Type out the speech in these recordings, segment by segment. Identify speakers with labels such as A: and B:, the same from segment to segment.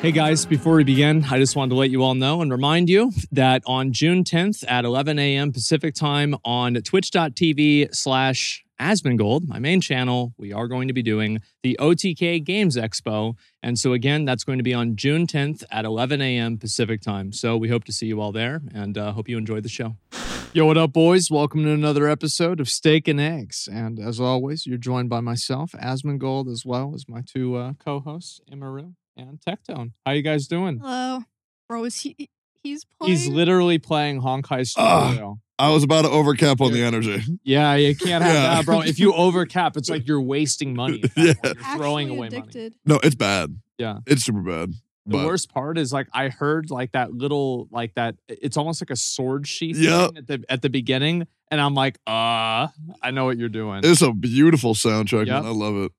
A: Hey guys, before we begin, I just wanted to let you all know and remind you that on June 10th at 11 a.m. Pacific time on twitch.tv slash Asmongold, my main channel, we are going to be doing the OTK Games Expo. And so again, that's going to be on June 10th at 11 a.m. Pacific time. So we hope to see you all there and uh, hope you enjoy the show.
B: Yo, what up, boys? Welcome to another episode of Steak and Eggs. And as always, you're joined by myself, Asmongold, as well as my two uh, co-hosts, Imaru and Tectone. How you guys doing?
C: Hello, bro. Is he? He's playing.
B: He's literally playing Honkai Star
D: Ugh.
B: Rail.
D: I was about to overcap on the energy.
B: Yeah, you can't have
D: Yeah.
B: that, bro. If you overcap, it's like you're wasting money. at that
D: Yeah.
B: point. You're throwing
C: actually
B: away money.
C: addicted.
D: No, it's bad.
B: Yeah.
D: It's super bad.
B: The
D: But
B: worst part is like I heard like that little like that it's almost like a sword sheath
D: Yep.
B: thing at the at the beginning, and I'm like, uh, I know what you're doing.
D: it's a beautiful soundtrack,
B: Yep.
D: man. I love it.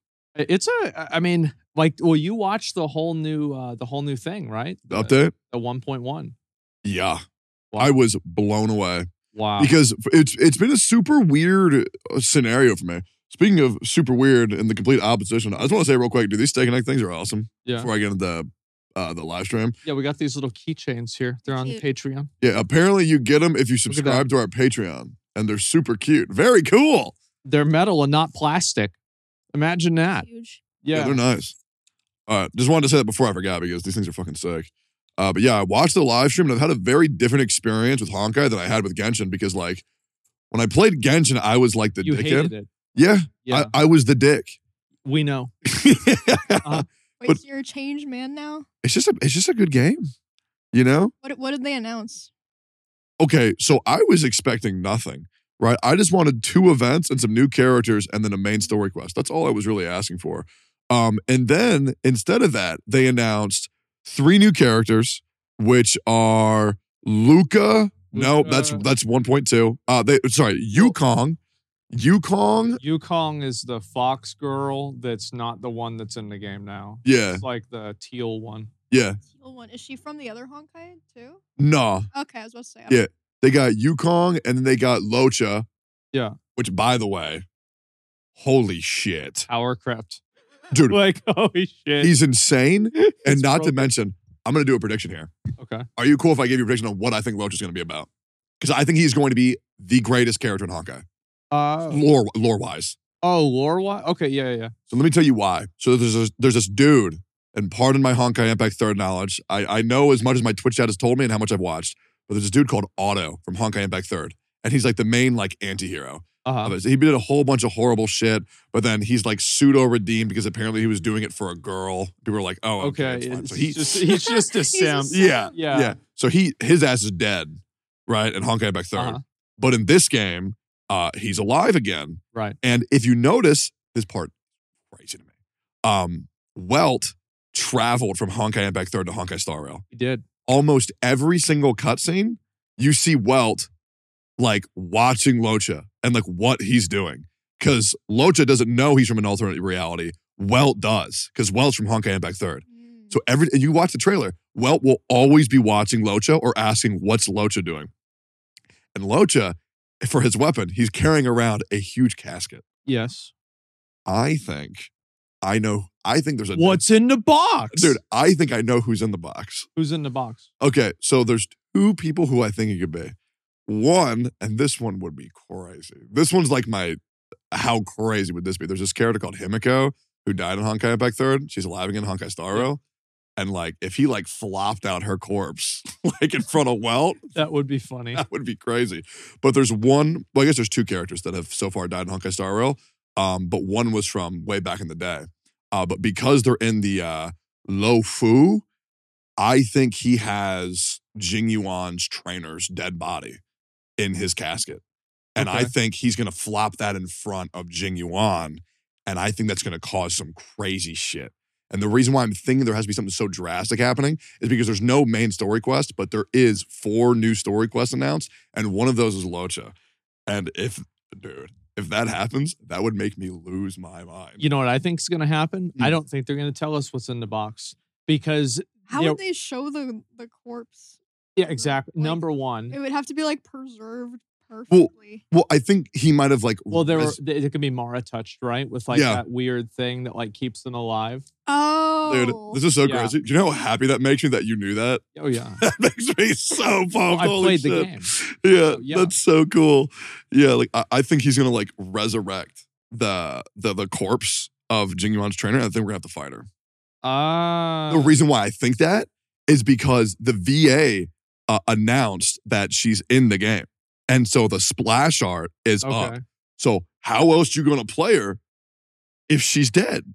B: It's a I mean, like well, you watched the whole new uh the whole new thing, right? The,
D: Update?
B: the one point one.
D: Yeah.
B: Wow.
D: I was blown away
B: wow.
D: because it's it's been a super weird uh, scenario for me. Speaking of super weird and the complete opposition, I just want to say real quick, dude, these steak and egg things are awesome.
B: Yeah.
D: Before I get into uh, the live stream,
B: yeah, we got these little keychains here. They're on
C: Cute.
B: Patreon.
D: yeah. Apparently, you get them if you
B: at that.
D: subscribe to our Patreon, and they're super cute. Very cool.
B: They're metal and not plastic. Imagine that.
C: Huge.
D: Yeah.
B: Yeah.
D: they're nice. All right, just wanted to say that before I forgot because these things are fucking sick. Uh, but yeah, I watched the live stream and I've had a very different experience with Honkai than I had with Genshin because like when I played Genshin, I was like the
B: you
D: dickhead.
B: hated it.
D: Yeah,
B: Yeah.
D: I, I was the dick.
B: we know. Uh-huh.
C: Wait,
D: But-
C: so you're a changed man now.
D: it's just a it's just a good game, you know.
C: What? What did they announce?
D: Okay, so I was expecting nothing, right? I just wanted two events and some new characters and then a main story quest. That's all I was really asking for. Um, and then instead of that, they announced three new characters, which are Luca. No, that's
B: Luca.
D: that's one point two. Uh, they sorry, Yukong, Yukong.
B: Yukong is the fox girl that's not the one that's in the game now.
D: Yeah,
B: It's like the teal one.
D: yeah,
C: Teal one. Is she from the other Honkai too?
D: nah.
C: Okay, I was about to say. I don't-
D: Yeah, they got Yukong and then they got Locha.
B: Yeah.
D: which by the way, holy shit,
B: Tower crept.
D: dude.
B: Like, holy shit.
D: He's insane. And
B: It's
D: not to
B: broken.
D: mention, I'm going to do a prediction here.
B: Okay.
D: Are you cool if I give you a prediction on what I think Loach is going to be about? Because I think he's going to be the greatest character in Honkai,
B: Uh,
D: lore lore wise.
B: oh, lore wise? Okay, yeah, yeah, yeah.
D: So let me tell you why. So there's this, there's this dude, and pardon my Honkai Impact third knowledge. I, I know as much as my Twitch chat has told me and how much I've watched, but there's this dude called Otto from Honkai Impact third, and he's like the main like anti-hero.
B: Uh-huh.
D: of it. He did a whole bunch of horrible shit, but then he's like pseudo redeemed because apparently he was doing it for a girl. People were like, "Oh, okay."
B: Okay,
D: it's fine.
B: it's
D: So he,
B: just, he's just a
C: He's a
B: simp.
C: simp.
D: yeah,
B: Yeah.
D: yeah, So he his ass is dead, right? And Honkai back 3rd
B: Uh-huh.
D: But in this game, uh, he's alive again.
B: Right.
D: And if you notice, this part crazy to me. Um, Welt traveled from Honkai Impact Third to Honkai Star Rail.
B: He did.
D: Almost every single cutscene, you see Welt like watching Locha and like what he's doing. Because Locha doesn't know he's from an alternate reality. Welt does, because Welt's from Honkai Impact Third.
C: Mm.
D: So every and you watch the trailer, Welt will always be watching Locha or asking, "What's Locha doing?" And Locha, for his weapon, he's carrying around a huge casket.
B: Yes.
D: I think, I know. I think there's a
B: What's in the box?
D: dude. I think I know who's in the box.
B: Who's in the box?
D: Okay, so there's two people who I think it could be. One, and this one would be crazy. This one's like my how crazy would this be? There's this character called Himiko who died in Honkai Impact Third. She's alive again in Honkai Star Rail. And like, if he like flopped out her corpse like in front of Welt,
B: That would be funny.
D: that would be crazy. But there's one. Well, I guess there's two characters that have so far died in Honkai Star Rail. Um, but one was from way back in the day. Uh, but because they're in the uh, Lo Fu, I think he has Jing Yuan's trainer's dead body in his casket, and I
B: Okay.
D: think he's gonna flop that in front of Jing Yuan, and I think that's gonna cause some crazy shit. And the reason why I'm thinking there has to be something so drastic happening is because there's no main story quest, but there is four new story quests announced, and one of those is Locha. And if, dude, if that happens, that would make me lose my mind.
B: You know what I think's going to happen? I
D: Hmm.
B: don't think they're going to tell us what's in the box because,
C: Hmm. How
B: yeah.
C: would they show the the corpse?
B: yeah, exactly.
C: Like-
B: Number one,
C: It would have to be like preserved perfectly.
D: Mm. Well, I think he might have like.
B: Well, there were,
D: res-
B: it could be Mara touched, right? With like
D: Yeah.
B: that weird thing that like keeps them alive.
D: Dude,
C: Oh,
D: this is so
B: Yeah.
D: crazy. Do you know how happy that makes me that you knew that?
B: Oh yeah.
D: That makes me so pumped.
B: Oh, I
D: Oh, Holy
B: played
D: shit.
B: the game.
D: Yeah,
B: So, yeah.
D: that's so cool. Yeah, like I, I think he's gonna like resurrect the the the corpse of Jing Yuan's trainer. And I think we're gonna have to fight her.
B: Ah.
D: the reason why I think that is because the VA uh, announced that she's in the game, and so the splash art is up.
B: Okay.
D: So how else you gonna play her if she's dead?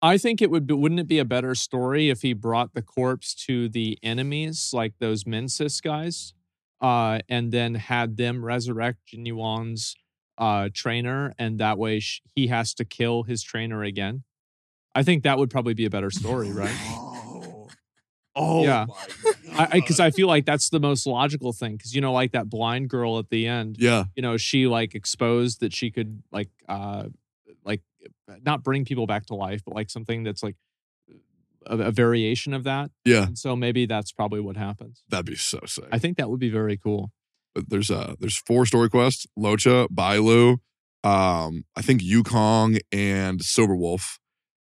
B: I think it would be, wouldn't it be a better story if he brought the corpse to the enemies, like those Mensis guys, uh, and then had them resurrect Jin Yuan's uh, trainer, and that way sh- he has to kill his trainer again. I think that would probably be a better story, right?
D: Oh, oh
B: Yeah.
D: my
B: I because
D: God.
B: I, feel like that's the most logical thing because you know, like that blind girl at the end,
D: yeah,
B: you know, she like exposed that she could like uh like not bring people back to life, but like something that's like a, a variation of that.
D: yeah,
B: And so maybe that's probably what happens.
D: that'd be so sick.
B: I think that would be very cool.
D: But there's uh there's four story quests: Locha, Bailu, um, I think Yukong and Silverwolf.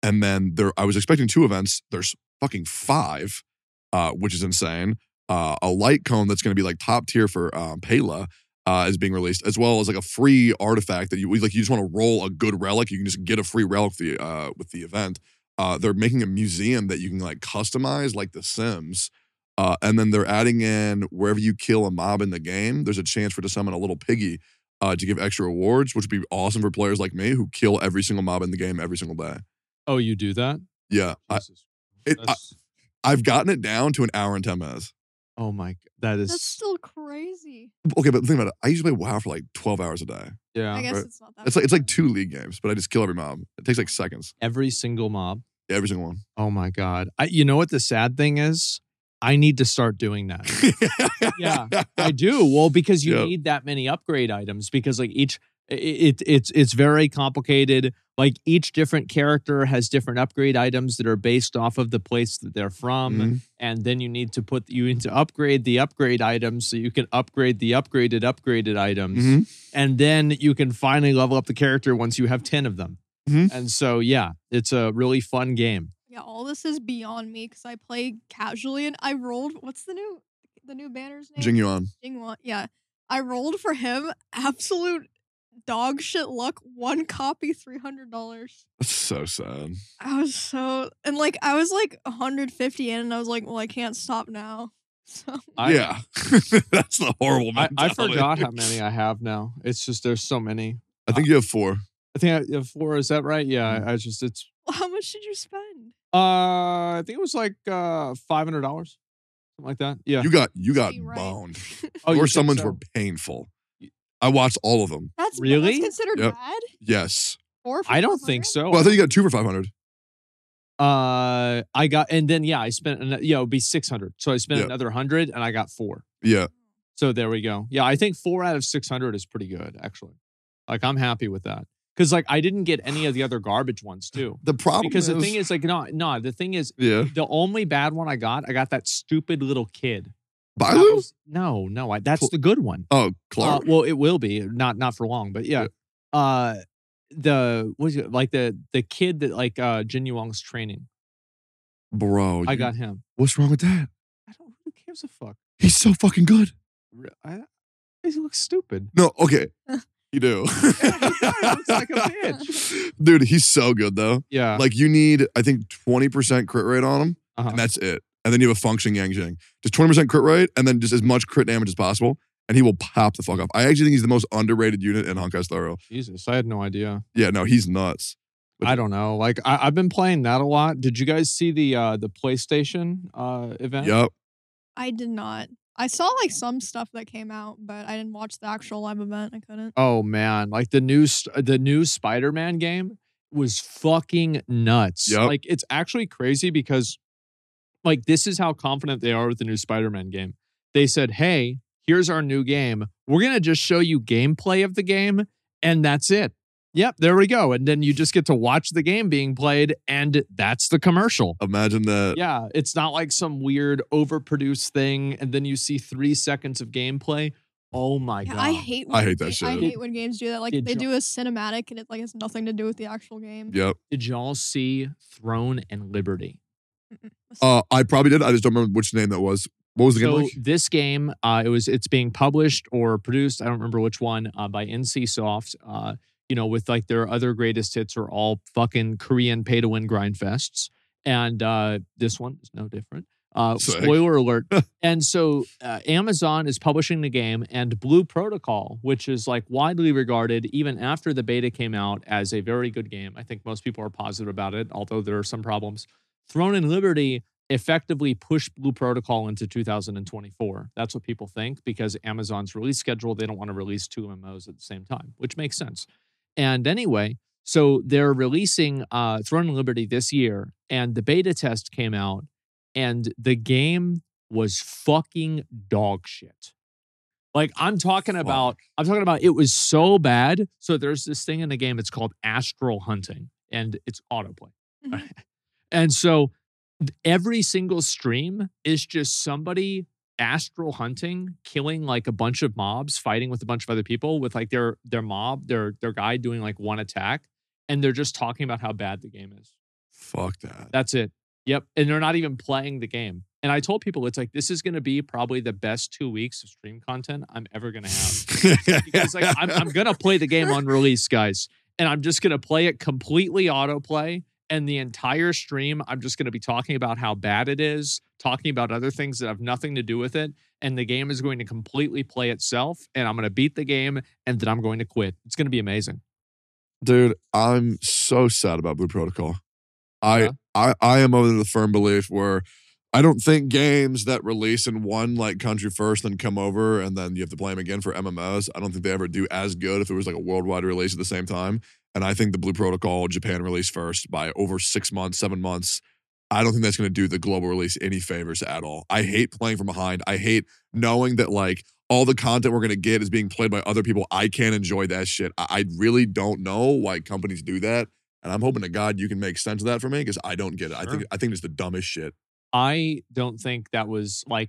D: And then there I was expecting two events. There's fucking five, uh, which is insane. Uh, a light cone that's gonna be like top tier for um Pela. Uh, is being released as well as like a free artifact that you like. You just want to roll a good relic. You can just get a free relic with the uh, with the event. Uh, they're making a museum that you can like customize like The Sims, uh, and then they're adding in wherever you kill a mob in the game, there's a chance for to summon a little piggy uh, to give extra rewards, which would be awesome for players like me who kill every single mob in the game every single day.
B: Oh, you do that?
D: Yeah, I,
B: Jesus.
D: it-
B: That's-
D: I've gotten it down to an hour and 10 minutes.
B: oh my, g- that is
C: that's still crazy.
D: Okay, but think about it. I usually play WoW for like 12 hours a day.
C: I
B: yeah.
C: guess
D: right.
C: it's not that.
D: It's like it's like
C: bad.
D: two league games, but I just kill every mob. It takes like seconds.
B: Every single mob.
D: Yeah, every single one.
B: Oh my god. I, you know what the sad thing is? I need to start doing that. Yeah, I do. Well, because you
D: Yep.
B: need that many upgrade items because like each i- i- it, it's it's very complicated. Like each different character has different upgrade items that are based off of the place that they're from,
D: Mhm.
B: and then you need to put you need to upgrade the upgrade items so you can upgrade the upgraded upgraded items,
D: Mhm.
B: and then you can finally level up the character once you have ten of them.
D: Mhm.
B: And so yeah, it's a really fun game.
C: Yeah, all this is beyond me because I play casually and I rolled. What's the new, the new banner's name?
D: Jing Yuan.
C: Jingwan. Yeah, I rolled for him. Absolute dog shit luck. One copy, three hundred dollars.
D: That's so sad.
C: I was so and like I was like 150 in, and I was like, well, I can't stop now. So
B: I,
D: yeah. That's the horrible
B: I, I
D: mentality.
B: forgot how many I have now. It's just there's so many.
D: I think you have four.
B: I think I, uh, four. Is that right? Yeah.
D: Mm-hmm.
B: I, I just it's.
C: how much did you spend?
B: Uh, I think it was like uh five hundred dollars, something like that. Yeah.
D: You got you got
C: Be right.
D: boned.
B: oh, you
D: or
B: think
D: someone's
B: so?
D: were painful. I watched all of them.
C: That's ba-
B: Really?
C: that's considered
D: Yep.
C: bad.
D: Yes.
C: Or for
B: I don't think
C: 500?
B: so.
D: Well, I thought you got two for 500.
B: uh, I got and then yeah, I spent an, yeah, it would be six hundred. So I spent
D: Yeah.
B: another hundred, and I got four.
D: Yeah.
B: So there we go. Yeah, I think four out of six hundred is pretty good actually. Like I'm happy with that because like I didn't get any of the other garbage ones too.
D: The problem
B: Because
D: is,
B: the thing is like no no the thing is
D: yeah.
B: the only bad one I got I got that stupid little kid. That
D: Bailu?
B: was- no no I, that's
D: Cool.
B: the good one.
D: oh,
B: Uh,
D: Clark.
B: well, it will be not not for long, but yeah. Uh, the what is it like the the kid that like uh Jin Yuang's training?
D: Bro.
B: I
D: you-
B: got him.
D: What's wrong with that?
B: I don't. Who cares a fuck?
D: He's so fucking good.
B: Re- I, he looks stupid.
D: No, okay. You do.
B: looks like a bitch.
D: Dude, he's so good though.
B: Yeah.
D: Like you need, I think, 20% crit rate on him,
B: Uh-huh.
D: and that's it. And then you have a functioning Yang Jing. Just 20% crit rate, and then just as much crit damage as possible, and he will pop the fuck off. I actually think he's the most underrated unit in Honkai Star Rail.
B: Jesus, I had no idea.
D: Yeah, no, he's nuts. But-
B: I don't know. Like I, I've been playing that a lot. Did you guys see the uh the PlayStation uh event?
D: Yup.
C: I did not. I saw like some stuff that came out, but I didn't watch the actual live event. I couldn't.
B: Oh man, like the new st- the new Spider-Man game was fucking nuts.
D: Yep.
B: Like it's actually crazy because like this is how confident they are with the new Spider-Man game. They said, "Hey, here's our new game. We're going to just show you gameplay of the game and that's it." Yep, there we go. And then you just get to watch the game being played and that's the commercial.
D: Imagine that.
B: Yeah, it's not like some weird overproduced thing and then you see 3 seconds of gameplay. Oh my
C: Yeah,
B: god!
C: I hate.
D: I hate that
C: ga- I
D: shit.
C: hate when games do that. Like
B: Did
C: they
B: you-
C: do a cinematic and it like has nothing to do with the actual game.
D: Yep.
B: Did y'all see Throne and Liberty?
D: Uh, I probably did. I just don't remember which name that was. What was the
B: so
D: game? Like?
B: this game, uh, it was it's being published or produced. I don't remember which one uh, by NCSoft. Uh, you know, with like their other greatest hits are all fucking Korean pay to win grind fests, and uh, this one is no different. Uh,
D: Sick.
B: spoiler alert. and so uh, Amazon is publishing the game, and Blue Protocol, which is like widely regarded even after the beta came out as a very good game. I think most people are positive about it, although there are some problems. Throne and Liberty effectively pushed Blue Protocol into 2024. That's what people think because Amazon's release schedule, they don't want to release two MMOs at the same time, which makes sense. And anyway, so they're releasing uh, Throne and Liberty this year, and the beta test came out, and the game was fucking dog shit. Like I'm talking about, I'm talking about. It was so bad. So there's this thing in the game. It's called astral hunting, and it's autoplay.
C: Mhm.
B: and so th- every single stream is just somebody astral hunting, killing like a bunch of mobs, fighting with a bunch of other people with like their their mob, their their guy doing like one attack, and they're just talking about how bad the game is.
D: Fuck that.
B: That's it. Yep. And they're not even playing the game. And I told people it's like this is going to be probably the best two weeks of stream content I'm ever going to have because like I'm, I'm gonna play the game on release, guys, and I'm just gonna play it completely autoplay. And the entire stream, I'm just gonna be talking about how bad it is, talking about other things that have nothing to do with it, and the game is going to completely play itself. And I'm gonna beat the game, and then I'm going to quit. It's gonna be amazing.
D: Dude, I'm so sad about Blue Protocol. I
B: Yeah.
D: I, I am of the firm belief where I don't think games that release in one like country first, then come over and then you have to play them again for MMOs. I don't think they ever do as good if it was like a worldwide release at the same time. And I think the Blue Protocol Japan release first by over six months, seven months. I don't think that's going to do the global release any favors at all. I hate playing from behind. I hate knowing that like all the content we're going to get is being played by other people. I can't enjoy that shit. I, I really don't know why companies do that. And I'm hoping to God you can make sense of that for me because I don't get it. I think
B: Sure.
D: I think it's the dumbest shit.
B: I don't think that was like,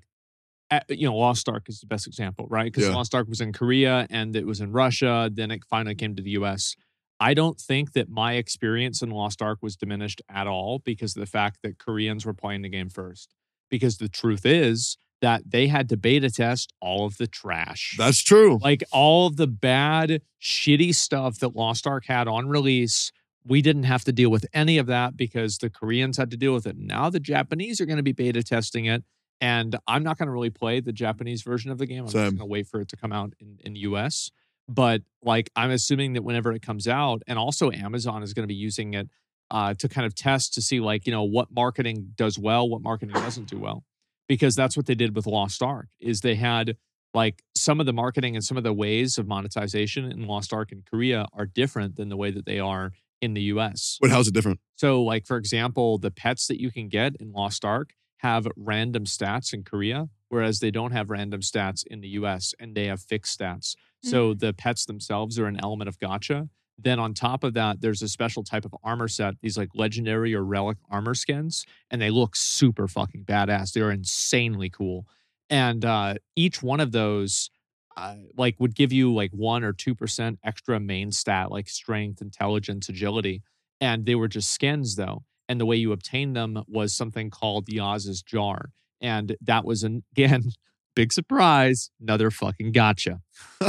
B: at- you know, Lost Ark is the best example, right? Because
D: Yeah.
B: Lost Ark was in Korea and it was in Russia. Then it finally came to the US. I don't think that my experience in Lost Ark was diminished at all because of the fact that Koreans were playing the game first. Because the truth is that they had to beta test all of the trash.
D: That's true.
B: Like all of the bad, shitty stuff that Lost Ark had on release, we didn't have to deal with any of that because the Koreans had to deal with it. Now the Japanese are going to be beta testing it. And I'm not going to really play the Japanese version of the game. I'm just
D: Same.
B: going to wait for it to come out in, in US. But like I'm assuming that whenever it comes out, and also Amazon is going to be using it uh, to kind of test to see like, you know, what marketing does well, what marketing doesn't do well. Because that's what they did with Lost Ark is they had like some of the marketing and some of the ways of monetization in Lost Ark in Korea are different than the way that they are in the US.
D: But how's it different?
B: So, like for example, the pets that you can get in Lost Ark have random stats in Korea, whereas they don't have random stats in the US and they have fixed stats. So the pets themselves are an element of gotcha. Then on top of that, there's a special type of armor set, these like legendary or relic armor skins, and they look super fucking badass. They're insanely cool. And uh, each one of those uh, like would give you like one or two percent extra main stat, like strength, intelligence, agility and they were just skins though and the way you obtained them was something called Yaz's jar and that was an, again big surprise another fucking gotcha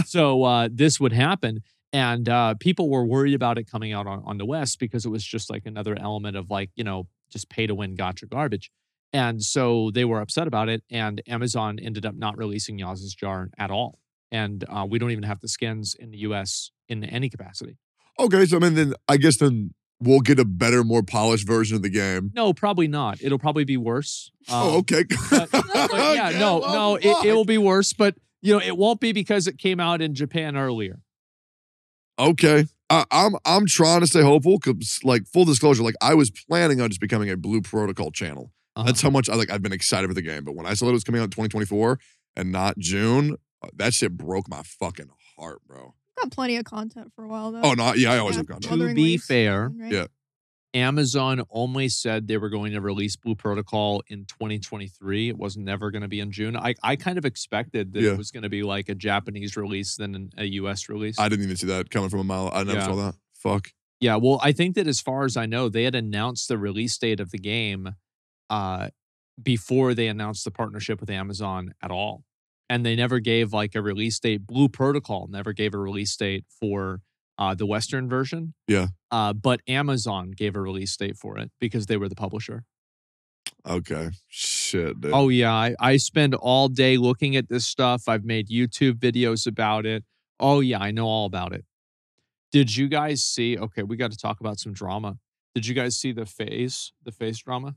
B: so uh, this would happen and uh, people were worried about it coming out on, on the west because it was just like another element of like you know just pay to win gotcha garbage and so they were upset about it and amazon ended up not releasing Yaz's jar at all and uh, we don't even have the skins in the us in any capacity
D: Okay, so I mean then I guess then we'll get a better, more polished version of the game.
B: No, probably not. It'll probably be worse.
D: oh,
B: Um,
D: okay.
B: but- but yeah,
D: Okay,
B: no,
D: well,
B: no, it,
D: fuck.
B: it will be worse. But you know, it won't be because it came out in Japan earlier.
D: Okay. I, I'm I'm trying to stay hopeful because like full disclosure, like I was planning on just becoming a blue protocol channel.
B: Uh-huh.
D: That's how much I like I've been excited for the game. But when I saw that it was coming out in 2024 and not June, uh, that shit broke my fucking heart, bro.
C: Got plenty of content for a while though.
D: Oh no, yeah, I always
C: Yeah.
D: have content.
B: to
C: Wuthering
B: be
C: Waves,
B: fair,
C: right?
D: Yeah.
B: Amazon only said they were going to release Blue Protocol in 2023. It was never going to be in June. I, I kind of expected that
D: Yeah.
B: it was going to be like a Japanese release than an, a US release.
D: I didn't even see that coming from a mile. I never
B: Yeah.
D: saw that. Fuck.
B: yeah, well, I think that as far as I know, they had announced the release date of the game uh, before they announced the partnership with Amazon at all. And they never gave like a release date. Blue Protocol never gave a release date for uh, the Western version.
D: Yeah.
B: Uh, but Amazon gave a release date for it because they were the publisher.
D: Okay. Shit, dude.
B: Oh yeah, I, I spend all day looking at this stuff. I've made YouTube videos about it. Oh yeah, I know all about it. Did you guys see? Okay, we got to talk about some drama. Did you guys see the face, the face drama?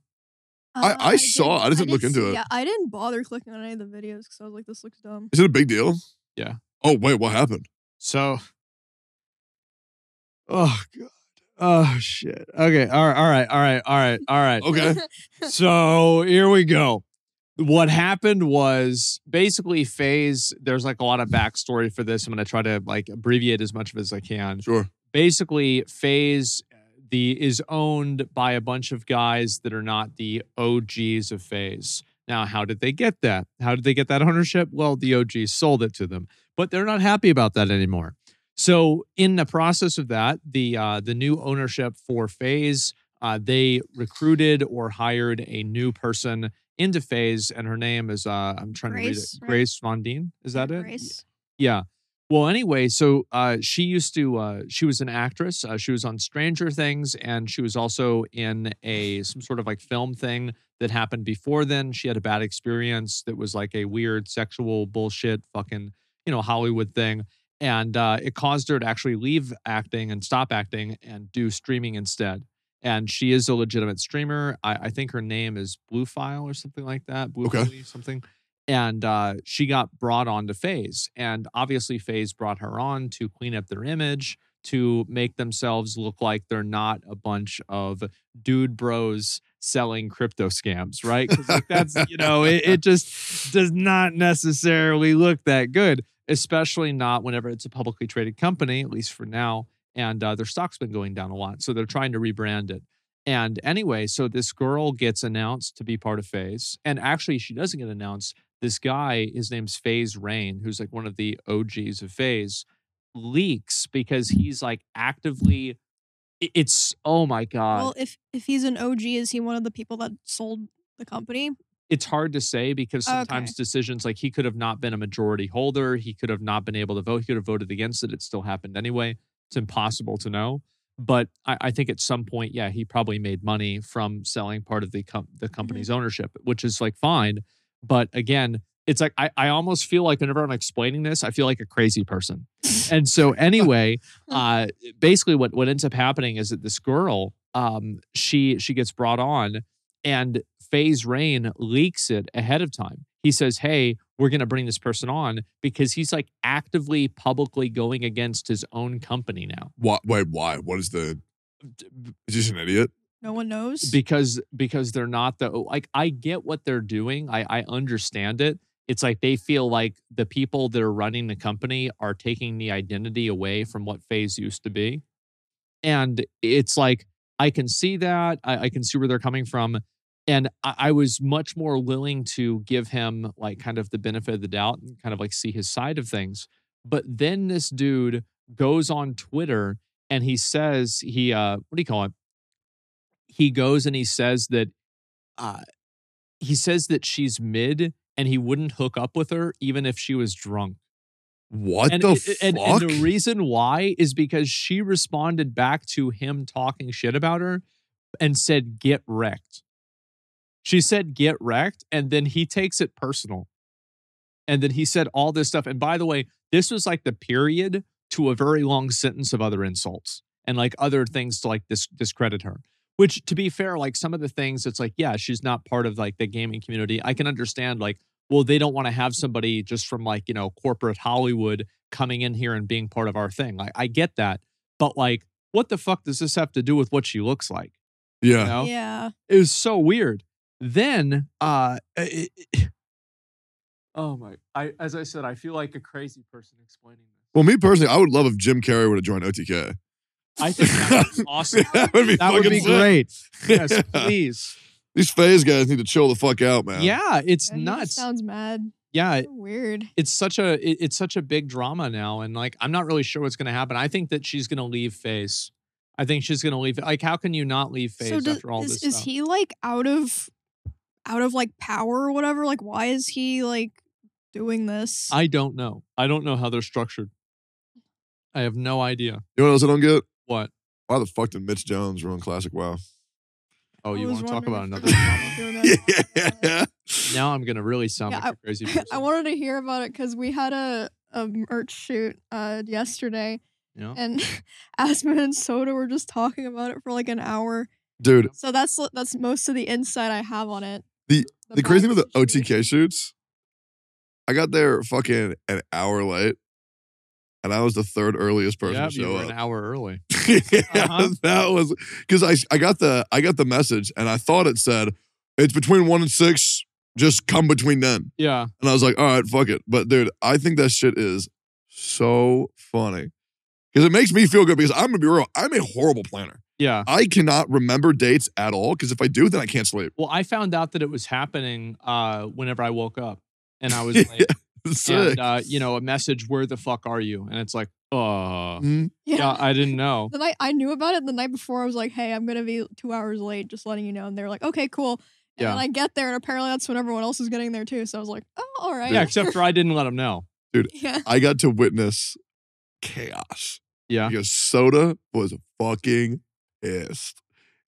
D: I-
C: Uh,
D: I saw it. I didn't look into
C: see-
D: it.
C: Yeah, I didn't bother clicking on any of the videos because I was like, this looks dumb.
D: Is it a big deal?
B: Yeah.
D: Oh, wait, what happened?
B: So, oh god, oh shit. Okay, all right, all right, all right, all right, all right.
D: Okay.
B: so here we go. What happened was basically Phase. There's like a lot of backstory for this. I'm gonna try to like abbreviate as much of it as I can.
D: Sure.
B: Basically, Phase the is owned by a bunch of guys that are not the OGs of Phase. Now, how did they get that? How did they get that ownership? Well, the OGs sold it to them, but they're not happy about that anymore. So, in the process of that, the uh, the new ownership for Phase uh, they recruited or hired a new person into phase and her name is uh i'm trying
C: Grace,
B: to read it
C: right?
B: grace von dean is that it
C: Grace.
B: yeah well anyway so uh she used to uh she was an actress uh, she was on stranger things and she was also in a some sort of like film thing that happened before then she had a bad experience that was like a weird sexual bullshit fucking you know hollywood thing and uh, it caused her to actually leave acting and stop acting and do streaming instead and she is a legitimate streamer. I, I think her name is Blue File or something like that. Blue
D: Okay.
B: File, something. And uh, she got brought on to Phase, and obviously Phase brought her on to clean up their image, to make themselves look like they're not a bunch of dude bros selling crypto scams, right? 'Cause, like, that's you know, it, it just does not necessarily look that good, especially not whenever it's a publicly traded company, at least for now. And uh, their stock's been going down a lot, so they're trying to rebrand it. And anyway, so this girl gets announced to be part of Phase, and actually she doesn't get announced. This guy, his name's Phase Rain, who's like one of the OGs of Phase, leaks because he's like actively. it- It's oh my god!
C: well, if if he's an OG, is he one of the people that sold the company?
B: it's hard to say because
C: Okay.
B: sometimes decisions like he could have not been a majority holder, he could have not been able to vote, he could have voted against it. It still happened anyway. It's impossible to know. But I, I think at some point, yeah, he probably made money from selling part of the com- the company's ownership, which is like fine. But again, it's like I, I almost feel like whenever I'm explaining this, I feel like a crazy person. and so anyway, uh, basically what what ends up happening is that this girl, um, she she gets brought on and Phase Rain leaks it ahead of time. He says, "Hey, we're going to bring this person on because he's like actively publicly going against his own company now
D: Why, wait, why? What is the. Is this an idiot?
C: No one knows.
B: because because they're not the oh, like I get what they're doing. I I understand it. It's like they feel like the people that are running the company are taking the identity away from what Phase used to be. And it's like I can see that. I, I can see where they're coming from. And I, I was much more willing to give him like kind of the benefit of the doubt and kind of like see his side of things. But then this dude goes on Twitter and he says he uh what do you call it? He goes and he says that uh he says that she's mid and he wouldn't hook up with her even if she was drunk
D: What
B: and,
D: the
B: it-
D: fuck?
B: it- and- and the reason why is because she responded back to him talking shit about her and said, get wrecked. She said, get wrecked. And then he takes it personal. And then he said all this stuff. And by the way, this was like the period to a very long sentence of other insults and like other things to like dis- discredit her. Which, to be fair, like some of the things, it's like, yeah, she's not part of like the gaming community. I can understand, like, well, they don't want to have somebody just from like, you know, corporate Hollywood coming in here and being part of our thing. Like, I get that. But like, what the fuck does this have to do with what she looks like? You
D: yeah.
B: know?
C: yeah,
B: It was so weird. Then, uh, it- it- oh my, I, as I said, I feel like a crazy person explaining this.
D: Well, me personally, I would love if Jim Carrey would have joined OTK.
B: I think that's awesome.
D: that would be
B: That would
D: fucking
B: be
D: sick.
B: great. Yes,
D: Yeah.
B: please.
D: These phase guys need to chill the fuck out, man.
B: Yeah, it's
C: Yeah, he just
B: nuts.
C: Sounds mad.
B: yeah,
C: Weird.
B: it's such a it- it's such a big drama now, and like I'm not really sure what's going to happen. I think that she's going to leave Phase. I think she's going to leave. Like, how can you not leave Phase
C: so does,
B: after all
C: is,
B: this
C: is
B: stuff?
C: he like out of out of like power or whatever? Like why is he like doing this?
B: I don't know. I don't know how they're structured. I have no idea
D: You know what else I don't get?
B: what.
D: Why the fuck did Mitch Jones ruin Classic WoW?
B: Oh,
C: I
B: you
C: was
B: want to talk about
C: wondering
B: another?
C: if they were
B: drama?
C: doing
D: yeah,
C: that.
B: now I'm going to really sound
C: Yeah,
B: like a crazy person.
C: I wanted to hear about it because we had a, a merch shoot uh, yesterday,
B: you know?
D: Oh.
C: and Aspen and Soda were just talking about it for like an hour.
D: Dude,
C: So that's that's most of the insight I have on it.
D: The- the crazy thing with the
C: box shoot.
D: OTK shoots, I got there fucking an hour late, and I was the third earliest person
B: Yeah,
D: to
B: you
D: show
B: were
D: up.
B: an hour early.
D: Yeah,
B: Uh-huh.
D: that was because I I got the I got the message and I thought it said it's between one and six. Just come between then,
B: Yeah,
D: and I was like, all right, fuck it. But dude, I think that shit is so funny because it makes me feel good. Because I'm gonna be real, I'm a horrible planner.
B: yeah.
D: I cannot remember dates at all. Because if I do, then I can't sleep.
B: Well, I found out that it was happening uh, whenever I woke up, and I was late.
D: Sick.
B: and uh, you know, a message, "Where the fuck are you?" And it's like, uh,
D: Mhm.
C: Yeah.
B: yeah, I didn't know.
C: the night I knew about it the night before, I was like, "Hey, I'm gonna be two hours late, just letting you know." And they're like, "Okay, cool." And
B: Yeah.
C: then I get there, and apparently that's when everyone else is getting there too. So I was like, "Oh, all right."
B: Yeah, except for I didn't let him know.
C: yeah.
D: I got to witness chaos.
B: Yeah.
D: Because Soda was fucking pissed.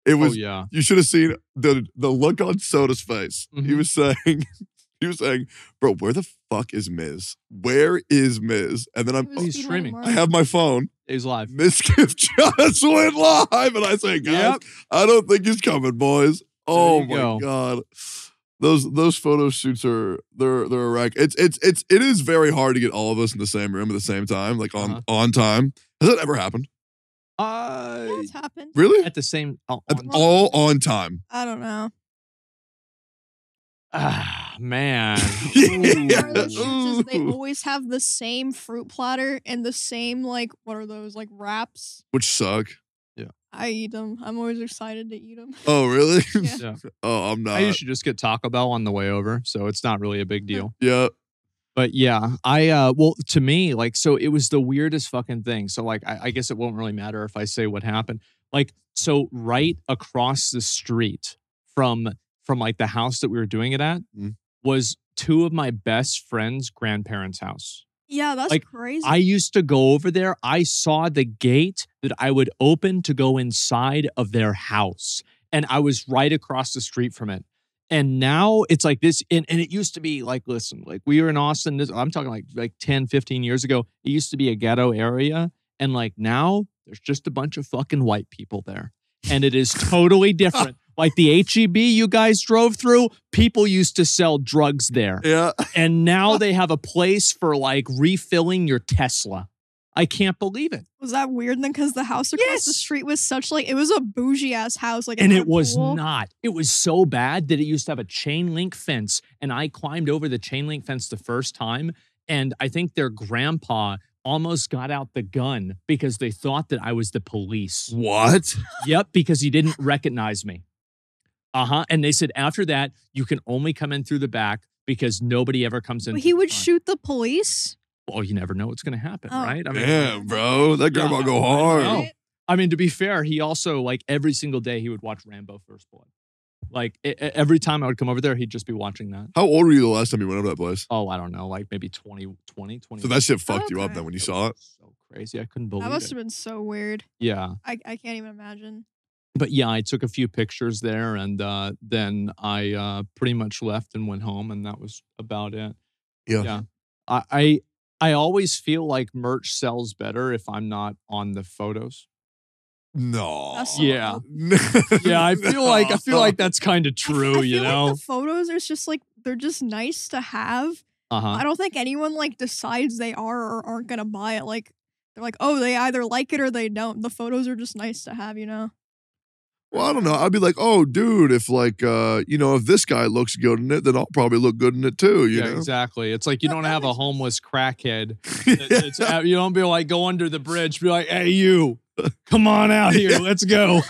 D: It was
B: oh yeah,
D: you should have seen the the look on Soda's face. He
B: Mhm.
D: was saying he was saying, Bro, where the fuck is Miz? Where is Miz? And then
C: It
D: I'm
C: was
D: oh,
B: He's
C: Elon
B: streaming.
C: Musk.
D: I have my phone.
B: he's live.
D: Miz Gift just went live. And I say, guys,
B: Yep.
D: I don't think he's coming, boys. Oh
B: you
D: my
B: go.
D: god. Those those photo shoots are they're they're a wreck. It's it's it's it is very hard to get all of us in the same room at the same time, like on
B: Uh-huh.
D: on time. Has that ever happened?
C: Yeah,
B: Uh,
C: it's happened.
D: Really?
B: at the same. Oh,
D: At-
B: on-
D: all on time.
C: I don't know.
B: ah, man.
D: Yeah.
C: Part of the shoots is they
D: Ooh.
C: always have the same fruit platter and the same like what are those like wraps?
D: Which suck.
C: I eat them. I'm always excited to eat them.
D: Oh really?
C: Yeah.
B: Yeah.
D: oh, I'm not.
B: I usually just get Taco Bell on the way over, so it's not really a big deal.
D: yeah.
B: But yeah, I uh well to me, like so it was the weirdest fucking thing. So like I, I guess it won't really matter if I say what happened. Like, so right across the street from from like the house that we were doing it at
D: Mm.
B: was two of my best friends' grandparents' house.
C: Yeah, that's
B: Like,
C: crazy.
B: I used to go over there. I saw the gate that I would open to go inside of their house. And I was right across the street from it. And now it's like this. And, and it used to be like, listen, like we were in Austin. This, I'm talking like like 10, 15 years ago. It used to be a ghetto area. And like now there's just a bunch of fucking white people there. And it is totally different. Like the HEB you guys drove through, people used to sell drugs there
D: Yeah.
B: and now they have a place for like refilling your Tesla. I can't believe it.
C: was that weird then? Because the house across the
B: Yes.
C: street was such like it was a bougie ass house. Like
B: And
C: had
B: it
C: a
B: was
C: pool.
B: not. It was so bad that it used to have a chain link fence. And I climbed over the chain link fence the first time. And I think their grandpa almost got out the gun because they thought that I was the police.
D: What?
B: yep, because he didn't recognize me. Uh huh. And they said, after that, you can only come in through the back because nobody ever comes in.
C: But
B: through
C: he
B: the
C: would
B: front."
C: shoot the police.
B: Well, you never know what's going to happen,
C: Oh.
B: right? I
D: Damn, bro. That grandma go hard.
B: know. I mean, to be fair, he also like every single day he would watch Rambo First Blood. Like e- e- every time I would come over there, he'd just be watching that.
D: How old were you the last time you went over that place?
B: Oh, I don't know, like maybe 20, 20, 20.
D: So that shit fucked you up
C: Okay.
D: then when you saw it.
B: So crazy. I couldn't believe
C: That must
B: it.
C: have been so weird.
B: Yeah.
C: I, I can't even imagine.
B: But yeah, I took a few pictures there and uh, then I uh, pretty much left and went home and that was about it.
D: Yeah.
B: Yeah. I, I I always feel like merch sells better if I'm not on the photos.
D: No.
C: That's so
B: Yeah.
C: odd.
B: Yeah, I feel like I feel like that's kind of
C: I f-
B: true,
C: I
B: you
C: feel
B: know.
C: Like the photos, there's just like they're just nice to have.
B: uh-huh.
C: I don't think anyone like decides they are or aren't gonna buy it. Like they're like, oh, they either like it or they don't. The photos are just nice to have, you know.
D: Well, I don't know. I'd be like, oh, dude, if like, uh, you know, if this guy looks good in it, then I'll probably look good in it too. You
B: yeah,
D: know,
B: exactly. It's like you
C: No,
B: don't
C: that
B: have a
C: makes sense.
B: homeless crackhead. that- that's out- you don't be like go under the bridge. Be like, hey, you.
A: Come on out here. Let's go.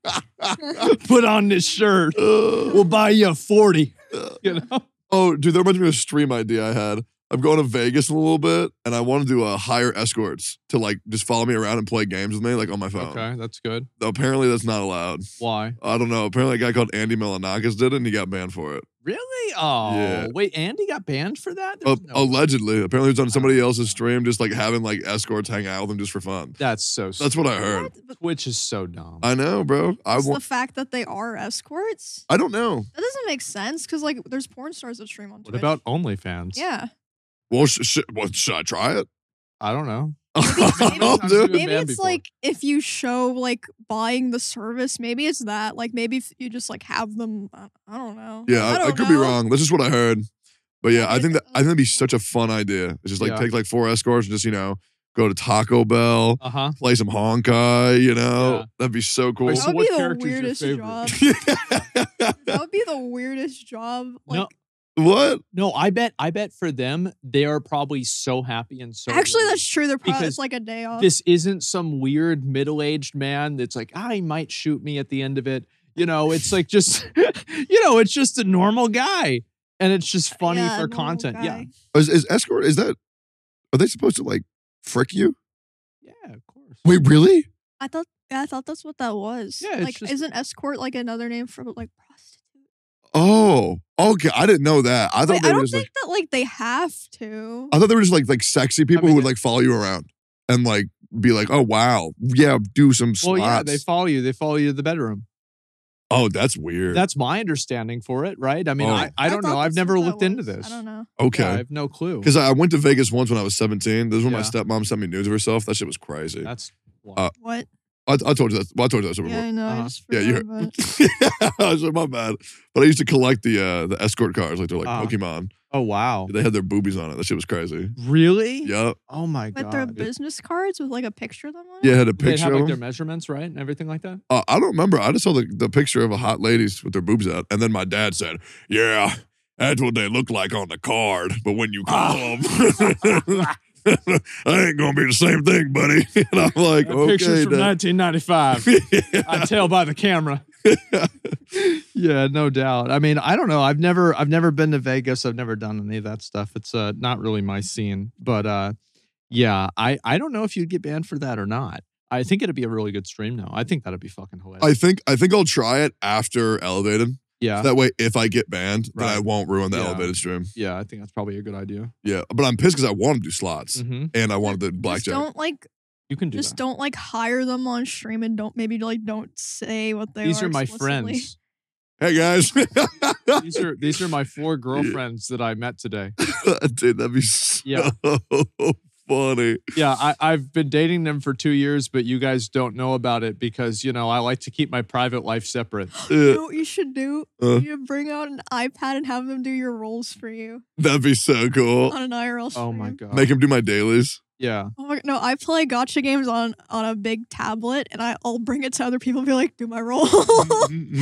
A: Put on this shirt. We'll buy you a 40. You know?
D: Oh, dude, that reminds me of a stream idea I had. I'm going to Vegas in a little bit, and I want to do a hire escorts to like just follow me around and play games with me, like on my phone.
B: Okay, that's good.
D: Apparently, that's not allowed.
B: Why?
D: I don't know. Apparently, a guy called Andy Milanakis did it, and he got banned for it.
B: Really? Oh,
D: Yeah.
B: wait. Andy got banned for that.
D: Uh,
B: There's no-
D: allegedly, apparently, it was on somebody else's stream, just like having like escorts hang out with him just for fun.
B: that's so.
D: That's what I heard.
C: What? But
B: Which is so dumb.
D: I know, bro. I
C: it's
D: wa-
C: the fact that they are escorts.
D: I don't know.
C: That doesn't make sense because like there's porn stars that stream on
B: what
C: Twitch.
B: about OnlyFans?
C: Yeah,
D: Well, sh- sh- well should I try it?
B: I don't know.
C: maybe-
D: I'll do
B: been
D: it.
C: maybe
B: banned
C: it's
B: before.
C: like if you show like buying the service, maybe it's that. Like maybe if you just like have them. I, I don't know.
D: Yeah,
C: I,
D: I, I
C: don't
D: could be
C: know.
D: wrong. That's just what I heard. But yeah, I think that I think that'd be
C: Okay.
D: such a fun idea. It's just like
B: Yeah.
D: take like four escorts and just you know go to Taco Bell,
B: Uh huh.
D: play some Honkai. You know,
B: Yeah.
D: that'd be so cool.
B: Wait,
C: That
B: so
C: would
B: what
C: be the
B: character's your
C: weirdest
B: favorite?
C: job.
D: Yeah.
C: That would be the weirdest job. Like
B: No,
D: what?
B: No, I bet. I bet for them, they are probably so happy and so.
C: actually,
B: relieved.
C: that's true. They're probably
B: Because
C: it's like a day off.
B: this isn't some weird middle-aged man that's like ah, he might shoot me at the end of it you know it's like just you know it's just a normal guy and it's just funny
C: Uh, Yeah,
B: for
C: normal
B: content yeah
C: guy.
D: Is, is escort? Is that? Are they supposed to like frick you?
B: yeah of course
D: Wait, really?
C: I thought. Yeah, I thought that's what that was.
B: Yeah, it's
C: like
B: just-
C: isn't escort like another name for like prostitute?
D: Oh, okay. I didn't know that. I thought
C: Wait,
D: they
C: I
D: were
C: don't
D: just
C: think
D: like
C: that like they have to.
B: Oh,
D: I thought they were just like like sexy people
B: mean,
D: who would
B: yeah.
D: like follow you around and like be like, oh wow, yeah, do some
B: well
D: slots.
B: yeah they follow you they follow you to the bedroom
D: oh, that's weird.
B: that's my understanding for it right i mean
D: Oh.
B: I, I don't
C: thought
B: know i've
C: that's what
B: never
C: that
B: looked into
C: was.
B: this
C: I don't know.
D: okay.
B: Yeah, i have no clue
D: Because I I went to Vegas once when I was 17. This is when my
B: Yeah.
D: stepmom sent me nudes of herself. That shit was crazy.
B: that's wild.
D: Uh,
C: What?
D: I, I told you that. Well, I told you that story
C: Yeah, I know.
B: Uh-huh.
C: I just
D: Yeah,
C: forgot
D: you heard-
C: about it.
D: before. I said, my bad. But I used to collect the uh, the escort cars, like they're like
B: Uh-huh.
D: Pokemon.
B: oh wow
D: They had their boobies on it. That shit was crazy.
B: really
D: Yeah,
B: oh my
C: With their
B: god
C: business cards with like a picture of them on it?
D: yeah, it had a
B: they
D: picture
B: have like
D: of
B: their
D: them.
B: measurements right and everything like that
D: Uh, I don't remember. I just saw the, the picture of a hot ladies with their boobs out, and then my dad said, "Yeah, that's what they look like on the card, but when you call
B: Ah.
D: them, I ain't gonna be the same thing, buddy." And I'm like,
B: That
D: "Okay,
B: picture's from
D: Dad."
B: 1995
D: Yeah.
B: I tell by the camera. yeah, no doubt. I mean, I don't know. I've never I've never been to Vegas. I've never done any of that stuff. It's uh not really my scene. But uh yeah, I I don't know if you'd get banned for that or not. I think it'd be a really good stream though. I think that'd be fucking hilarious.
D: I think I think I'll try it after elevated.
B: yeah.
D: That way, if I get banned, then I
B: Right.
D: won't ruin the
B: Yeah.
D: elevated stream.
B: yeah, I think that's probably a good idea.
D: Yeah, but I'm pissed because I want to do slots
B: hmm
D: and I wanted the
C: Just
D: blackjack.
C: don't like,
B: You can do
C: just
B: that.
C: don't like hire them on stream and don't maybe like don't say what they
B: These
C: are.
B: are my
C: explicitly.
B: friends.
D: Hey guys,
B: These are these are my four girlfriends that I met today.
D: dude, that'd be so
B: Yeah.
D: funny.
B: Yeah, I, I've been dating them for two years, but you guys don't know about it because you know I like to keep my private life separate.
C: You
D: Yeah,
C: know what you should do?
D: Uh.
C: you bring out an iPad and have them do your rolls for you
D: that'd be so cool.
C: on an IRL stream.
B: Oh my god.
D: Make him do my dailies.
B: yeah.
C: Oh my, no, I play gotcha games on on a big tablet and I, I'll bring it to other people and be like, do my roll.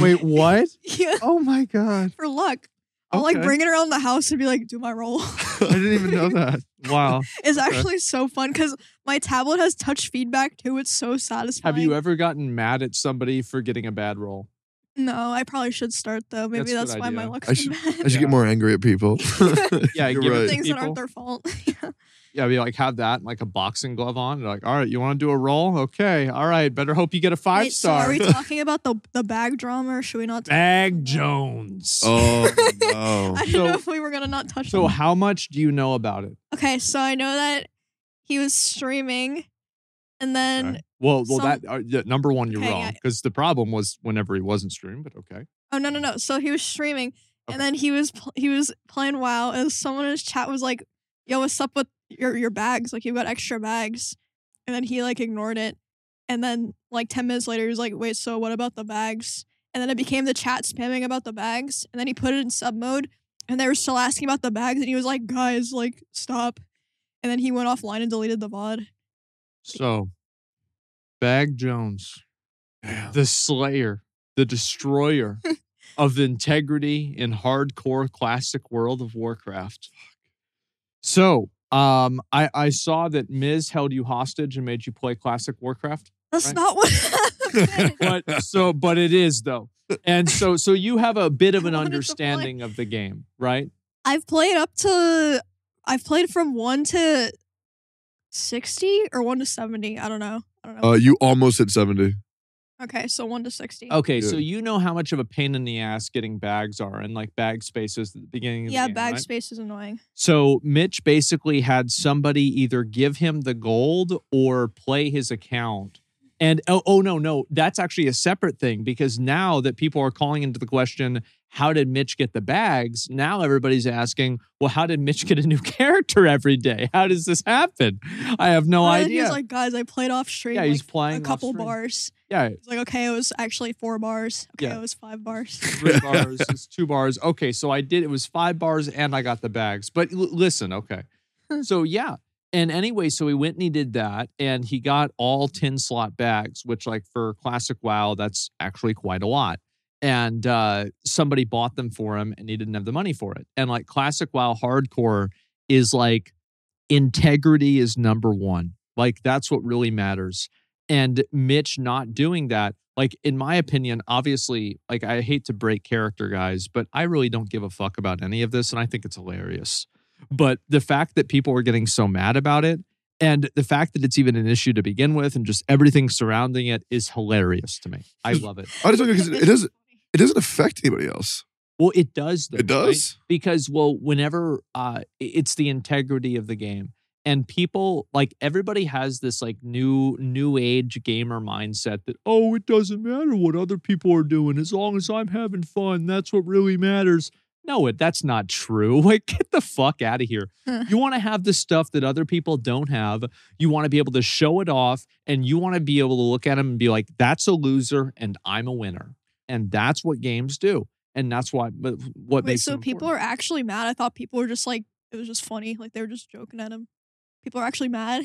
B: Wait, what?
C: yeah,
B: Oh my god.
C: for luck. I'll like
B: Okay.
C: bring it around the house and be like, do my roll.
B: I didn't even know that. Wow.
C: It's actually so fun because my tablet has touch feedback too. It's so satisfying.
B: Have you ever gotten mad at somebody for getting a bad roll?
C: No, I probably should start though. Maybe
B: That's a
C: that's,
B: good
C: why my
B: idea.
C: luck's
D: I
C: been
D: should-
C: bad.
D: I should
B: Yeah.
D: get more angry at people.
B: Yeah,
D: You're
B: give it
D: right.
B: to
C: Things that
B: people.
C: aren't their fault.
B: Yeah, be like have that and like a boxing glove on. and like, all right, you want to do a roll? Okay, all right. Better hope you get a five
C: Wait, So
B: star.
C: are we talking about the the bag drama? Or should we not?
B: Bag Jones.
D: oh no.
C: I didn't
B: So-
C: know if we were gonna not touch.
B: So
C: on
B: how much do you know about it?
C: that. okay, so I know that he was streaming, and then
B: Okay. Well, well,
C: some-
B: that uh, yeah, number one, you're
C: Okay,
B: wrong
C: yeah.
B: because the problem was whenever he wasn't streamed. But okay,
C: oh no no no, so he was streaming,
B: Okay.
C: and then he was pl- he was playing WoW, and someone in his chat was like, "Yo, what's up with your your bags? Like you got extra bags," and then he like ignored it, and then like ten minutes later he was like, "Wait, so what about the bags?" And then it became the chat spamming about the bags, and then he put it in sub mode, and they were still asking about the bags, and he was like, "Guys, like stop," and then he went offline and deleted the VOD.
B: so Bag Jones. the slayer, the destroyer of integrity in hardcore classic World of Warcraft. So, Um, I, I saw that Miz held you hostage and made you play classic Warcraft.
C: That's
B: Right.
C: not what happened.
B: But so, but it is though, and so so you have a bit of an
C: I wanted to play.
B: understanding of the game, right?
C: I've played up to I've played from one to sixty or one to seventy. I don't know. I don't know.
B: Oh.
D: Uh, you almost hit 70.
C: okay, so one to sixty.
B: Okay, so
D: Yeah.
B: you know how much of a pain in the ass getting bags are and like bag spaces at the beginning. Of
C: yeah,
B: the game,
C: bag
B: right?
C: space is annoying.
B: So Mitch basically had somebody either give him the gold or play his account. And oh, oh no, no, that's actually a separate thing because now that people are calling into the question, how did Mitch get the bags? Now everybody's asking, well, how did Mitch get a new character every day? How does this happen? I have no
C: And then
B: idea.
C: He's like, guys, I played off stream.
B: yeah, he's
C: like,
B: playing
C: a
B: off
C: couple
B: screen.
C: bars.
B: Yeah,
C: He's like, okay, it was actually four bars. Okay,
B: Yeah.
C: it was five bars.
B: three bars. It's two bars. Okay, so I did. It was five bars, and I got the bags. But l- listen, okay. So yeah, and anyway, so he went and he did that, and he got all ten slot bags, which like for classic WoW, that's actually quite a lot. And uh, somebody bought them for him, and he didn't have the money for it. And like classic WoW hardcore is like integrity is number one. Like that's what really matters. And Mitch not doing that, like in my opinion, obviously, like I hate to break character, guys, but I really don't give a fuck about any of this. And I think it's hilarious. But the fact that people are getting so mad about it and the fact that it's even an issue to begin with and just everything surrounding it is hilarious to me. I love it.
D: I just don't because it, it doesn't it doesn't affect anybody else.
B: Well, it does. Though,
D: It
B: right?
D: does.
B: because well whenever uh i- it's the integrity of the game and people like everybody has this like new new age gamer mindset that oh it doesn't matter what other people are doing as long as i'm having fun that's what really matters no it that's not true like get the fuck out of here you want to have the stuff that other people don't have you want to be able to show it off and you want to be able to look at them and be like that's a loser and i'm a winner and that's what games do and that's why but what
C: Wait,
B: makes
C: so
B: them
C: people
B: important.
C: are actually mad. I thought people were just like it was just funny, like they were just joking at him. People are actually mad.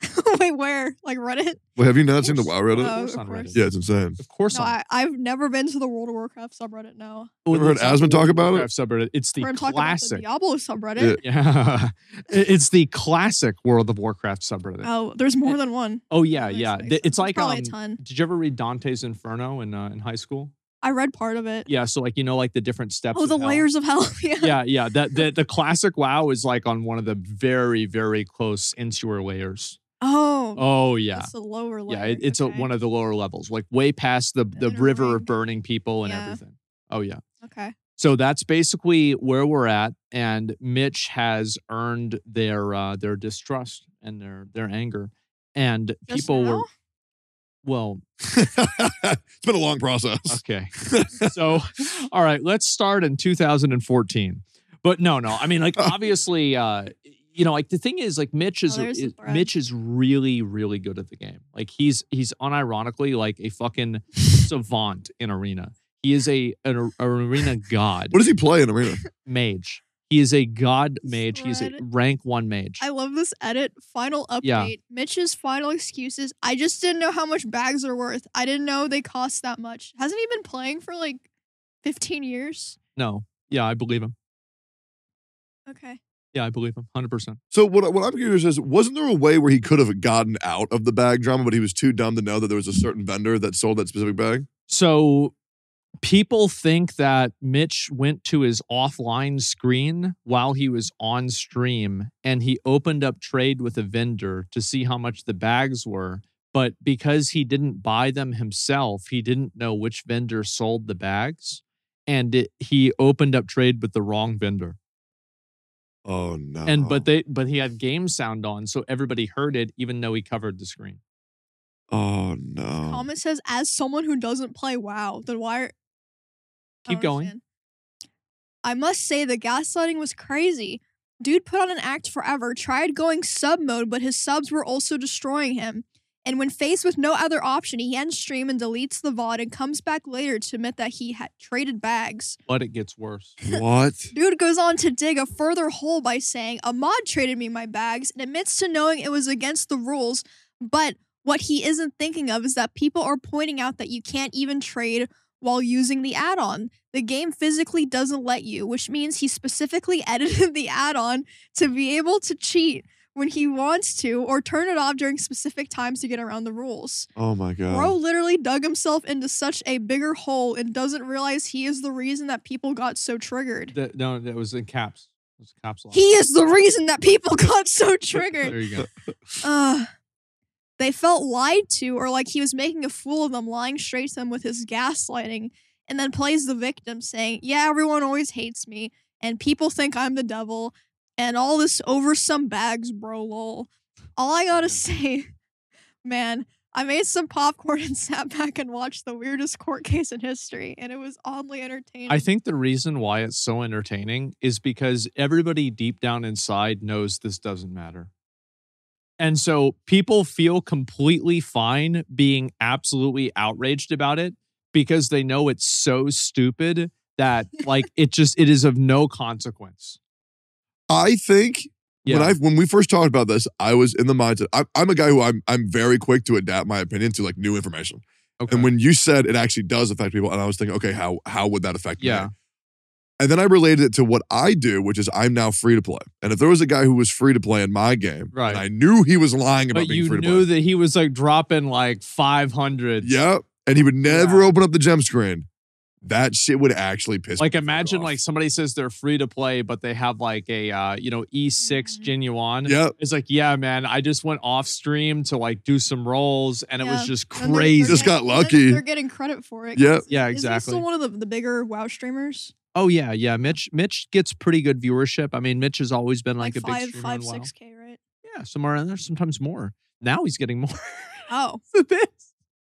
C: Wait, where? Like Reddit?
D: Like, have you not seen the WoW Reddit?
C: Oh,
B: course
C: of
B: on
C: course.
B: Reddit.
D: yeah, it's insane.
B: Of course,
C: No,
B: not.
C: I, I've never been to the World of Warcraft subreddit. No,
B: Well,
D: Ever heard
B: it's not
D: Asmund
B: the
D: talk about it?
B: Warcraft subreddit. It's the
C: we're gonna talk about the
B: classic.
C: Diablo subreddit.
B: yeah, It- it's the classic World of Warcraft subreddit.
C: Oh, there's more than one.
B: oh yeah,
C: That makes-
B: yeah.
C: makes
B: Th-
C: sense.
B: It's like
C: probably
B: um,
C: a ton.
B: did you ever read Dante's Inferno in uh, in high school?
C: I read part of it.
B: Yeah, so like you know, like the different steps.
C: oh,
B: of
C: the
B: hell.
C: layers of hell. yeah.
B: Yeah, yeah. That the, the classic WoW is like on one of the very very close insular layers.
C: Oh,
B: Oh yeah,
C: That's the lower layer.
B: yeah. It, it's
C: okay.
B: a, one of the lower levels, like way past the the
C: Inner
B: river
C: ring.
B: of burning people and
C: Yeah.
B: everything. Oh yeah.
C: Okay.
B: So that's basically where we're at, and Mitch has earned their uh, their distrust and their their anger, and
C: Just
B: people
C: now?
B: were well
D: it's been a long process.
B: okay. so all right, let's start in 2014. But no, no, I mean like obviously, uh, you know, like the thing is like Mitch is,
C: Oh, there's the
B: is
C: thread.
B: Mitch is really really good at the game. Like he's he's unironically like a fucking savant in arena. He is a an, an arena god.
D: What does he play in arena?
B: mage. He is a god mage. He is a
C: Spread.
B: rank one mage.
C: I love this edit. Final update.
B: Yeah.
C: Mitch's final excuses. I just didn't know how much bags are worth. I didn't know they cost that much. Hasn't he been playing for like 15 years?
B: no. Yeah, I believe him.
C: Okay.
B: Yeah, I believe him. 100%.
D: So what, what I'm curious is, wasn't there a way where he could have gotten out of the bag drama, but he was too dumb to know that there was a certain vendor that sold that specific bag?
B: So people think that Mitch went to his offline screen while he was on stream and he opened up trade with a vendor to see how much the bags were. But because he didn't buy them himself, he didn't know which vendor sold the bags. And it, he opened up trade with the wrong vendor.
D: Oh no!
B: and but they but he had game sound on so everybody heard it even though he covered the screen
D: oh no!
C: Comment says, as someone who doesn't play WoW, then why? Are, I
B: Keep
C: don't
B: going.
C: understand. I must say the gaslighting was crazy. Dude put on an act forever, tried going sub mode, but his subs were also destroying him. And when faced with no other option, he ends stream and deletes the VOD and comes back later to admit that he had traded bags.
B: but it gets worse
D: what?
C: Dude goes on to dig a further hole by saying, A mod traded me my bags and admits to knowing it was against the rules, but what he isn't thinking of is that people are pointing out that you can't even trade while using the add on. The game physically doesn't let you, which means he specifically edited the add on to be able to cheat when he wants to or turn it off during specific times to get around the rules.
D: Oh my god.
C: Bro literally dug himself into such a bigger hole and doesn't realize he is the reason that people got so triggered.
B: Th- no, that was in caps. It was caps lock.
C: He is the reason that people got so triggered.
B: there you go.
C: Ugh. They felt lied to or like he was making a fool of them, lying straight to them with his gaslighting, and then plays the victim, saying, Yeah, everyone always hates me, and people think I'm the devil, and all this over some bags, bro, lol. All I gotta say, man, I made some popcorn and sat back and watched the weirdest court case in history, and it was oddly entertaining.
B: I think the reason why it's so entertaining is because everybody deep down inside knows this doesn't matter. And so people feel completely fine being absolutely outraged about it because they know it's so stupid that like it just it is of no consequence.
D: I think
B: Yeah.
D: when I when we first talked about this, I was in the mindset. I, I'm a guy who I'm I'm very quick to adapt my opinion to like new information.
B: okay.
D: And when you said it actually does affect people, and I was thinking, okay, how how would that affect me?
B: yeah.
D: And then I related it to what I do, which is I'm now free to play. And if there was a guy who was free to play in my game,
B: Right.
D: and I knew he was lying about
B: But
D: being
B: you
D: free to
B: knew
D: play.
B: that he was like dropping like 500.
D: yeah. And he would never
B: Yeah.
D: open up the gem screen. That shit would actually piss
B: Like
D: me the fuck
B: imagine
D: off.
B: like somebody says they're free to play, but they have like a uh, you know E6
C: Mhm.
B: genuine.
D: Yeah.
B: It's like, yeah, man, I just went off stream to like do some rolls, and it was
C: Yeah.
B: just
C: And they're- they're
B: crazy.
D: Just
C: getting-
D: got
C: they're-
D: lucky.
C: They're getting credit for it.
D: Yeah.
C: 'cause
B: Yeah,
C: Is he
B: exactly.
C: still one of the, the bigger WoW streamers?
B: Oh yeah, yeah. Mitch, Mitch gets pretty good viewership. I mean, Mitch has always been like, a
C: five,
B: big streamer.
C: five,
B: in WoW.
C: six K, right?
B: Yeah, somewhere in there, sometimes more. Now he's getting more.
C: Oh,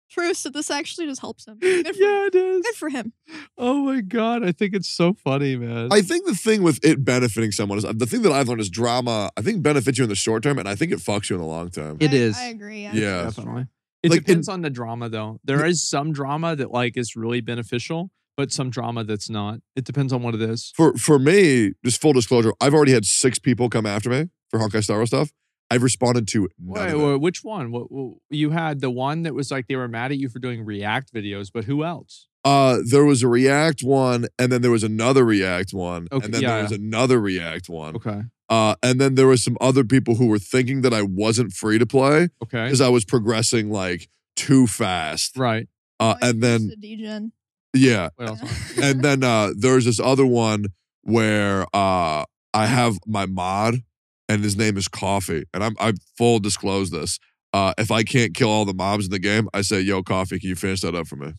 C: true. So this actually just helps him. Good for,
B: yeah, it is.
C: good for him.
B: Oh my god, I think it's so funny, man.
D: I think the thing with it benefiting someone is uh, the thing that I've learned is drama. I think benefits you in the short term, and I think it fucks you in the long term.
B: It
C: I,
B: is.
C: I agree. Yeah.
D: Yeah.
B: Definitely. It
D: Like, in-
B: depends on the drama though. There is some drama that like is really beneficial, but some drama that's not. It depends on what it is.
D: For for me, just full disclosure, I've already had six people come after me for Honkai Star Wars stuff. I've responded to none
B: Wait,
D: of it.
B: wait, which one? What, what you had the one that was like they were mad at you for doing React videos, but who else?
D: Uh, there was a React one, and then there was another React one,
B: Okay,
D: and then
B: yeah.
D: there was another React one.
B: Okay,
D: Uh, and then there was some other people who were thinking that I wasn't free to play
B: okay,
D: because I was progressing like too fast.
B: right.
D: Uh,
C: Oh,
D: and
C: you're
D: then
C: just a degen.
D: yeah,
B: What else?
D: and then uh there's this other one where uh I have my mod and his name is Coffee. And I'm I full disclose this. Uh if I can't kill all the mobs in the game, I say, yo, Coffee, can you finish that up for me?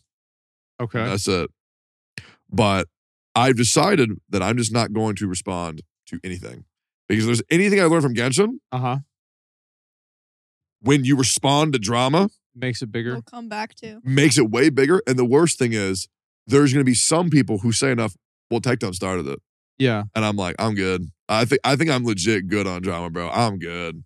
B: Okay,
D: That's it. But I've decided that I'm just not going to respond to anything. Because if there's anything I learned from Genshin,
B: uh huh.
D: when you respond to drama,
B: Makes it bigger.
C: we'll come back to.
D: makes it way bigger. And the worst thing is there's gonna be some people who say enough, well, Tecton started it.
B: Yeah.
D: and I'm like, I'm good. I think I think I'm legit good on drama, bro. I'm good.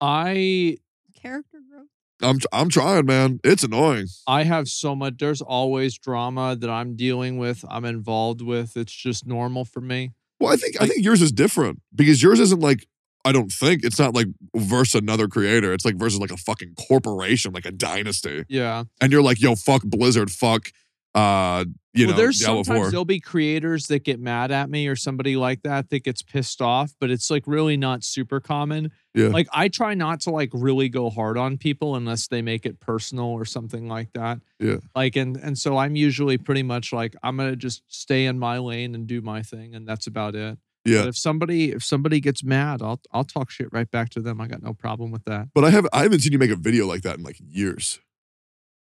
B: I
C: Character growth.
D: I'm I'm trying, man. It's annoying.
B: I have so much. There's always drama that I'm dealing with. I'm involved with. It's just normal for me.
D: Well, I think I think yours is different because yours isn't like I don't think it's not like versus another creator. It's like versus like a fucking corporation, like a dynasty.
B: Yeah.
D: And you're like, yo, fuck Blizzard, fuck uh, you
B: well,
D: know,
B: there's
D: Diablo
B: sometimes
D: 4.
B: there'll be creators that get mad at me or somebody like that that gets pissed off, but it's like really not super common.
D: Yeah.
B: Like I try not to like really go hard on people unless they make it personal or something like that.
D: Yeah.
B: Like and and so I'm usually pretty much like I'm gonna just stay in my lane and do my thing and that's about it.
D: Yeah.
B: But if somebody if somebody gets mad, I'll I'll talk shit right back to them. I got no problem with that.
D: But I have I haven't seen you make a video like that in like years.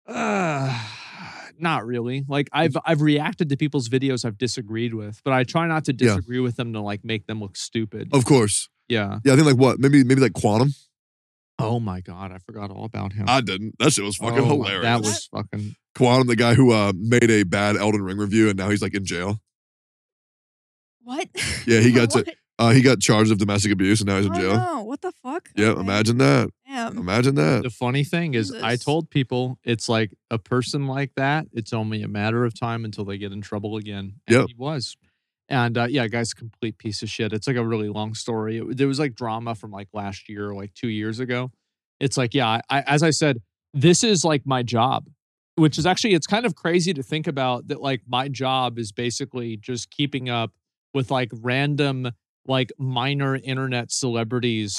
B: Uh, not really. Like I've I've reacted to people's videos I've disagreed with, but I try not to
D: Yeah.
B: disagree with them to like make them look stupid.
D: Of course.
B: Yeah.
D: Yeah, I think like what? Maybe maybe like Quantum.
B: Oh my god, I forgot all about him.
D: I didn't. That shit was fucking
B: Oh my-
D: hilarious.
B: That was fucking
D: Quantum, the guy who uh, made a bad Elden Ring review and now he's like in jail.
C: What?
D: Yeah, he got to-
C: What?
D: Uh, he got charged of domestic abuse and now he's in
C: Oh,
D: jail.
C: no. What the fuck?
D: Yeah,
C: Okay. Um,
D: imagine that.
C: Damn.
D: Imagine that.
B: the funny thing is I
C: Jesus.
B: told people it's like a person like that, it's only a matter of time until they get in trouble again. And
D: Yep.
B: he was. And uh, yeah, guy's a complete piece of shit. It's like a really long story. It, there was like drama from like last year, or like two years ago. It's like, yeah, I, as I said, this is like my job. which is actually it's kind of crazy to think about that like my job is basically just keeping up with like random like minor internet celebrities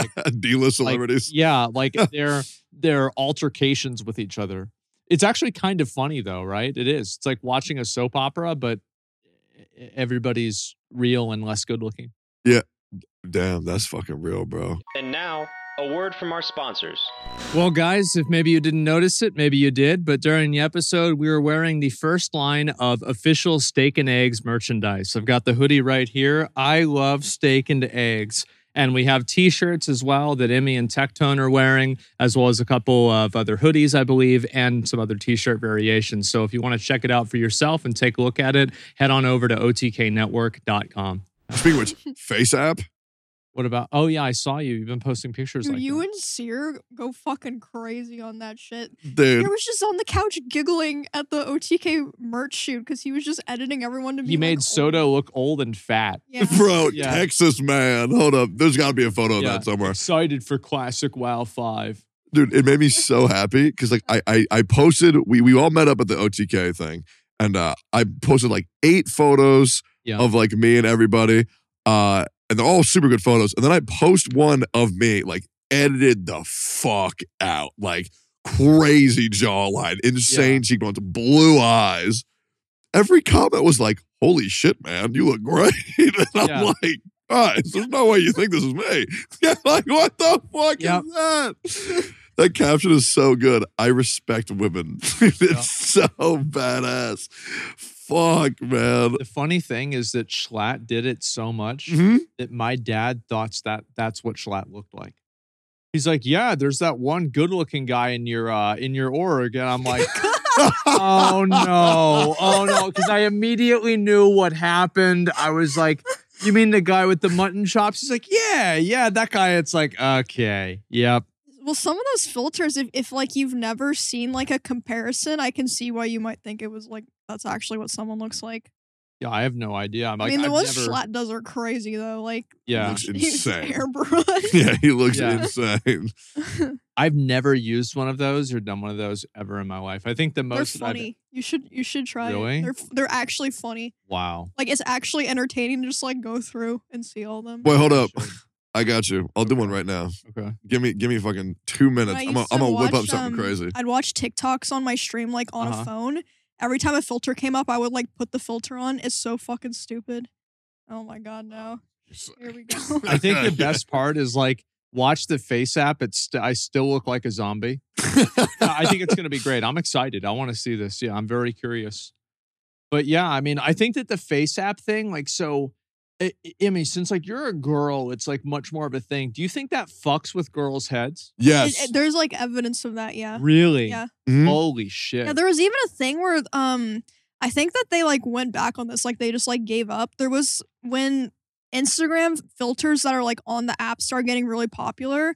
D: D-list celebrities.
B: yeah like their their altercations with each other it's actually kind of funny though right it is it's like watching a soap opera but e, everybody's real and less good looking
D: Damn, that's fucking real, bro.
E: And now, a word from our sponsors.
B: Well, guys, if maybe you didn't notice it, maybe you did, but during the episode, we were wearing the first line of official steak and eggs merchandise. I've got the hoodie right here. I love steak and eggs. And we have t shirts as well that Emmy and Tectone are wearing, as well as a couple of other hoodies, I believe, and some other t shirt variations. So if you want to check it out for yourself and take a look at it, head on over to otknetwork.com.
D: Speaking of which, Face App,
B: What about? Oh, yeah, I saw you. You've been posting pictures
C: Dude,
B: like
C: you
B: that.
C: and Sear go fucking crazy on that shit. I
D: dude.
C: was just on the couch giggling at the OTK merch shoot because he was just editing everyone to be.
B: He made
C: like,
B: Soto look old and fat.
C: Yeah.
D: Bro,
B: Yeah.
D: Texas man. Hold up. There's got to be a photo of
B: Yeah.
D: that somewhere.
B: excited for Classic WoW 5.
D: dude it made me so happy because like I, I i posted we we all met up at the otk thing and uh i posted like eight photos
B: Yeah.
D: of like me and everybody uh and they're all super good photos and then i post one of me like edited the fuck out like crazy jawline insane cheekbones blue eyes every comment was like holy shit man you look great and i'm
B: Yeah.
D: like Guys, there's no way you think this is me. Yeah, like what the fuck
B: Yep.
D: is that? That caption is so good. I respect women. it's so badass. Fuck, man.
B: The funny thing is that Schlatt did it so much
C: Mm-hmm.
D: Mhm.
B: that my dad thought that that's what Schlatt looked like. He's like, yeah, there's that one good-looking guy in your uh, in your org, and I'm like, oh no, oh no, because I immediately knew what happened. I was like, you mean the guy with the mutton chops? He's like, yeah, yeah, that guy. It's like, okay, yep,
C: Well, some of those filters, if, if like you've never seen like a comparison, I can see why you might think it was like that's actually what someone looks like.
B: yeah. I have no idea. I'm like,
C: I mean, the
B: I've
C: ones
B: never-
C: Schlatt does are crazy though. Like
B: yeah,
D: Looks
C: he's
D: insane.
C: airbrushed.
D: Yeah, he looks
B: Yeah.
D: insane.
B: I've never used one of those or done one of those ever in my life. I think the
C: They're
B: most that I've-
C: funny. You should you should try. it.
B: Really?
C: They're f- they're actually funny.
B: wow.
C: Like it's actually entertaining to just like go through and see all them.
D: Wait, hold up.
B: Should.
D: I got you. I'll do one right now.
B: Okay.
D: Give me give me fucking two minutes.
C: I
D: I'm gonna
C: used to
D: I'm gonna whip up
C: watch,
D: something
C: um,
D: crazy.
C: I'd watch TikToks on my stream like on
B: Uh-huh.
C: a phone. Every time a filter came up, I would like put the filter on. It's so fucking stupid. Oh my god, no. Here we go.
B: I think the best part is like watch the face app. It's st- I still look like a zombie. I think it's going to be great. I'm excited. I want to see this. Yeah, I'm very curious. But yeah, I mean, I think that the face app thing, like, so, I I- I mean, since like you're a girl, it's like much more of a thing. Do you think that fucks with girls' heads?
C: It-
D: Yes.
C: it- there's like evidence of that, yeah.
B: Really?
C: Yeah.
D: Mhm.
B: Holy shit.
C: Yeah, there was even a thing where um I think that they like went back on this, like they just like gave up. There was when Instagram filters that are like on the app start getting really popular.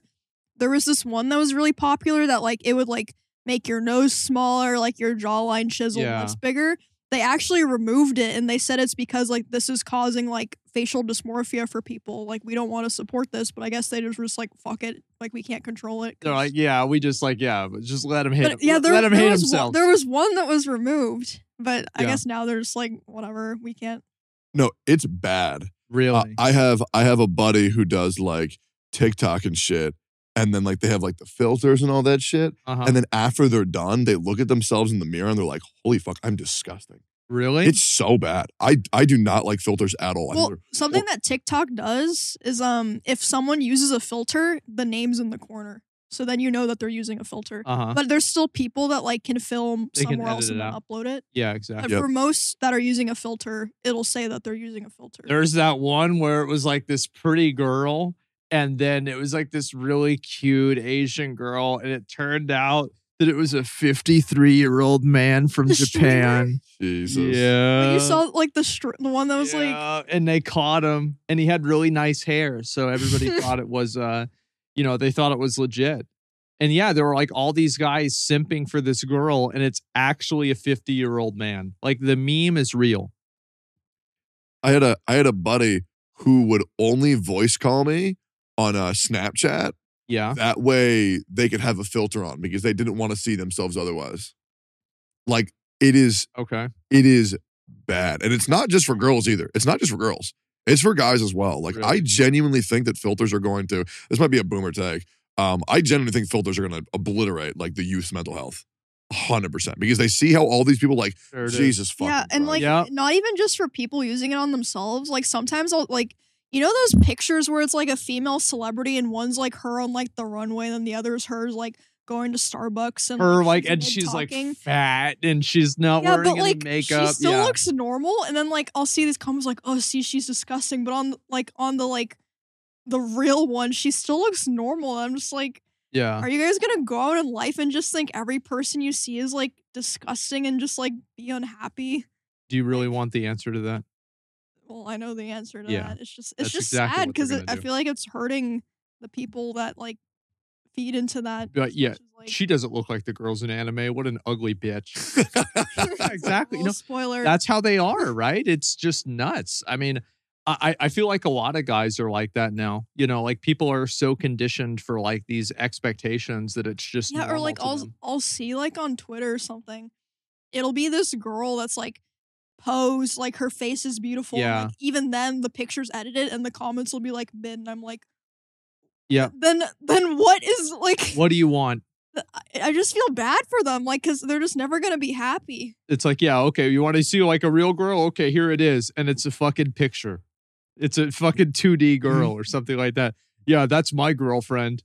C: There was this one that was really popular that like it would like make your nose smaller, like your jawline chiseled
B: Yeah.
C: much bigger. They actually removed it and they said it's because like this is causing like facial dysmorphia for people. Like we don't want to support this, but I guess they just were just like fuck it, like we can't control it.
B: They're
C: 'cause-
B: like, yeah, we just like, yeah, but just let him hate.
C: but
B: him.
C: yeah, there,
B: let him
C: there
B: hate
C: was
B: himself.
C: One, there was one that was removed, but I
B: Yeah.
C: guess now they're just like whatever. We can't.
D: No, it's bad.
B: really?
D: Uh, I have I have a buddy who does like TikTok and shit, and then like they have like the filters and all that shit.
B: uh-huh.
D: And then after they're done, they look at themselves in the mirror and they're like, "Holy fuck, I'm disgusting."
B: really?
D: It's so bad. I I do not like filters at all. I think
C: Well,
D: they're-
C: something that TikTok does is um if someone uses a filter, the name's in the corner, so then you know that they're using a filter.
B: uh huh.
C: But there's still people that like can film
B: They can
C: somewhere else
B: edit
C: and
B: it
C: then
B: out.
C: upload it.
B: Yeah,
C: But
B: exactly.
D: Yep.
C: for most that are using a filter, it'll say that they're using a filter.
B: There's that one where it was like this pretty girl, and then it was like this really cute Asian girl, and it turned out that it was a 53 year old man from
C: The streamer?
B: Japan.
D: Jesus.
B: Yeah.
C: Like, you saw like the str- the one that was like
B: Yeah, and they caught him, and he had really nice hair, so everybody thought it was, uh, you know, they thought it was legit. And yeah, there were like all these guys simping for this girl, and it's actually a 50 year old man. Like the meme is real.
D: I had a I had a buddy who would only voice call me on uh, Snapchat.
B: Yeah.
D: That way they could have a filter on because they didn't want to see themselves otherwise. Like it is
B: Okay.
D: it is bad. And it's not just for girls either. It's not just for girls. It's for guys as well. Like I
B: Really?
D: genuinely think that filters are going to this might be a boomer tag. Um, I genuinely think filters are going to obliterate like the youth's mental health. 100% because they see how all these people like
B: There it is.
D: Jesus fucking
C: yeah, and
D: Christ.
C: like
B: Yeah.
C: not even just for people using it on themselves. Like sometimes I'll like you know those pictures where it's like a female celebrity and one's like her on like the runway, and then the other's hers like going to Starbucks and
B: Her like,
C: she's
B: and
C: mid
B: she's like
C: talking.
B: fat, and she's not
C: yeah,
B: wearing
C: but like
B: any
C: she
B: makeup.
C: still
B: yeah.
C: looks normal, and then like I'll see these comments like, oh, see, she's disgusting, but on like on the like the real one, she still looks normal. I'm just like,
B: yeah.
C: are you guys gonna go out in life and just think every person you see is like disgusting and just like be unhappy?
B: Do you really want the answer to that?
C: Well, I know the answer to
B: Yeah.
C: that. It's just it's
B: That's
C: just
B: exactly what
C: sad
B: they're
C: because
B: gonna
C: I
B: do.
C: feel like it's hurting the people that like feed into that.
B: But yeah,
C: which is, like,
B: she doesn't look like the girls in anime. What an ugly bitch. exactly.
C: little
B: No,
C: spoiler.
B: That's how they are, right? It's just nuts. I mean, I, I I feel like a lot of guys are like that now. You know, like people are so conditioned for like these expectations that it's just
C: yeah, or
B: normal
C: like
B: to
C: I'll
B: them.
C: I'll see like on Twitter or something, it'll be this girl that's like posed, like her face is beautiful. and,
B: Yeah.
C: like, even then, the picture's edited and the comments will be like mid, and I'm like,
B: Yeah.
C: Then then what is like?
B: What do you want?
C: I just feel bad for them, like because they're just never gonna be happy.
B: It's like, yeah, okay, you want to see like a real girl? Okay, here it is. And it's a fucking picture. It's a fucking 2D girl or something like that. Yeah, that's my girlfriend.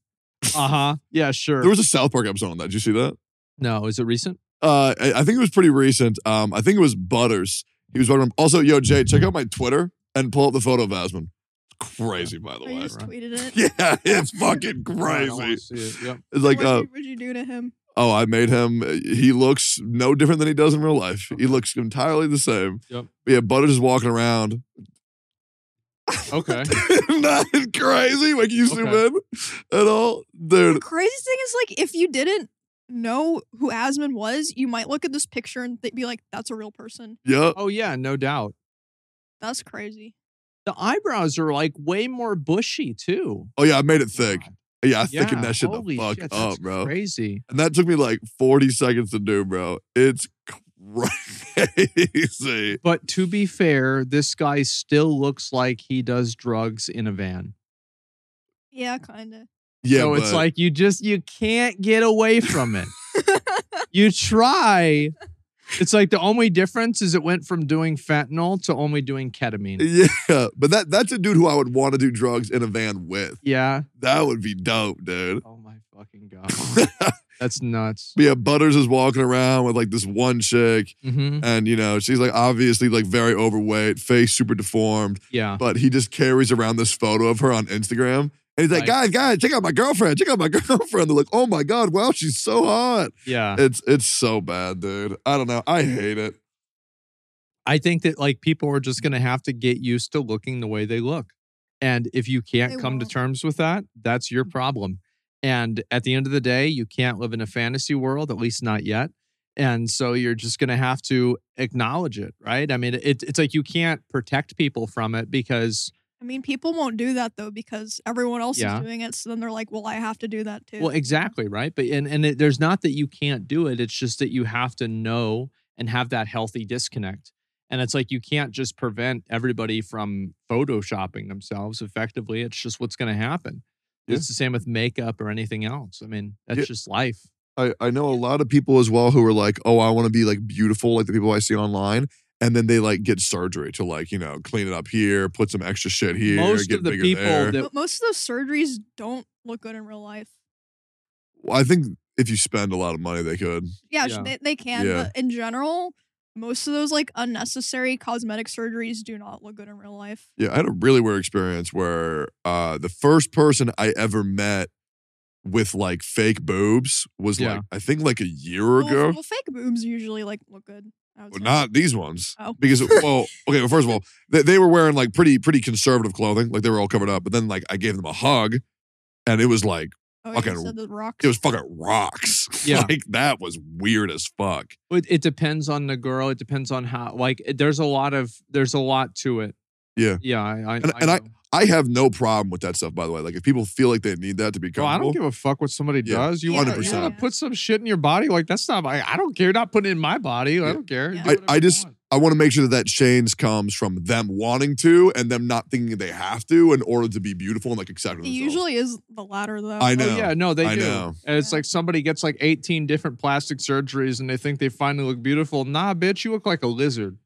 B: Uh huh. Yeah, sure.
D: there was a South Park episode on that. Did you see that?
B: no, is it recent?
D: Uh, I, I think it was pretty recent. Um, I think it was Butters. He was running. Also, yo, Jay, check out my Twitter and pull up the photo of Asman. Crazy, by
B: Oh,
D: the
C: I
D: way.
C: just
B: right.
C: tweeted it.
D: Yeah, it's fucking
B: I don't wanna
D: crazy.
B: see it. Yep.
D: It's like,
C: what
D: uh,
C: would you do to him?
D: oh, I made him. He looks no different than he does in real life. He looks entirely the same.
B: Yep.
D: But yeah, Butters is walking around.
B: Okay.
D: Not crazy, like you zoom
B: Okay.
D: in at all,
C: The
D: dude.
C: crazy thing is, like, if you didn't know who Asman was, you might look at this picture and th- be like, "That's a real person."
D: Yep.
B: Oh, yeah, no doubt.
C: That's crazy.
B: the eyebrows are like way more bushy too.
D: Oh yeah, I made it thick. Yeah, I
B: Yeah,
D: thickened that shit the
B: holy
D: fuck
B: shit, that's
D: up, bro.
B: Crazy.
D: And that took me like 40 seconds to do, bro. It's crazy.
B: But to be fair, this guy still looks like he does drugs in a van.
C: Yeah, kind of.
D: Yeah,
B: so it's
D: but-
B: like you just you can't get away from it. you try. It's like the only difference is it went from doing fentanyl to only doing ketamine.
D: yeah, but that that's a dude who I would want to do drugs in a van with.
B: Yeah.
D: That would be dope, dude.
B: Oh my fucking god.
D: but
B: That's nuts.
D: yeah, Butters is walking around with like this one chick,
B: hmm
D: and you know she's like obviously like very overweight, face super deformed,
B: Yeah.
D: but he just carries around this photo of her on Instagram, and he's like, guys, guys, check out my girlfriend, check out my girlfriend. They're like, oh my god, wow, she's so hot.
B: Yeah.
D: It's it's so bad, dude. I don't know. I hate it.
B: I think that like people are just going to have to get used to looking the way they look. And if you can't
C: They
B: come
C: will. Mm-hmm.
B: to terms with that, that's your problem. And at the end of the day, you can't live in a fantasy world, at least not yet. And so you're just going to have to acknowledge it, right? I mean, it, it's like you can't protect people from it because,
C: I mean, people won't do that though because everyone else
B: Yeah.
C: is doing it. So then they're like, "Well, I have to do that too."
B: well, exactly, right? But, and, and it, there's not that you can't do it, it's just that you have to know and have that healthy disconnect. And it's like you can't just prevent everybody from photoshopping themselves effectively. It's just what's going to happen.
D: Yeah.
B: It's the same with makeup or anything else. I mean, that's
D: Yeah.
B: just life.
D: I, I know a lot of people as well who are like, oh, I want to be like beautiful, like the people I see online. And then they like get surgery to like, you know, clean it up here, put some extra shit here,
B: Most
D: get
B: of the
D: bigger
B: people
D: there.
B: that
C: But most of those surgeries don't look good in real life.
D: Well, I think if you spend a lot of money, they could.
C: Yeah,
B: Yeah.
C: They, they can,
D: Yeah.
C: but in general, most of those like unnecessary cosmetic surgeries do not look good in real life.
D: Yeah, I had a really weird experience where uh, the first person I ever met with like fake boobs was
B: Yeah.
D: like, I think like a year
C: Well,
D: ago.
C: f- well, fake boobs usually like look good. I would
D: Well,
C: say.
D: not these ones.
C: Oh.
D: Because well, okay. Well, first of all, they, they were wearing like pretty pretty conservative clothing, like they were all covered up. But then like I gave them a hug, and it was like
C: Oh, you
D: fucking-
C: said the rocks.
D: it was fucking rocks.
B: Yeah.
D: like that was weird as fuck.
B: it, it depends on the girl. It depends on how. Like, it- there's a lot of there's a lot to it.
D: Yeah.
B: yeah. I, I,
D: And- and I-
B: know.
D: I have no problem with that stuff, by the way. Like, if people feel like they need that to be
B: Bro,
D: comfortable,
B: "Oh, I don't give a fuck what somebody
D: Yeah,
B: does. You want
D: 100%.
B: to put some shit in your body? Like that's not. I, I don't care. You're not putting it in my body. I
D: Yeah.
B: don't care.
C: Yeah.
B: Do
D: I-
B: whatever
D: I
B: you
D: just-
B: want.
D: I want to make sure that that change comes from them wanting to and them not thinking they have to in order to be beautiful and like accepted.
C: It usually is the latter though.
D: I know.
B: Oh, yeah, no, they
D: I
B: do.
D: know.
B: And it's
C: Yeah.
B: like somebody gets like 18 different plastic surgeries and they think they finally look beautiful. Nah, bitch, you look like a lizard.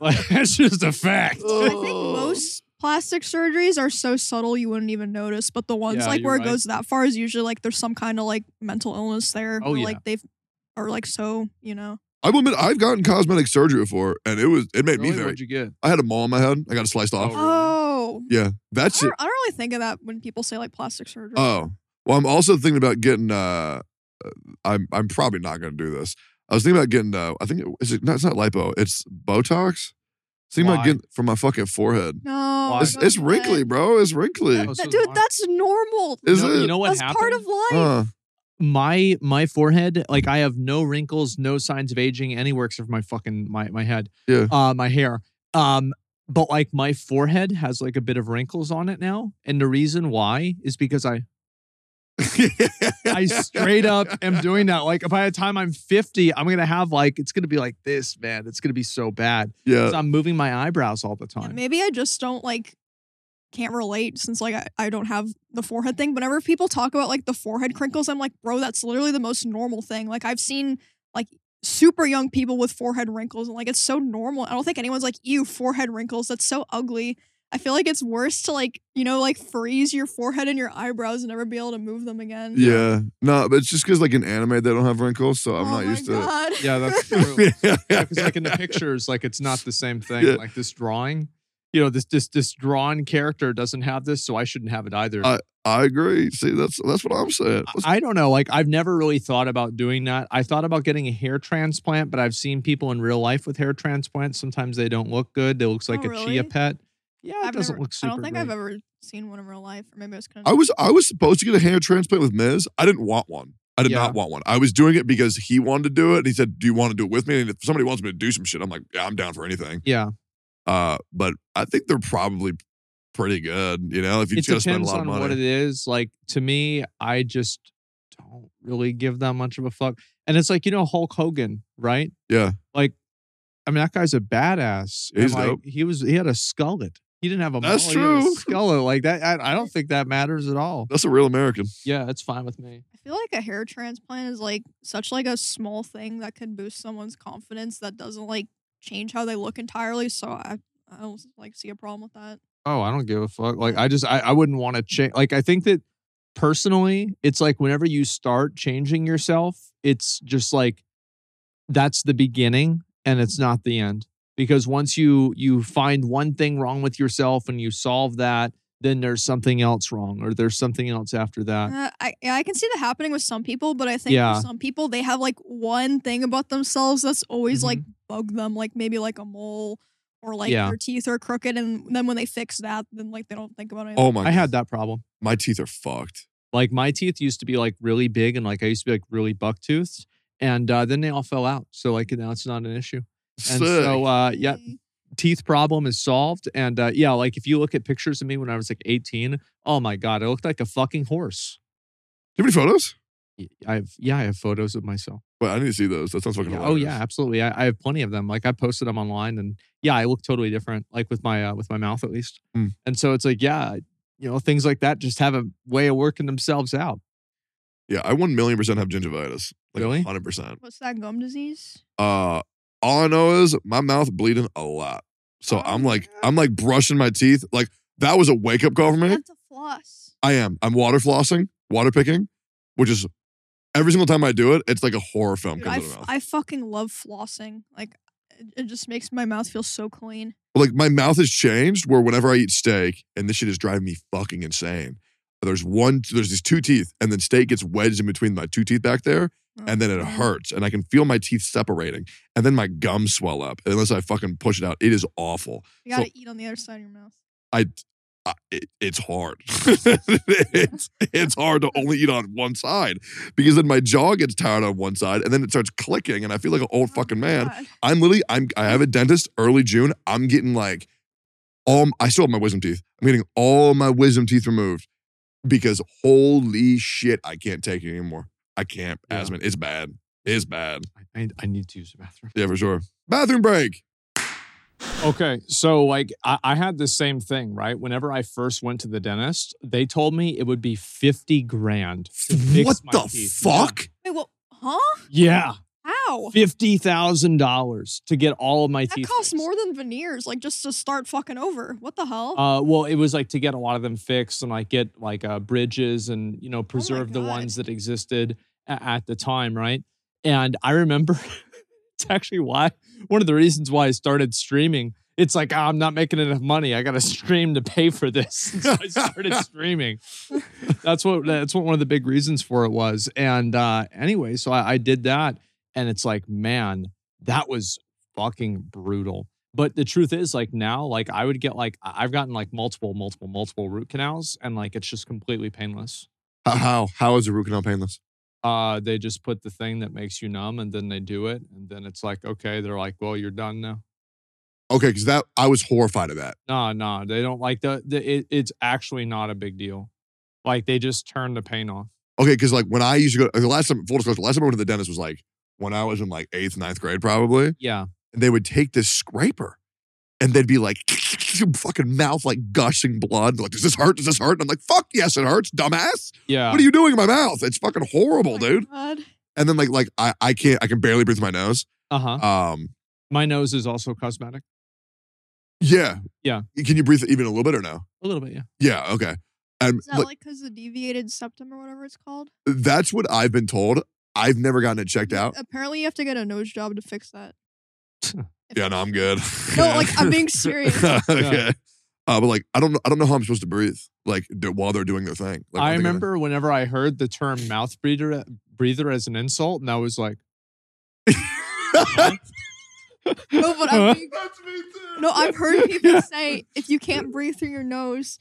B: Like that's just a fact.
C: I think most plastic surgeries are so subtle you wouldn't even notice, but the ones
B: Yeah,
C: like
B: you're
C: where
B: right.
C: it goes that far is usually like there's some kind of like mental illness there.
B: Oh,
C: or,
B: yeah.
C: Like they've are like so you know.
D: I will admit, I've gotten cosmetic surgery before, and it was it made
B: Really?
D: me very.
B: What'd you get?
D: I had a mole on my head. I got it sliced off.
B: Oh,
C: Oh,
D: Yeah, that
C: I
D: shit.
C: don't, I don't really think of that when people say like plastic surgery.
D: Oh, well, I'm also thinking about getting. uh uh, I'm I'm probably not going to do this. I was thinking about getting. Uh, I think it, is it, no, it's not lipo. It's Botox. Thinking
B: Why?
D: about getting for my fucking forehead.
C: no,
B: Why?
D: It's,
C: don't
D: it's
C: do
D: wrinkly,
C: that.
D: bro. It's wrinkly.
B: Oh, so
C: That-
B: it's
C: dude,
B: mine.
C: that's normal.
D: Is
B: you know,
D: it?
B: You know what
C: that's
B: happened?
C: part of life.
D: Huh.
B: my my forehead like i have no wrinkles no signs of aging anywhere except for my fucking my my head
D: Yeah.
B: uh my hair um but like my forehead has like a bit of wrinkles on it now and the reason why is because i i straight up am doing that like by the time i'm 50 i'm gonna have like it's gonna be like this man it's gonna be so bad 'Cause
D: Yeah.
B: i'm moving my eyebrows all the
C: Yeah,
B: time
C: maybe I just don't like can't relate since like I, I don't have the forehead thing. Whenever people talk about like the forehead crinkles, I'm like, bro, that's literally the most normal thing. Like I've seen like super young people with forehead wrinkles and like it's so normal. I don't think anyone's like, ew, forehead wrinkles. That's so ugly. I feel like it's worse to like, you know, like freeze your forehead and your eyebrows and never be able to move them again.
D: Yeah. No, but it's just because like in anime they don't have wrinkles, so I'm
C: oh
D: not
C: my
D: used to
C: God.
B: yeah that's true
D: it. yeah.
B: because like in the pictures, like it's not the same thing.
D: Yeah.
B: Like this drawing, you know, this this this drawn character doesn't have this, so I shouldn't have it either.
D: Uh, I agree. See, that's that's what I'm saying.
B: I- I don't know. Like I've never really thought about doing that. I thought about getting a hair transplant, but I've seen people in real life with hair transplants. Sometimes they don't look good. It looks
C: Oh,
B: like a
C: really?
B: chia pet. Yeah, it
C: I've
B: doesn't
C: never-
B: look super.
C: I don't think I've
B: great.
C: ever seen one in real life. Or maybe I was kind of
D: I was I was supposed to get a hair transplant with Miz. I didn't want one. I did
B: Yeah.
D: not want one. I was doing it because he wanted to do it. And he said, "Do you want to do it with me?" And if somebody wants me to do some shit, I'm like, "Yeah, I'm down for anything."
B: Yeah,
D: Uh, but I think they're probably pretty good. You know, if you
B: it
D: just gotta spend a
B: depends
D: lot of
B: on
D: money.
B: what it is. Like to me, I just don't really give that much of a fuck. And it's like you know Hulk Hogan, right?
D: Yeah.
B: Like, I mean that guy's a badass. And,
D: He's
B: like,
D: dope.
B: He was he had a skullet. He didn't have a.
D: That's
B: mullet, he had a
D: true.
B: skullet like that. I, I don't think that matters at all.
D: That's a real American.
B: Yeah, it's fine with me.
C: I feel like a hair transplant is like such like a small thing that could boost someone's confidence that doesn't like change how they look entirely. So I I don't like see a problem with that.
B: Oh, I don't give a fuck. Like I just I, I wouldn't want to change. Like I think that personally, it's like whenever you start changing yourself, it's just like that's the beginning and it's not the end. Because once you you find one thing wrong with yourself and you solve that, then there's something else wrong or there's something else after that.
C: Uh, I yeah, I can see that happening with some people, but I think
B: Yeah.
C: for some people they have like one thing about themselves that's always like bug them, like maybe like a mole or like
B: Mm-hmm. Yeah.
C: their teeth are crooked, and then when they fix that, then like they don't think about it.
D: Oh my!
B: I had that problem.
D: My teeth are fucked.
B: Like my teeth used to be like really big and like I used to be like really buck toothed. And uh, then they all fell out. So like now it's not an issue. And so uh yeah, teeth problem is solved. And uh, yeah, like if you look at pictures of me when I was like 18, oh my God, I looked like a fucking horse.
D: Do you have any photos?
B: Y- I have, yeah, I have photos of myself.
D: Wait, I need to see those. That sounds fucking.
B: Yeah, Oh
D: hilarious.
B: yeah, absolutely. I, I have plenty of them. Like I posted them online and yeah, I look totally different, like with my, uh, with my mouth at least.
D: Mm.
B: And so it's like, yeah, you know, things like that just have a way of working themselves out.
D: yeah. I one million percent have gingivitis. Like
B: Really?
D: Hundred percent.
C: what's that gum disease?
D: Uh, all I know is my mouth bleeding a lot. So
C: Oh,
D: I'm like,
C: yeah.
D: I'm like brushing my teeth. Like that was a wake up call for
C: You
D: me.
C: have to floss.
D: I am. I'm water flossing, water picking, which is every single time I do it, it's like a horror film
C: Dude,
D: comes
C: I,
D: out of
C: f-
D: my mouth.
C: I fucking love flossing. Like, it, it just makes my mouth feel so clean.
D: like my mouth has changed where whenever I eat steak, and this shit is driving me fucking insane. There's one, there's these two teeth, and then steak gets wedged in between my two teeth back there,
C: Oh,
D: and then it
C: Mm-hmm.
D: hurts, and I can feel my teeth separating, and then my gums swell up. And unless I fucking push it out, it is awful.
C: You gotta eat on the other side of your mouth.
D: I, I it, it's hard. it's, it's hard to only eat on one side because then my jaw gets tired on one side, and then it starts clicking, and I feel like an old
C: Oh
D: fucking
C: my
D: man.
C: God.
D: I'm literally, I'm, I have a dentist early June. I'm getting like all I still have my wisdom teeth. I'm getting all my wisdom teeth removed because holy shit, I can't take it anymore. I can't.
B: Yeah.
D: Asmund, it's bad. It's bad.
B: I, I need to use the bathroom.
D: Yeah, for sure. Bathroom break.
B: Okay, so like I, I had the same thing, right? Whenever I first went to the dentist, they told me it would be fifty grand. to fix
D: What
B: my
D: the
B: teeth.
D: fuck?
C: Wait, what? Huh?
B: Yeah,
C: How?
B: fifty thousand dollars to get all of my
C: That
B: teeth.
C: costs
B: fixed.
C: more than veneers, like just to start fucking over. What the hell?
B: Uh, well, it was like to get a lot of them fixed and like get like uh, bridges and you know preserve the
C: God.
B: ones that existed a- at the time, right? And I remember it's actually why one of the reasons why I started streaming. It's like "Ah, I'm not making enough money. I got to stream to pay for this. And so I started streaming. That's what that's what one of the big reasons for it was. And uh, anyway, so I, I did that, and it's like, man, that was fucking brutal. But the truth is, like now, like I would get like I- I've gotten like multiple, multiple, multiple root canals, and like it's just completely painless.
D: How how, how is a root canal painless?
B: Uh, they just put the thing that makes you numb, and then they do it, and then it's like, okay, they're like, well, you're done now.
D: Okay, because that I was horrified of that.
B: Nah, nah, they don't like the. the it, it's actually not a big deal. Like they just turn the pain off.
D: Okay, because like when I used to go the last time full disclosure, the last time I went to the dentist was like when I was in like eighth, ninth grade probably.
B: Yeah,
D: And they would take this scraper and they'd be like fucking mouth like gushing blood. Like, does this hurt? Does this hurt? And I'm like, fuck yes, it hurts, dumbass.
B: yeah.
D: What are you doing in my mouth? It's fucking
C: Oh
D: horrible,
C: my
D: dude.
C: God.
D: And then like like I, I can't I can barely breathe through my nose.
B: Uh huh.
D: Um
B: My nose is also cosmetic.
D: yeah.
B: Yeah.
D: Can you breathe even a little bit or no?
B: A little bit, yeah.
D: Yeah, okay. And
C: Is that
D: look,
C: like because the deviated septum or whatever it's called?
D: that's what I've been told. I've never gotten it checked out.
C: Apparently, you have to get a nose job to fix that.
D: Yeah, no, I'm good.
C: No, like I'm being serious.
D: okay. Uh, but like I don't know I don't know how I'm supposed to breathe like do, while they're doing their thing.
B: I
D: Like, aren't they gonna-
B: remember whenever I heard the term mouth breather uh, breather as an insult, and I was like,
C: No, but I'm being,
D: That's me too.
C: no, I've heard people say if you can't breathe through your nose,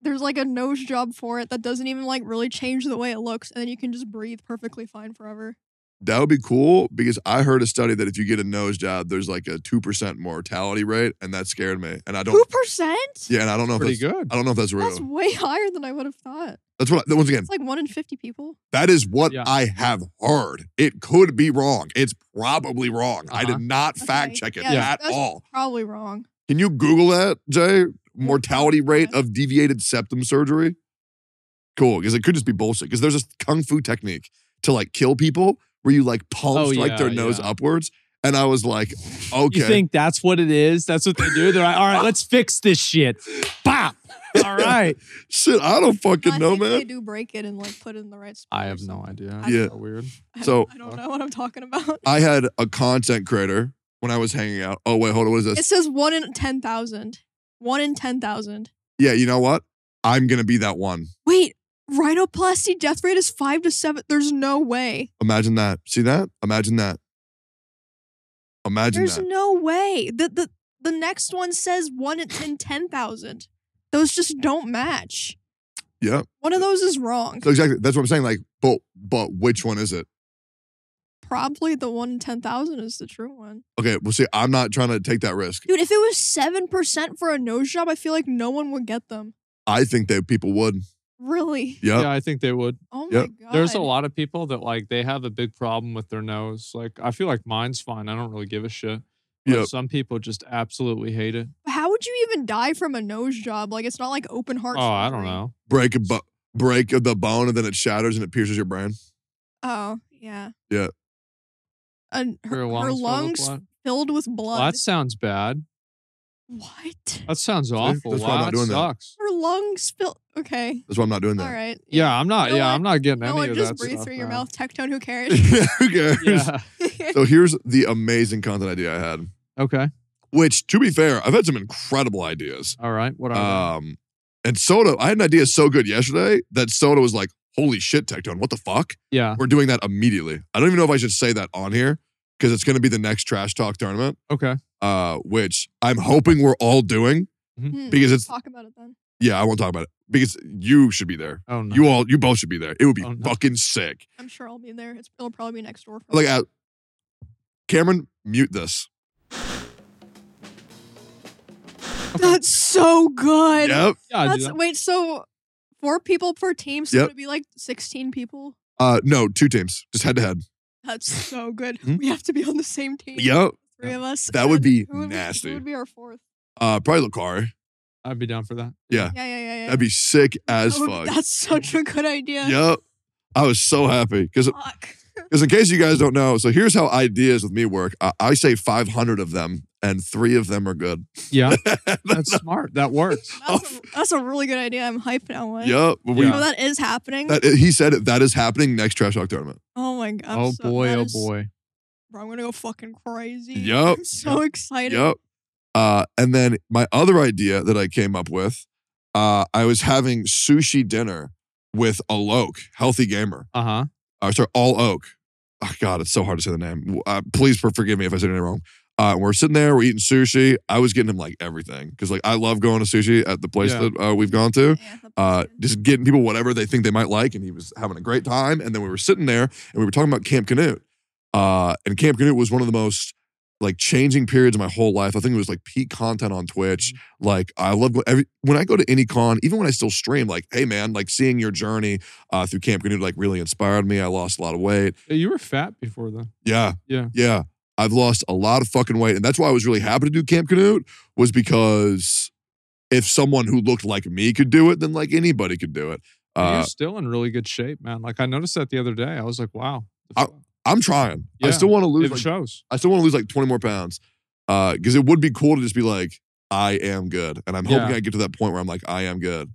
C: there's like a nose job for it that doesn't even like really change the way it looks, and then you can just breathe perfectly fine forever.
D: That would be cool because I heard a study that if you get a nose job, there's like a two percent mortality rate, and that scared me. And I
C: Two
D: don't.
C: percent?
D: Yeah, and I don't know if
B: pretty
D: Oh, that's.
B: good.
D: I don't know if that's real.
C: That's
D: That's,
C: way higher than I would have thought.
D: what. I, once again,
C: It's like one in fifty people.
D: that is what
B: Yeah.
D: I have heard. It could be wrong. It's probably wrong. I
B: Uh-huh.
D: did not fact
C: Okay.
D: check it
C: Yeah,
D: at
C: that's
D: all.
C: Probably wrong.
D: Can you Google that, Jay? Mortality rate
C: Okay.
D: of deviated septum surgery? Cool, because it could just be bullshit. Because there's this kung fu technique to like kill people where you like pulse
B: Oh,
D: like their
B: yeah,
D: nose
B: yeah.
D: upwards. And I was like, okay.
B: You think that's what it is? That's what they do? They're like, all right, let's fix this shit. Bop. All right.
D: Shit, I don't fucking
C: I
D: know,
C: think they
D: man.
C: do break it and like put it in the right spot.
B: I
C: or
B: have no
C: something.
B: idea.
D: Yeah.
B: So weird.
C: I-
D: So-
C: I don't know what I'm talking about.
D: I had a content creator when I was hanging out. Oh, wait, hold on. What is this?
C: It says one in ten thousand. One in ten thousand.
D: yeah, you know what? I'm going to be that one.
C: Wait, rhinoplasty death rate is five to seven. There's no way.
D: Imagine that. See that? Imagine that. Imagine
C: There's
D: that.
C: no way. The the the next one says one in ten ten thousand. Those just don't match.
D: yeah.
C: One of those is wrong.
D: So exactly. That's what I'm saying. Like, but but which one is it?
C: Probably the one in ten thousand is the true one.
D: Okay, well, see, I'm not trying to take that risk.
C: Dude, if it was seven percent for a nose job, I feel like no one would get them.
D: I think that people would.
C: Really?
D: Yep.
B: Yeah, I think they would.
C: Oh
D: Yep.
C: my god.
B: There's a lot of people that like they have a big problem with their nose. Like I feel like mine's fine. I don't really give a shit. But
D: Yep.
B: some people just absolutely hate it.
C: How would you even die from a nose job? Like it's not like open heart.
B: Oh, I don't
C: surgery.
B: know.
D: Break a bu- break of the bone, and then it shatters and it pierces your brain.
C: Oh yeah.
D: Yeah.
C: And her,
B: Your lungs
C: her
B: full of
C: lungs
B: blood.
C: filled with blood.
B: Well, that sounds bad.
C: what?
B: That sounds awful.
D: that's why I'm
B: wow,
D: not
B: that
D: doing that.
B: sucks.
C: Her lungs filled. Okay.
D: That's why I'm not doing
C: All
D: that.
C: right.
B: Yeah, I'm not.
C: know
B: yeah,
C: what?
B: I'm not getting
C: No
B: any
C: one
B: of
C: just
B: that
C: breathe
B: stuff,
C: through your
B: man.
C: mouth. Tectone. Who cares? Hmm.
D: Who cares?
B: Yeah.
D: So here's the amazing content idea I had.
B: okay.
D: Which, to be fair, I've had some incredible ideas.
B: All right. What are
D: Um, and Soda, I had an idea so good yesterday that Soda was like, "Holy shit, Tectone, what the fuck?
B: they? Yeah.
D: We're doing that immediately." I don't even know if I should say that on here because it's going to be the next Trash Talk tournament,
B: Okay.
D: uh, which I'm hoping we're all doing
C: Hmm,
D: because it's
C: Talk about it then.
D: yeah, I won't talk about it because you should be there.
B: Oh no.
D: You all, you both should be there. It would be
B: Oh, no.
D: fucking sick.
C: I'm sure I'll be there. It's, it'll probably be next door. From
D: Like, uh, Cameron, mute this.
C: That's so good.
D: Yep.
B: Yeah,
C: That's
B: dude, I'm-
C: wait, so four people per team, so
D: Yep.
C: it'd be like sixteen people.
D: Uh, no, two teams, just head to head.
C: That's so good.
D: Mhm.
C: We have to be on the same team.
D: Yep.
C: Three of us.
D: That would
C: and
D: be
C: who would
D: nasty.
C: Who would be our fourth?
D: Uh, probably Lucari.
B: I'd be down for that.
C: Yeah, yeah, yeah, yeah.
D: That'd be sick as
C: That would-
D: fuck.
C: That's such a good idea.
D: Yep. I was so happy because
C: Fuck.
D: Because in case you guys don't know, so here's how ideas with me work. I, I say 500 of them, and three of them are good.
B: Yeah, that's smart. That works.
C: That's, a, that's a really good idea. I'm hyped now. What?
D: Yep. but We,
C: Oh, that is happening.
D: that, he said it, that is happening next Trash Talk tournament.
C: oh my god. I'm
B: oh
C: so-
B: boy,
C: that
B: oh
C: is-
B: boy.
C: Bro, I'm gonna go fucking crazy.
D: Yup.
C: I'm so excited.
D: Yep. Uh, and then my other idea that I came up with, uh, I was having sushi dinner with Alok, healthy gamer.
B: Uh huh.
D: Uh, sorry, All Oak. Oh God, it's so hard to say the name. Uh, please for, forgive me if I said anything wrong. Uh, we're sitting there, we're eating sushi. I was getting him like everything because like I love going to sushi at the place
B: Yeah.
D: that uh, we've gone to.
C: Yeah, that's
D: uh,
C: good.
D: just getting people whatever they think they might like. And he was having a great time. And then we were sitting there and we were talking about Camp Canute. Uh, and Camp Canute was one of the most like changing periods of my whole life. I think it was like peak content on Twitch. Like I love go- every, when I go to any con, even when I still stream, like, hey man, like seeing your journey uh, through Camp Canute like really inspired me. I lost a lot of weight.
B: Hey, You were fat before though.
D: Yeah.
B: Yeah.
D: Yeah. I've lost a lot of fucking weight. And that's why I was really happy to do Camp Canute, was because if someone who looked like me could do it, then like anybody could do it.
B: You're
D: Uh,
B: still in really good shape, man. Like I noticed that the other day. I was like, wow. the
D: I-
B: fuck?
D: I'm trying. I
B: Yeah.
D: still want to lose.
B: It
D: Like,
B: shows.
D: I still want to lose like 20 more pounds. Uh, because it would be cool to just be like, I am good, and I'm hoping
B: Yeah.
D: I get to that point where I'm like, I am good.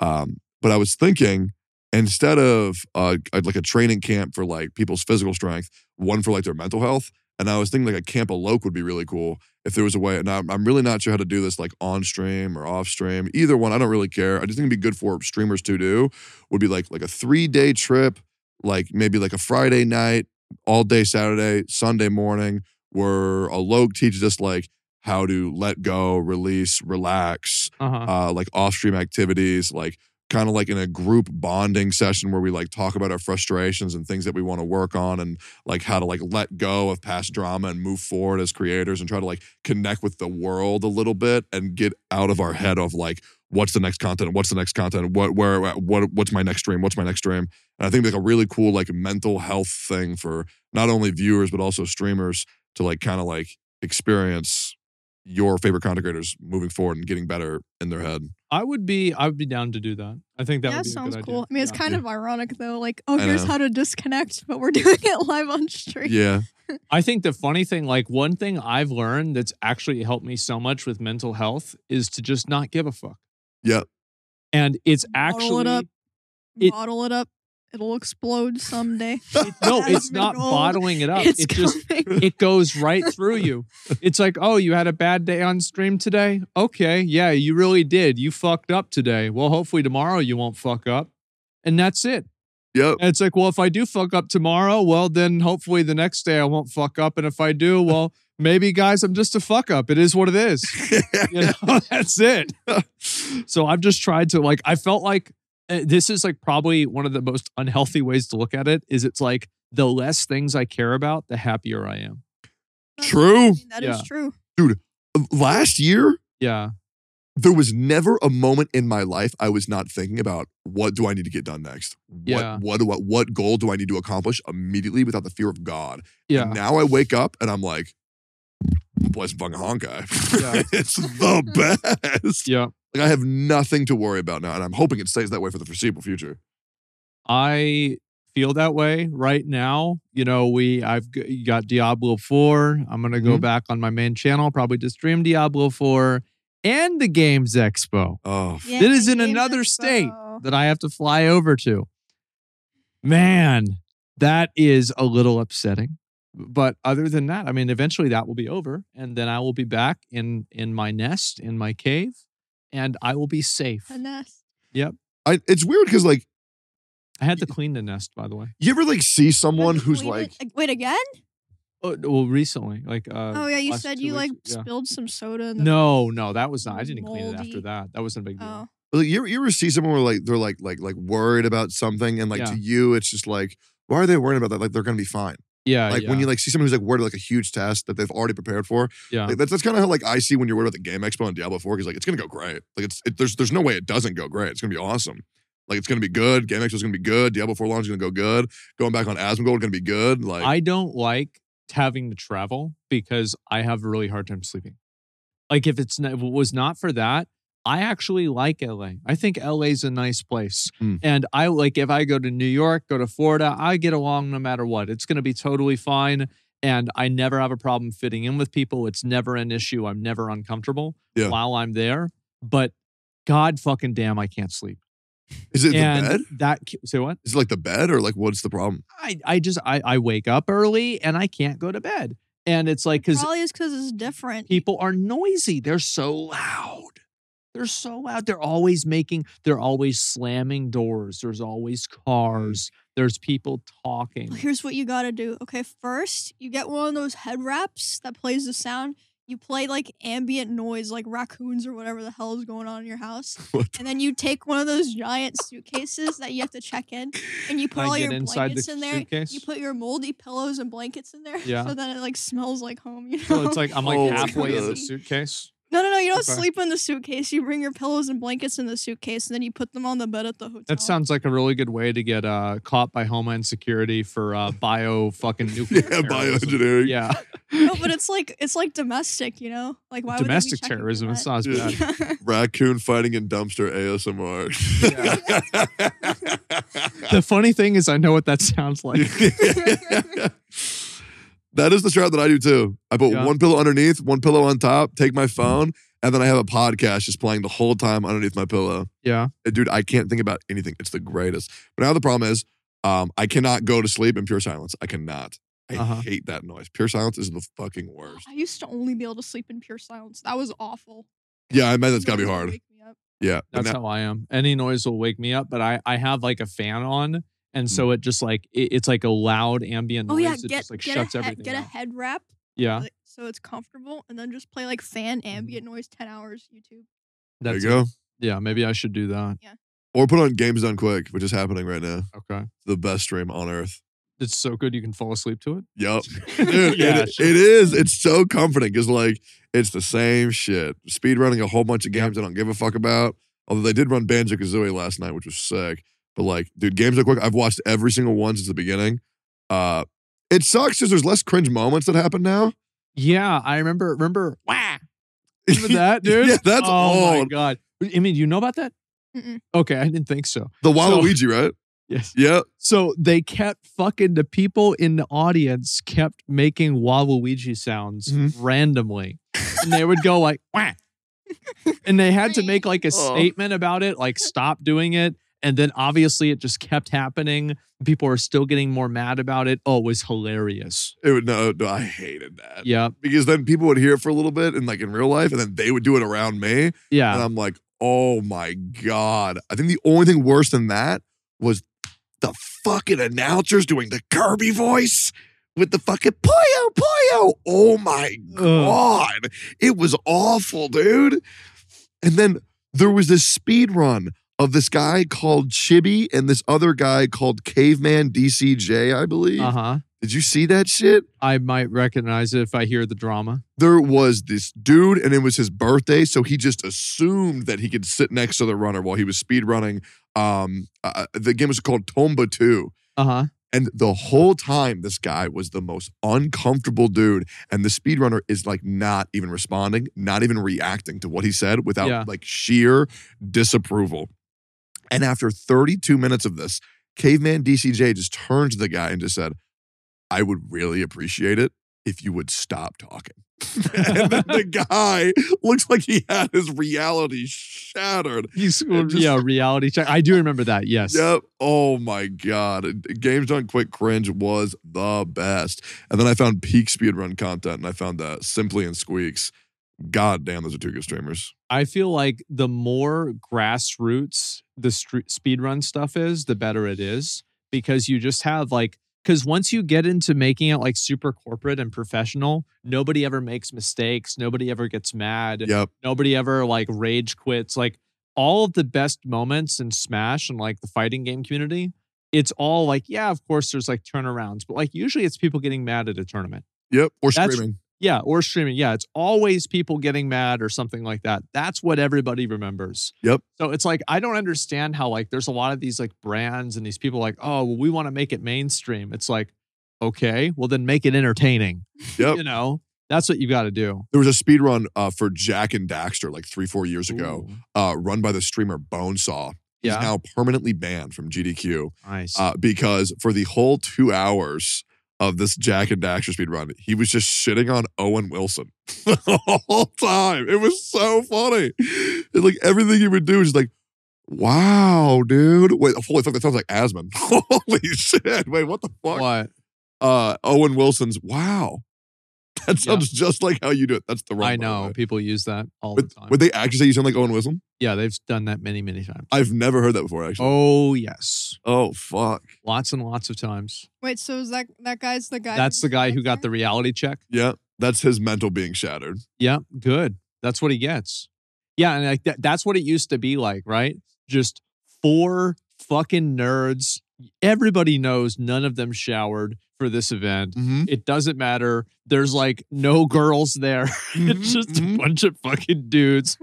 D: Um, but I was thinking instead of uh a- like a training camp for like people's physical strength, one for like their mental health, and I was thinking like a camp Loke would be really cool if there was a way. And I'm, I'm really not sure how to do this like on stream or off stream. Either one, I don't really care. I just think it'd be good for streamers to do would be like like a three day trip, like maybe like a Friday night, all day Saturday, Sunday morning, where a Logue teaches us like how to let go, release, relax,
B: Uh huh.
D: uh, like off stream activities, like kind of like in a group bonding session where we like talk about our frustrations and things that we want to work on and like how to like let go of past drama and move forward as creators and try to like connect with the world a little bit and get out of our head of like what's the next content what's the next content what where what what's my next stream what's my next stream and i think like a really cool like mental health thing for not only viewers but also streamers to like kind of like experience your favorite content creators moving forward and getting better in their head
B: I would be. I would be down to do that. I think that
C: Yeah,
B: would be a
C: sounds
B: good
C: cool.
B: Idea.
C: I mean, it's
B: Yeah.
C: kind of ironic though. Like, oh,
D: I
C: here's
D: know.
C: how to disconnect, but we're doing it live on stream.
D: yeah
B: I think the funny thing, like one thing I've learned that's actually helped me so much with mental health is to just not give a fuck.
D: Yep.
B: And it's
C: Bottle
B: actually
C: it up.
B: It-
C: Bottle it up. It'll explode someday.
B: it- no,
C: That's
B: it's
C: been
B: not
C: gold.
B: bottling it up.
C: it's
B: it just
C: coming.
B: it goes right through you. It's like, oh, you had a bad day on stream today? Okay, yeah, you really did. You fucked up today. Well, hopefully tomorrow you won't fuck up. And that's it.
D: Yep.
B: And it's like, well, if I do fuck up tomorrow, well, then hopefully the next day I won't fuck up. And if I do, well, maybe guys, I'm just a fuck up. It is what it is. you know that's it so i've just tried to like i felt like uh, this is like probably one of the most unhealthy ways to look at it is it's like the less things i care about the happier i am
D: True.
C: That is
B: Yeah.
C: true.
D: Last year,
B: yeah
D: there was never a moment in my life I was not thinking about what do I need to get done next? What
B: Yeah.
D: what do I, what goal do I need to accomplish immediately without the fear of God?
B: yeah
D: And now I wake up and I'm like, play some fucking Honkai.
B: Yeah.
D: it's the best.
B: yeah
D: Like I have nothing to worry about now, and I'm hoping it stays that way for the foreseeable future.
B: I feel that way right now. You know, we I've g- got Diablo 4. I'm going to go
D: Mhm.
B: back on my main channel probably to stream Diablo 4 and the Games Expo
D: Oh, f-
B: That is in another state. that I have to fly over to. Man, that is a little upsetting. But other than that, I mean, eventually that will be over and then I will be back in in my nest, in my cave, and I will be safe.
C: Finesse.
D: I, it's weird because like
B: I had to clean the nest, by the way.
D: you ever like see someone
C: Wait,
D: who's
C: wait,
D: like
C: wait again?
B: Oh, well, recently, like uh
C: oh yeah, you
B: last
C: said
B: two
C: you
B: weeks-
C: like
B: yeah.
C: spilled some soda. In the
B: No, no, that was not. I didn't clean it after
C: moldy-
B: that. That wasn't a big deal.
C: Oh.
D: Like, you, ever- you ever see someone where like they're like like like worried about something and like
B: Yeah.
D: to you it's just like why are they worried about that like they're gonna be fine
B: Yeah.
D: Like
B: Uh, yeah.
D: when you like see someone who's like worded like a huge test that they've already prepared for.
B: Yeah.
D: Like, that's that's kind of how like I see when you're worried about the game expo on Diablo 4 because like it's gonna go great. Like it's it, there's there's no way it doesn't go great. It's gonna be awesome. Like it's gonna be good. Game expo's gonna be good. Diablo 4 launch is gonna go good. Going back on Asmongold gonna be good. Like
B: I don't like having to travel because I have a really hard time sleeping. Like if it's not, if it was not for that, I actually like LA. I think LA's a nice place.
D: Mm.
B: And I like if I go to New York, go to Florida, I get along no matter what. It's going to be totally fine and I never have a problem fitting in with people. It's never an issue. I'm never uncomfortable
D: Yeah.
B: while I'm there. But god fucking damn, I can't sleep.
D: is it
B: and
D: the bed?
B: that say what?
D: Is it like the bed or like what's the problem?
B: I, I just I, I wake up early and I can't go to bed. And it's like because
C: Probably is because it's different.
B: people are noisy. They're so loud. They're so loud. They're always making, they're always slamming doors. There's always cars. There's people
C: Well,
B: talking.
C: here's what you gotta do. Okay, first you get one of those head wraps that plays the sound. You play like ambient noise, like raccoons or whatever the hell is going on in your house.
D: What?
C: And then you take one of those giant suitcases that you have to check in, and you
B: I
C: put all
B: get
C: your
B: inside the
C: blankets in there.
B: suitcase?
C: You put your moldy pillows and blankets in there,
B: Yeah.
C: so then it like smells like home. You know,
B: So it's like I'm like
D: Oh,
B: halfway in the
D: God.
B: suitcase.
C: no, no, no. You don't
B: Okay.
C: sleep in the suitcase. You bring your pillows and blankets in the suitcase, and then you put them on the bed at the hotel.
B: That sounds like a really good way to get uh, caught by Homeland Security for uh, bio fucking nuclear.
D: Yeah,
B: terrorism.
D: bioengineering.
B: Yeah,
C: no, but it's like it's like domestic. You know, like why would they be
B: domestic
C: checking for
B: terrorism.
C: that?
B: It's not as
D: Yeah.
B: bad.
D: Raccoon fighting in dumpster ASMR.
B: The funny thing is, I know what that sounds like.
D: that is the shroud that I do too. I put
B: Yeah.
D: one pillow underneath, one pillow on top, take my phone, and then I have a podcast just playing the whole time underneath my pillow.
B: Yeah.
D: Uh, Dude, I can't think about anything. It's the greatest. But now the problem is, um, I cannot go to sleep in pure silence. I cannot. I
B: Uh-huh.
D: hate that noise. Pure silence is the fucking worst.
C: I used to only be able to sleep in pure silence. That was awful.
D: Yeah, I imagine that's
C: No
D: gotta be
C: one would
D: hard.
C: wake me up.
D: Yeah. but
B: That's
D: now-
B: how I am. Any noise will wake me up, but I I have like a fan on, and
D: Mm.
B: so it just like it, it's like a loud ambient noise.
C: Oh yeah,
B: it
C: get
B: just like
C: get,
B: shuts
C: a head,
B: everything.
C: get a
B: out.
C: head wrap
B: yeah,
C: like, so it's comfortable, and then just play like fan ambient noise ten hours YouTube.
D: there you
B: that's
D: go.
B: yeah. Maybe I should do that.
D: Or put on Games Done Quick, which is happening right now.
B: Okay,
D: The best stream on earth.
B: it's so good you can fall asleep to it.
D: Yep. Dude,
B: Yeah,
D: it,
B: sure.
D: it is. It's so comforting because like it's the same shit. Speed running a whole bunch of games I don't give a fuck about. Although they did run Banjo Kazooie last night, which was sick. But like, dude, games are quick. I've watched every single one since the beginning. Uh it sucks because there's less cringe moments that happen now.
B: Yeah, I remember remember wah. Remember that dude?
D: yeah, that's
B: oh my
D: old.
B: god. I mean, you know about that?
C: Mm-mm.
B: Okay, I didn't think so.
D: The
B: So-
D: Waluigi, right?
B: Yes.
D: Yep.
B: So they kept fucking the people in the audience kept making Waluigi sounds
D: Mhm.
B: randomly. And they would go like "Wah." and they had to make like a
D: Oh.
B: statement about it, like stop doing it. And then obviously it just kept happening. People are still getting more mad about it. Oh, it was hilarious.
D: It would no, no, I hated that.
B: Yeah.
D: Because then people would hear it for a little bit and like in real life, and then they would do it around me. And
B: Yeah.
D: I'm like, oh my God. I think the only thing worse than that was the fucking announcers doing the Kirby voice with the fucking Poyo Poyo. Oh my God. It was awful, dude. And then there was this speed run of this guy called Chibi and this other guy called Caveman DCJ, I believe.
B: Uh huh.
D: Did you see that shit?
B: I might recognize it if I hear the drama.
D: there was this dude and it was his birthday so he just assumed that he could sit next to the runner while he was speed running um uh, the game was called tomba 2
B: Uh huh.
D: and the whole time this guy was the most uncomfortable dude and the speedrunner is like not even responding not even reacting to what he said without
B: Yeah.
D: like sheer disapproval and after 32 minutes of this caveman dcj just turned to the guy and just said i would really appreciate it if you would stop talking and then the guy looks like he had his reality shattered
B: He's,
D: It just-
B: Uh, yeah, reality check. I do remember that. Yes.
D: Yep. Oh my God. Games Done Quick Cringe was the best. And then I found peak speedrun content and I found that Simply and Squeaks. God damn, those are two good streamers.
B: I feel like the more grassroots the street speedrun stuff is, the better it is because you just have like because once you get into making it like super corporate and professional, nobody ever makes mistakes, nobody ever gets mad,
D: Yep.
B: nobody ever like rage quits. Like all of the best moments in Smash and like the fighting game community
F: it's all like, yeah, of course, there's like turnarounds, but like usually it's people getting mad at a tournament.
D: Yep. Or
F: That's-
D: screaming.
F: Yeah, or streaming. Yeah, it's always people getting mad or something like that. That's what everybody remembers.
D: Yep.
F: So it's like I don't understand how like there's a lot of these like brands and these people like, "Oh, well, we want to make it mainstream." It's like, "Okay, well then make it entertaining."
D: Yep.
F: You know? That's what you got to do.
D: There was a speed run uh, for Jack and Daxter like three, four years ago,
F: Ooh,
D: uh, run by the streamer Bonesaw. He's
F: Yeah.
D: now permanently banned from GDQ
F: Nice.
D: uh, because for the whole two hours of this Jack and Daxter speed run, he was just shitting on Owen Wilson the whole time. It was so funny. And, like everything he would do is just like, wow, dude. Wait, holy fuck, that sounds like Asman. holy shit. Wait, what the fuck?
F: what?
D: Uh, Owen Wilson's wow. That
F: Yeah.
D: sounds just like how you do it. That's the right
F: I know people use that all
D: Would,
F: the time.
D: would they actually say you sound like Owen Wilson?
F: yeah, they've done that many, many times.
D: I've never heard that before, actually.
F: Oh, yes.
D: Oh, fuck.
F: Lots and lots of times.
C: Wait, so is that that guy's the guy? who
F: That's the
C: just
F: guy
C: got
F: who got
C: there?
F: the reality check.
D: Yeah. That's his mental being shattered.
F: Yeah, good. That's what he gets. Yeah, and like that, that's what it used to be like, right? Just four fucking nerds. Everybody knows none of them showered for this event.
D: Mm-hmm.
F: It doesn't matter. There's like no girls there.
D: Mm-hmm.
F: it's just a bunch of fucking dudes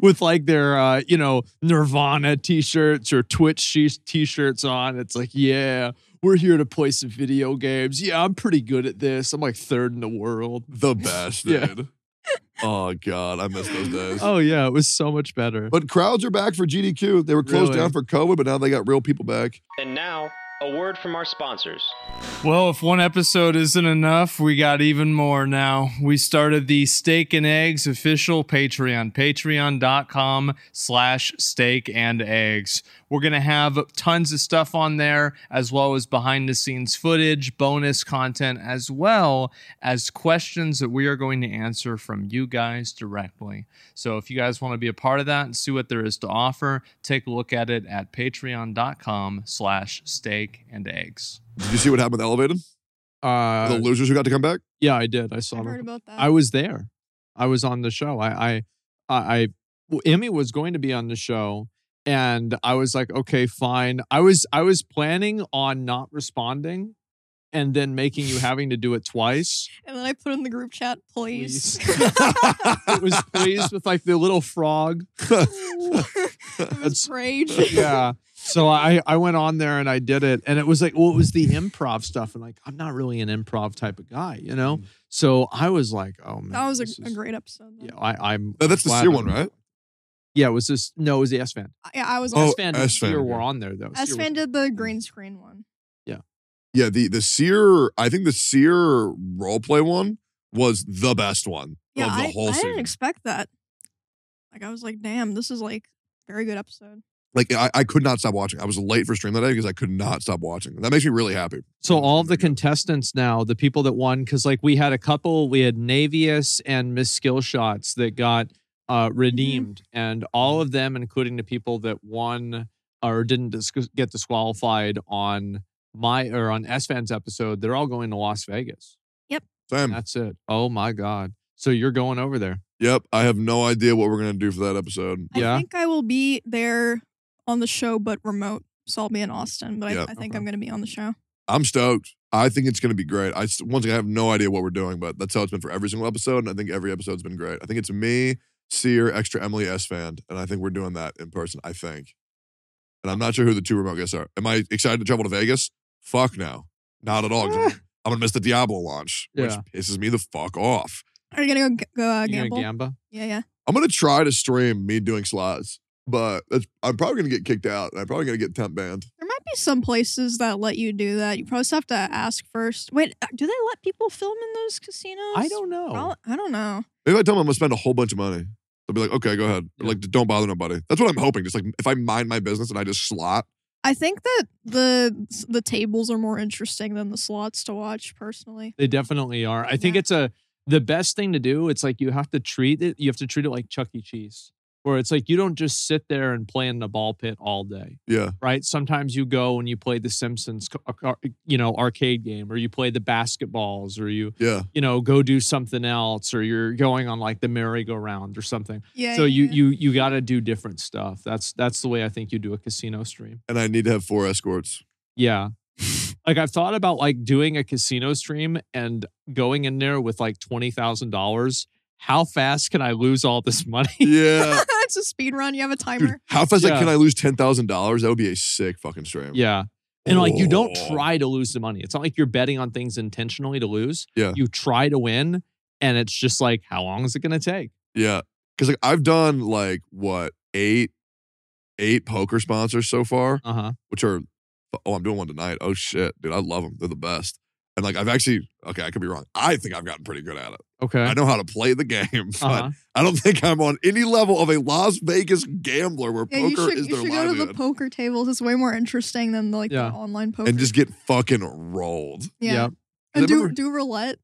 F: with like their uh, you know, Nirvana t-shirts or Twitch sh- t-shirts on. It's like, yeah, we're here to play some video games. Yeah, I'm pretty good at this. I'm like third in the world.
D: The best,
F: Yeah.
D: dude. oh god, I miss those days.
F: Oh yeah, it was so much better.
D: But crowds are back for GDQ. They were closed
F: Really?
D: down for COVID, but now they got real people back.
E: And now, a word from our sponsors.
B: Well, if one episode isn't enough, we got even more now. We started the Steak and Eggs official Patreon, patreon.com slash steak and eggs. We're going to have tons of stuff on there, as well as behind the scenes footage, bonus content, as well as questions that we are going to answer from you guys directly. So if you guys want to be a part of that and see what there is to offer, take a look at it at patreon.com slash steak and eggs.
D: Did you see what happened with Elevated? the
F: Uh,
D: losers who got to come back?
F: yeah, I did. I saw
C: I've heard
F: them.
C: about that.
F: I was there. I was on the show. I, I, I, I well, Emmy was going to be on the show, and I was like, okay, fine. I was, I was planning on not responding, and then making you having to do it twice.
C: and then I put in the group chat, please.
F: It was pleased with like the little frog.
C: it was
F: That's-
C: rage.
F: yeah. So I I went on there and I did it, and it was like, well, it was the improv stuff, and like I'm not really an improv type of guy, you
D: Mm.
F: know. So I was like, oh man,
C: That was
F: this
C: a, a
F: is-
C: great episode. though.
F: Yeah, I, I'm.
D: No, that's the
F: glad
D: Sear one,
F: I'm-
D: right?
F: Yeah, it was this. No, it was the S fan.
C: I- Yeah, I was.
D: Oh,
F: S fan and
D: S-Fan,
F: Sear
D: okay.
F: were on there though. Sear
C: S fan
F: was-
C: did the green screen one.
D: Yeah, the the Sear. I think the Sear roleplay one was the best one
C: Yeah,
D: of the
C: I,
D: whole
C: I
D: season.
C: didn't expect that. Like I was like, damn, this is like very good episode.
D: like I, I could not stop watching. I was late for stream that day because I could not stop watching. That makes me really happy.
F: So all of the
D: Very good.
F: contestants now, the people that won, because like we had a couple, we had Navius and Miss Skillshots that got
C: Mm-hmm.
F: uh, redeemed, and all of them, including the people that won or didn't dis- get disqualified on my or on S Fans episode, they're all going to Las Vegas.
C: Hmm.
D: Sam.
F: That's it. Oh my god! So you're going over there?
D: Yep. I have no idea what we're gonna do for that episode.
F: Yeah.
C: I think I will be there on the show, but remote. So I'll be in Austin, but
D: Yeah,
C: I, I think
F: okay.
C: I'm gonna be on the show.
D: I'm stoked. I think it's going to be great. I s- once again I have no idea what we're doing, but that's how it's been for every single episode, and I think every episode's been great. I think it's me, Seer, extra Emily S. Fan, and I think we're doing that in person. I think, and I'm not sure who the two remote guests are. Am I excited to travel to Vegas? Fuck no, not at all. 'cause I'm- I'm gonna miss the Diablo launch, which
F: Yeah.
D: pisses me the fuck off.
C: Are you gonna go, go uh,
F: You
C: gamble?
F: gonna gamba?
C: yeah, yeah.
D: I'm gonna try to stream me doing slots, but that's, I'm probably gonna get kicked out. and I'm probably gonna get temp banned.
C: There might be some places that let you do that. You probably just have to ask first. Wait, uh, do they let people film in those casinos?
F: I don't know.
C: Prob- I don't know.
D: Maybe I tell them I'm gonna spend a whole bunch of money. They'll be like, okay, go ahead. Or,
F: Yeah.
D: Like, don't bother nobody. That's what I'm hoping. Just like if I mind my business and I just slot.
C: I think that the the tables are more interesting than the slots to watch. Personally,
F: They definitely are. I think
C: Yeah.
F: it's a the best thing to do. It's like you have to treat it. You have to treat it like Chuck E. Cheese, where it's like you don't just sit there and play in the ball pit all day,
D: Yeah.
F: right? Sometimes you go and you play the Simpsons, c- a- car- you know, arcade game, or you play the basketballs, or you
D: Yeah.
F: you know go do something else, or you're going on like the merry-go-round or something.
C: yeah.
F: so you
C: yeah.
F: you you got to do different stuff. That's that's the way I think you do a casino stream.
D: And I need to have four escorts.
F: Yeah. like I've thought about like doing a casino stream and going in there with like twenty thousand dollars. How fast can I lose all this money?
D: Yeah.
C: it's a speed run. You have a timer.
D: Dude, how fast like,
F: Yeah.
D: can I lose ten thousand dollars? That would be a sick fucking stream.
F: yeah. And like you don't
D: Oh.
F: try to lose the money. It's not like you're betting on things intentionally to lose.
D: Yeah.
F: You try to win, and it's just like, how long is it gonna take?
D: Yeah. Cause like I've done like what, eight, eight poker sponsors so far,
F: Uh huh.
D: which are oh, I'm doing one tonight. Oh shit, dude. I love them. They're the best. And like I've actually okay, I could be wrong. I think I've gotten pretty good at it.
F: Okay.
D: I know how to play the game, but
F: Uh-huh.
D: I don't think I'm on any level of a Las Vegas gambler where
C: Yeah, you
D: poker
C: should,
D: is
C: you
D: their
C: should go to the
D: livelihood.
C: poker tables. It's way more interesting than the, like
F: Yeah.
C: the online poker.
D: and just get fucking rolled.
C: yeah,
F: Yep.
C: and
D: I
C: do
D: remember- Mm,
C: do roulette.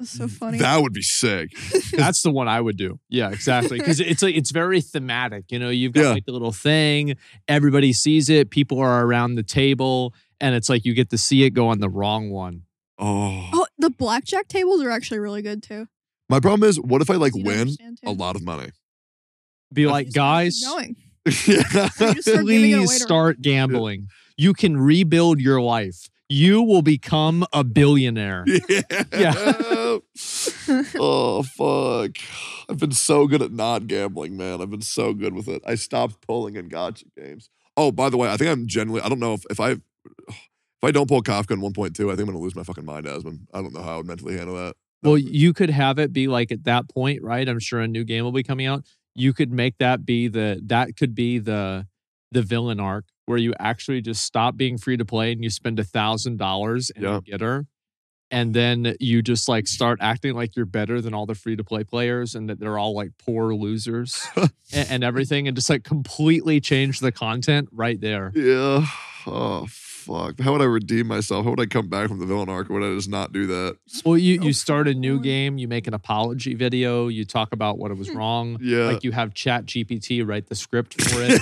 C: It's so funny.
D: That would be sick.
F: That's the one I would do. Yeah, exactly. Because it's like it's very thematic. You know, you've got
D: Yeah.
F: like the little thing. Everybody sees it. People are around the table, and it's like you get to see it go on the wrong one.
D: Oh.
C: oh, the blackjack tables are actually really good too.
D: My problem is, what if I like
C: You don't
D: win
C: understand, too.
D: a lot of money?
F: Be
C: You
F: like,
C: just gotta keep
F: guys,
C: going.
D: yeah.
C: You just start giving it away
F: please
C: to-
F: start gambling. You can rebuild your life. You will become a billionaire.
D: Yeah. oh fuck. I've been so good at not gambling, man. I've been so good with it. I stopped pulling in gotcha games. Oh, by the way, I think I'm generally I don't know if if I if I don't pull Kafka in 1.2, I think I'm gonna lose my fucking mind, Asmund. I don't know how I would mentally handle that.
F: Well, you could have it be like at that point, right? I'm sure a new game will be coming out. You could make that be the that could be the the villain arc where you actually just stop being free to play and you spend a thousand dollars and
D: Yeah.
F: you get her. And then you just like start acting like you're better than all the free to play players and that they're all like poor losers and, and everything and just like completely change the content right there.
D: Yeah. Oh fuck. How would I redeem myself? How would I come back from the villain arc? Would I just not do that?
F: Well, you,
C: So
F: you start a new
C: fun.
F: game, you make an apology video, you talk about what it was wrong.
D: Yeah.
F: like you have chat gpt write the script for it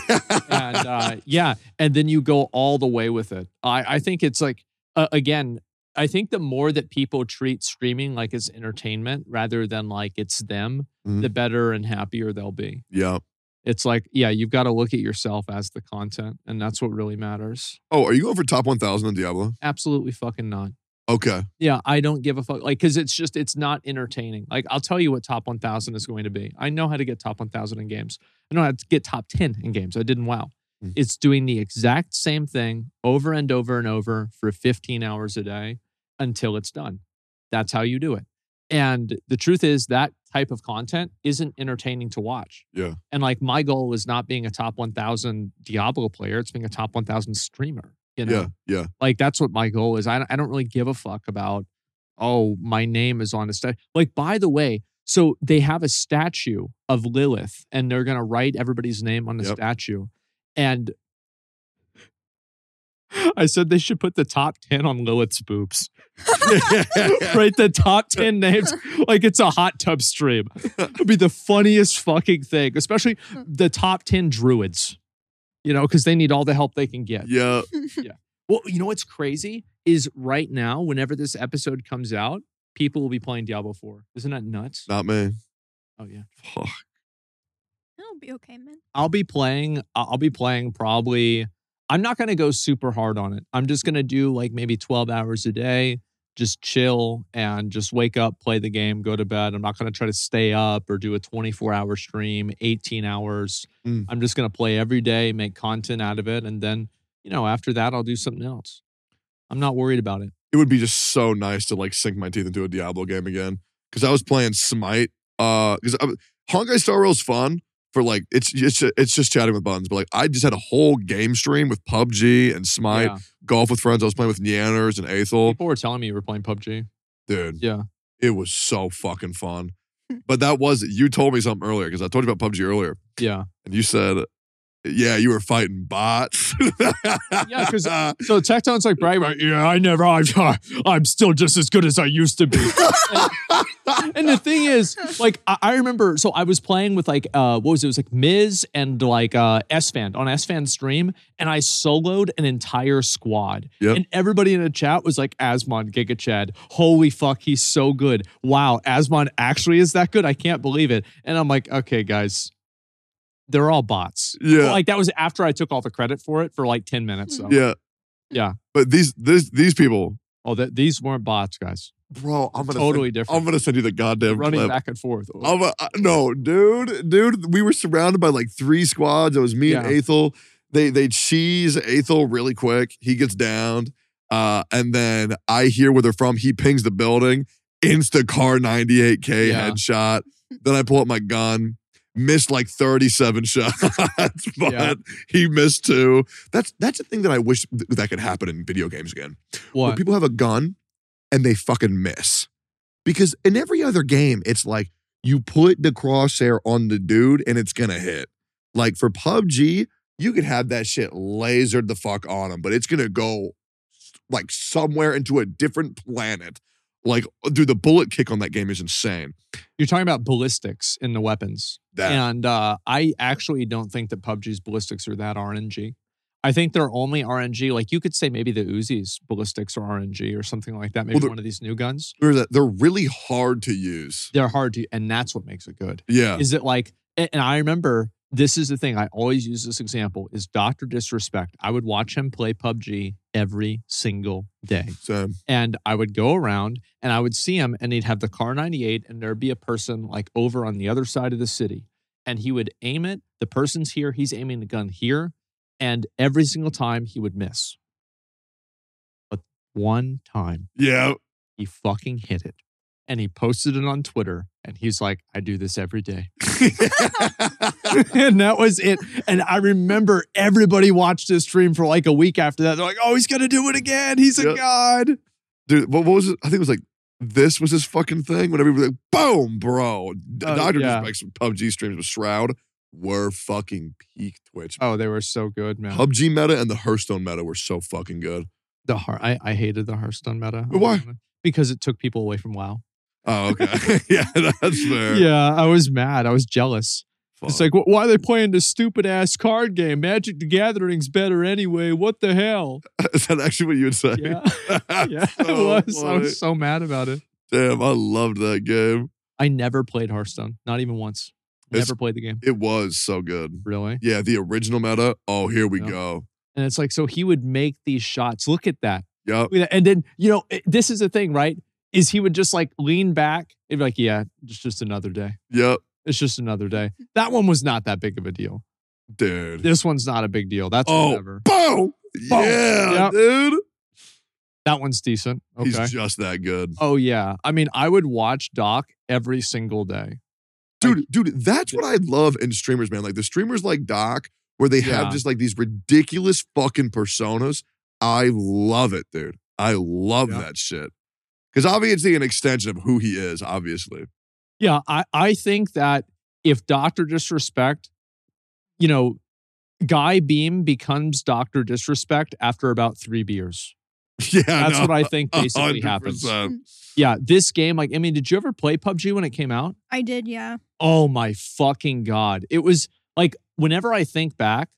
F: and uh, yeah and then you go all the way with it i, I think it's like uh, again i think the more that people treat streaming like it's entertainment rather than like it's them
D: Mhm.
F: the better and happier they'll be
D: yeah.
F: it's like yeah you've got to look at yourself as the content and that's what really matters
D: Oh, are you going for top 1000 in Diablo?
F: absolutely fucking not
D: Okay.
F: yeah, I don't give a fuck. Like, cause it's just, it's not entertaining. Like, I'll tell you what top 1000 is going to be. I know how to get top 1000 in games. I know how to get top 10 in games. I didn't wow.
D: Mm.
F: It's doing the exact same thing over and over and over for 15 hours a day until it's done. That's how you do it. And the truth is, that type of content isn't entertaining to watch.
D: Yeah.
F: And like, my goal is not being a top 1000 Diablo player, it's being a top 1000 streamer, you know?
D: Yeah. Yeah.
F: Like that's what my goal is. I don't, I don't really give a fuck about. Oh, my name is on a stat. Like by the way, so they have a statue of Lilith, and they're gonna write everybody's name on the
D: Yep.
F: statue. And I said they should put the top ten on Lilith's boobs. right, the top ten names. Like it's a hot tub stream. It would be the funniest fucking thing, especially the top ten druids. You know, because they need all the help they can get.
D: yeah.
F: Well, you know what's crazy is right now, whenever this episode comes out, people will be playing Diablo 4. Isn't that nuts?
D: Not me.
F: Oh yeah.
D: Fuck.
C: It'll be okay, man.
F: I'll be playing I- I'll be playing probably I'm not going to go super hard on it. I'm just going to do like maybe 12 hours a day, just chill and just wake up, play the game, go to bed. I'm not going to try to stay up or do a 24-hour stream, 18 hours.
D: Mm.
F: I'm just going to play every day, make content out of it and then, you know, after that I'll do something else. I'm not worried about it.
D: it would be just so nice to like sink my teeth into a Diablo game again. Cause I was playing Smite. Uh, cause I, Honkai Star Rail's fun for like, it's, it's, it's just chatting with buttons. But like, I just had a whole game stream with PUBG and Smite,
F: Yeah.
D: golf with friends. I was playing with Neanners and Aethel.
F: People were telling me you were playing PUBG.
D: Dude,
F: Yeah.
D: it was so fucking fun. but that was, you told me something earlier because I told you about PUBG earlier.
F: Yeah.
D: And you said, yeah, you were fighting bots.
F: Yeah, because so Tecton's like bragging about, yeah, I never, I'm, I'm still just as good as I used to be. and, and the thing is, like, I, I remember, so I was playing with like, uh, what was it? It was like Miz and like uh, S Fan on S Fan stream, and I soloed an entire squad.
D: Yep.
F: And everybody in the chat was like, Asmon Giga Chad, holy fuck, he's so good. Wow, Asmon actually is that good. I can't believe it. And I'm like, okay, guys, they're all bots.
D: yeah.
F: Oh,
D: Hmm.
F: Well, like that was after I took all the credit for it for like 10 minutes. Though.
D: yeah.
F: Yeah.
D: But these these these people,
F: Oh, that these weren't bots, guys.
D: bro, I'm gonna
F: totally
D: Send,
F: different.
D: I'm gonna send you the goddamn
F: running
D: clip.
F: back and forth.
D: I'm a, uh, no, dude, dude, we were surrounded by like three squads. It was me and
F: Yeah.
D: Athel. They they cheese Athel really quick. He gets downed, uh, and then I hear where they're from. He pings the building. Insta car 98k
F: Yeah.
D: headshot. Then I pull up my gun. Missed like 37 shots, but
F: Yeah.
D: he missed two. That's that's a thing that I wish th- that could happen in video games again where
F: what?
D: people have a gun and they fucking miss. Because in every other game, it's like you put the crosshair on the dude and it's gonna hit. Like for PUBG, you could have that shit lasered the fuck on him, but it's gonna go like somewhere into a different planet. Like, dude, the bullet kick on that game is insane.
F: You're talking about ballistics in the weapons.
D: That
F: And uh, I actually don't think that PUBG's ballistics are that RNG. I think they're only RNG. Like you could say maybe the Uzi's ballistics are RNG or something like that. Maybe
D: Well, they're-
F: one of these new guns.
D: they're, that- they're really hard to use.
F: They're hard to, and that's what makes it good.
D: Yeah.
F: Is it like, a- and I remember this is the thing I always use this example is Dr. Disrespect. I would watch him play PUBG every single day.
D: So
F: and I would go around and I would see him and he'd have the car 98 and there'd be a person like over on the other side of the city and he would aim it the person's here he's aiming the gun here and every single time he would miss but one time
D: yeah.
F: he fucking hit it and he posted it on Twitter and he's like I do this every day and that was it and I remember everybody watched his stream for like a week after that they're like oh he's going to do it again he's a
D: Yeah.
F: god
D: Dude, what, what was it? I think it was like this was his fucking thing. Whenever he was like, boom, bro. D-
F: Oh,
D: Doctor
F: yeah.
D: Disrespect's PUBG streams with Shroud were fucking peak Twitch.
F: oh they were so good man
D: PUBG meta and the Hearthstone meta were so fucking good.
F: The Heart. I, I hated the Hearthstone meta.
D: But why?
F: Because it took people away from WoW.
D: Oh, okay. yeah, that's fair.
F: Yeah, I was mad. I was jealous.
D: Fuck.
F: It's like, wh- why are they playing this stupid ass card game? Magic the Gathering's better anyway. What the hell?
D: is that actually what you would say?
F: Yeah, yeah, it
D: So
F: was. I
D: funny.
F: was so mad about it.
D: Damn, I loved that game.
F: I never played Hearthstone. Not even once.
D: It's-
F: Never played the game.
D: It was so good.
F: Really?
D: Yeah, the original meta. Oh, here we
F: Yeah.
D: go.
F: And it's like, so he would make these shots. Look at that.
D: Yep.
F: Look at that. And then, you know, it- this is the thing, right? Is he would just like lean back and be like, yeah, it's just another day.
D: Yep.
F: It's just another day. That one was not that big of a deal.
D: Dude.
F: This one's not a big deal. That's
D: Oh.
F: whatever.
D: Boom. Yeah,
F: Yep.
D: dude.
F: That one's decent. Okay.
D: He's just that good.
F: oh yeah. I mean, I would watch Doc every single day.
D: dude dude that's what i love in streamers man like the streamers like doc where they have
F: Yeah.
D: just like these ridiculous fucking personas i love it dude i love
F: Yeah.
D: that shit because obviously an extension of who he is obviously
F: Yeah, I I think that if Doctor Disrespect, you know, Guy Beam becomes Doctor Disrespect after about three beers.
D: yeah
F: That's
D: no,
F: what I think
D: a
F: basically
D: hundred
F: happens.
D: percent.
F: Yeah, this game, like, I mean, did you ever play PUBG when it came out?
C: I did, yeah.
F: Oh my fucking God. It was like whenever I think back,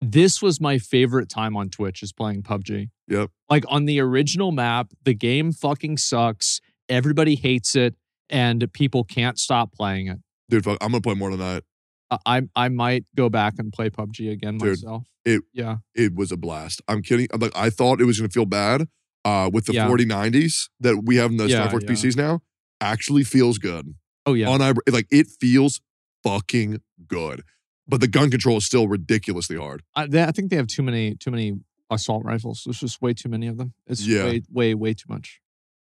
F: this was my favorite time on Twitch is playing PUBG.
D: Yep.
F: Like on the original map, the game fucking sucks. Everybody hates it and people can't stop playing it.
D: dude fuck, i'm gonna play more tonight
F: I I, I might go back and play PUBG again
D: Dude,
F: myself.
D: it-
F: yeah.
D: it was a blast i'm kidding I'm like i thought it was gonna feel bad uh with the
F: Yeah.
D: 4090s that we have in the
F: Yeah,
D: star force
F: yeah.
D: pcs now actually feels good
F: Oh yeah.
D: on Ib- like it feels fucking good but the gun control is still ridiculously hard
F: I, they, I think they have too many too many assault rifles. There's just way too many of them. It's
D: Yeah.
F: way way way too much.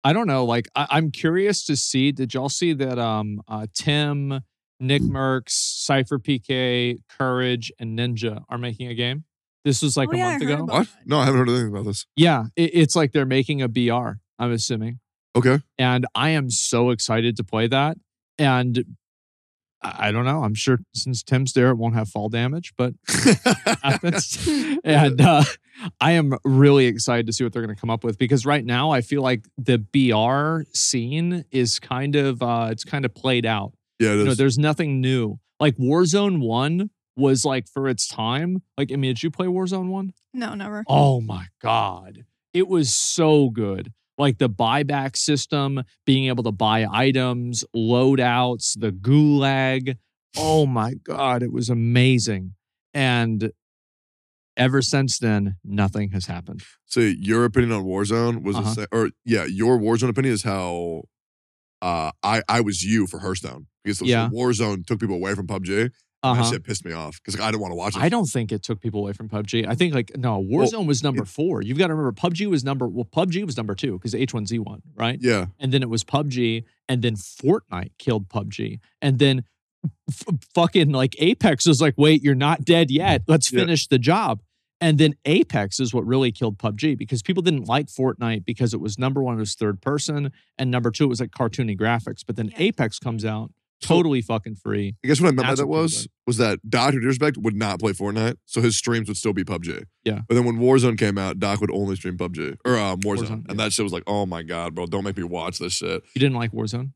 F: I don't know. Like I, I'm curious to see. Did y'all see that? Um, uh, Tim, Nick
C: Mm.
F: Merckx, Cipher PK, Courage, and Ninja are making a game. This was like
C: Oh,
F: a
C: yeah, I
F: month
C: heard
F: ago.
C: about-
D: What? No, I haven't heard anything about this.
F: Yeah, it, it's like they're making a BR. I'm assuming
D: Okay.
F: and I am so excited to play that. And I I don't know. I'm sure since Tim's there, it won't have fall damage, but it happens. and uh, I am really excited to see what they're going to come up with because right now I feel like the BR scene is kind of uh, it's kind of played out.
D: Yeah, it
F: You know,
D: is.
F: there's nothing new. Like Warzone One was like for its time. Like I mean, did you play Warzone One?
C: No, never.
F: Oh my God. It was so good. Like the buyback system, being able to buy items, loadouts, the gulag. Oh my God. It was amazing. And Ever since then, nothing has happened.
D: So your opinion on Warzone was, the
F: Uh-huh.
D: sa- or yeah, your Warzone opinion is how uh, I I was you for Hearthstone because the
F: Yeah.
D: Warzone took people away from PUBG. and
F: Uh-huh.
D: That shit pissed me off because like, I didn't want to watch it.
F: I don't think it took people away from PUBG. I think like no,
D: Well,
F: Warzone was number four. You've got to remember PUBG was number well, PUBG was number two because H one Z one, right?
D: Yeah,
F: And then it was PUBG, and then Fortnite killed PUBG, and then f- fucking like Apex was like, wait, you're not dead yet. Let's
D: Yeah.
F: finish the job. And then Apex is what really killed PUBG because people didn't like Fortnite because it was number one, it was third person, and number two, it was like cartoony graphics. But then
C: Yeah.
F: Apex comes out
D: So-
F: totally fucking free.
D: I guess what I meant by
F: That's
D: that
F: what people
D: was
F: like.
D: was that Doc, with respect, would not play Fortnite, so his streams would still be PUBG.
F: Yeah.
D: But then when Warzone came out, Doc would only stream PUBG or um, Warzone,
F: Warzone,
D: and that shit was like, oh my god, bro, don't make me watch this shit.
F: You didn't like Warzone?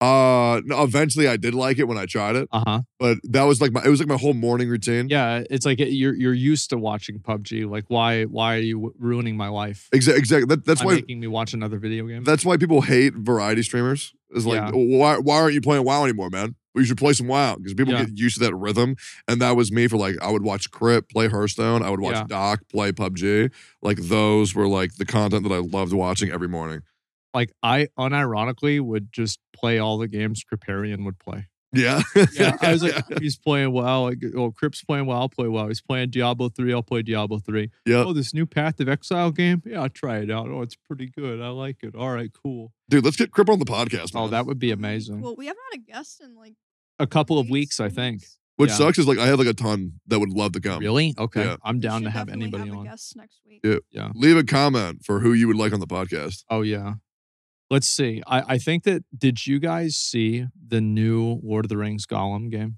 D: Uh, no, eventually I did like it when I tried it,
F: Uh huh.
D: but that was like my it was like my whole morning routine.
F: Yeah, it's like you're you're used to watching PUBG. Like, why why are you ruining my life?
D: Exactly. Exactly. That, that's
F: by
D: why.
F: making me watch another video game.
D: That's why people hate variety streamers. Is like,
F: Yeah.
D: why why aren't you playing WoW anymore, man? Well, you should play some WoW because people
F: Yeah.
D: get used to that rhythm. And that was me for like I would watch Crypt play Hearthstone. I would watch
F: Yeah.
D: Doc play PUBG. Like those were like the content that I loved watching every morning.
F: like I unironically would just play all the games Kriparian would play.
D: Yeah.
F: Yeah, I was like, he's playing well. Like, oh, Crip's playing well. I'll play well. He's playing Diablo three. I'll play Diablo three.
D: yeah,
F: Oh, this new Path of Exile game. Yeah, I'll try it out. Oh, it's pretty good. I like it. All right, cool.
D: dude, let's get Crypt on the podcast.
F: Oh,
D: man.
F: that would be amazing.
C: Well, we haven't had a guest in like
F: A couple of weeks, I think.
D: Which
F: yeah.
D: sucks is like I had like a ton that would love to come.
F: Really? Okay,
D: Um, Yeah.
F: I'm down to have anybody on.
C: Guest next week.
D: Yeah. Leave a comment for who you would like on the podcast.
F: Oh yeah. Let's see. I, I think that did you guys see the new Lord of the Rings Gollum game?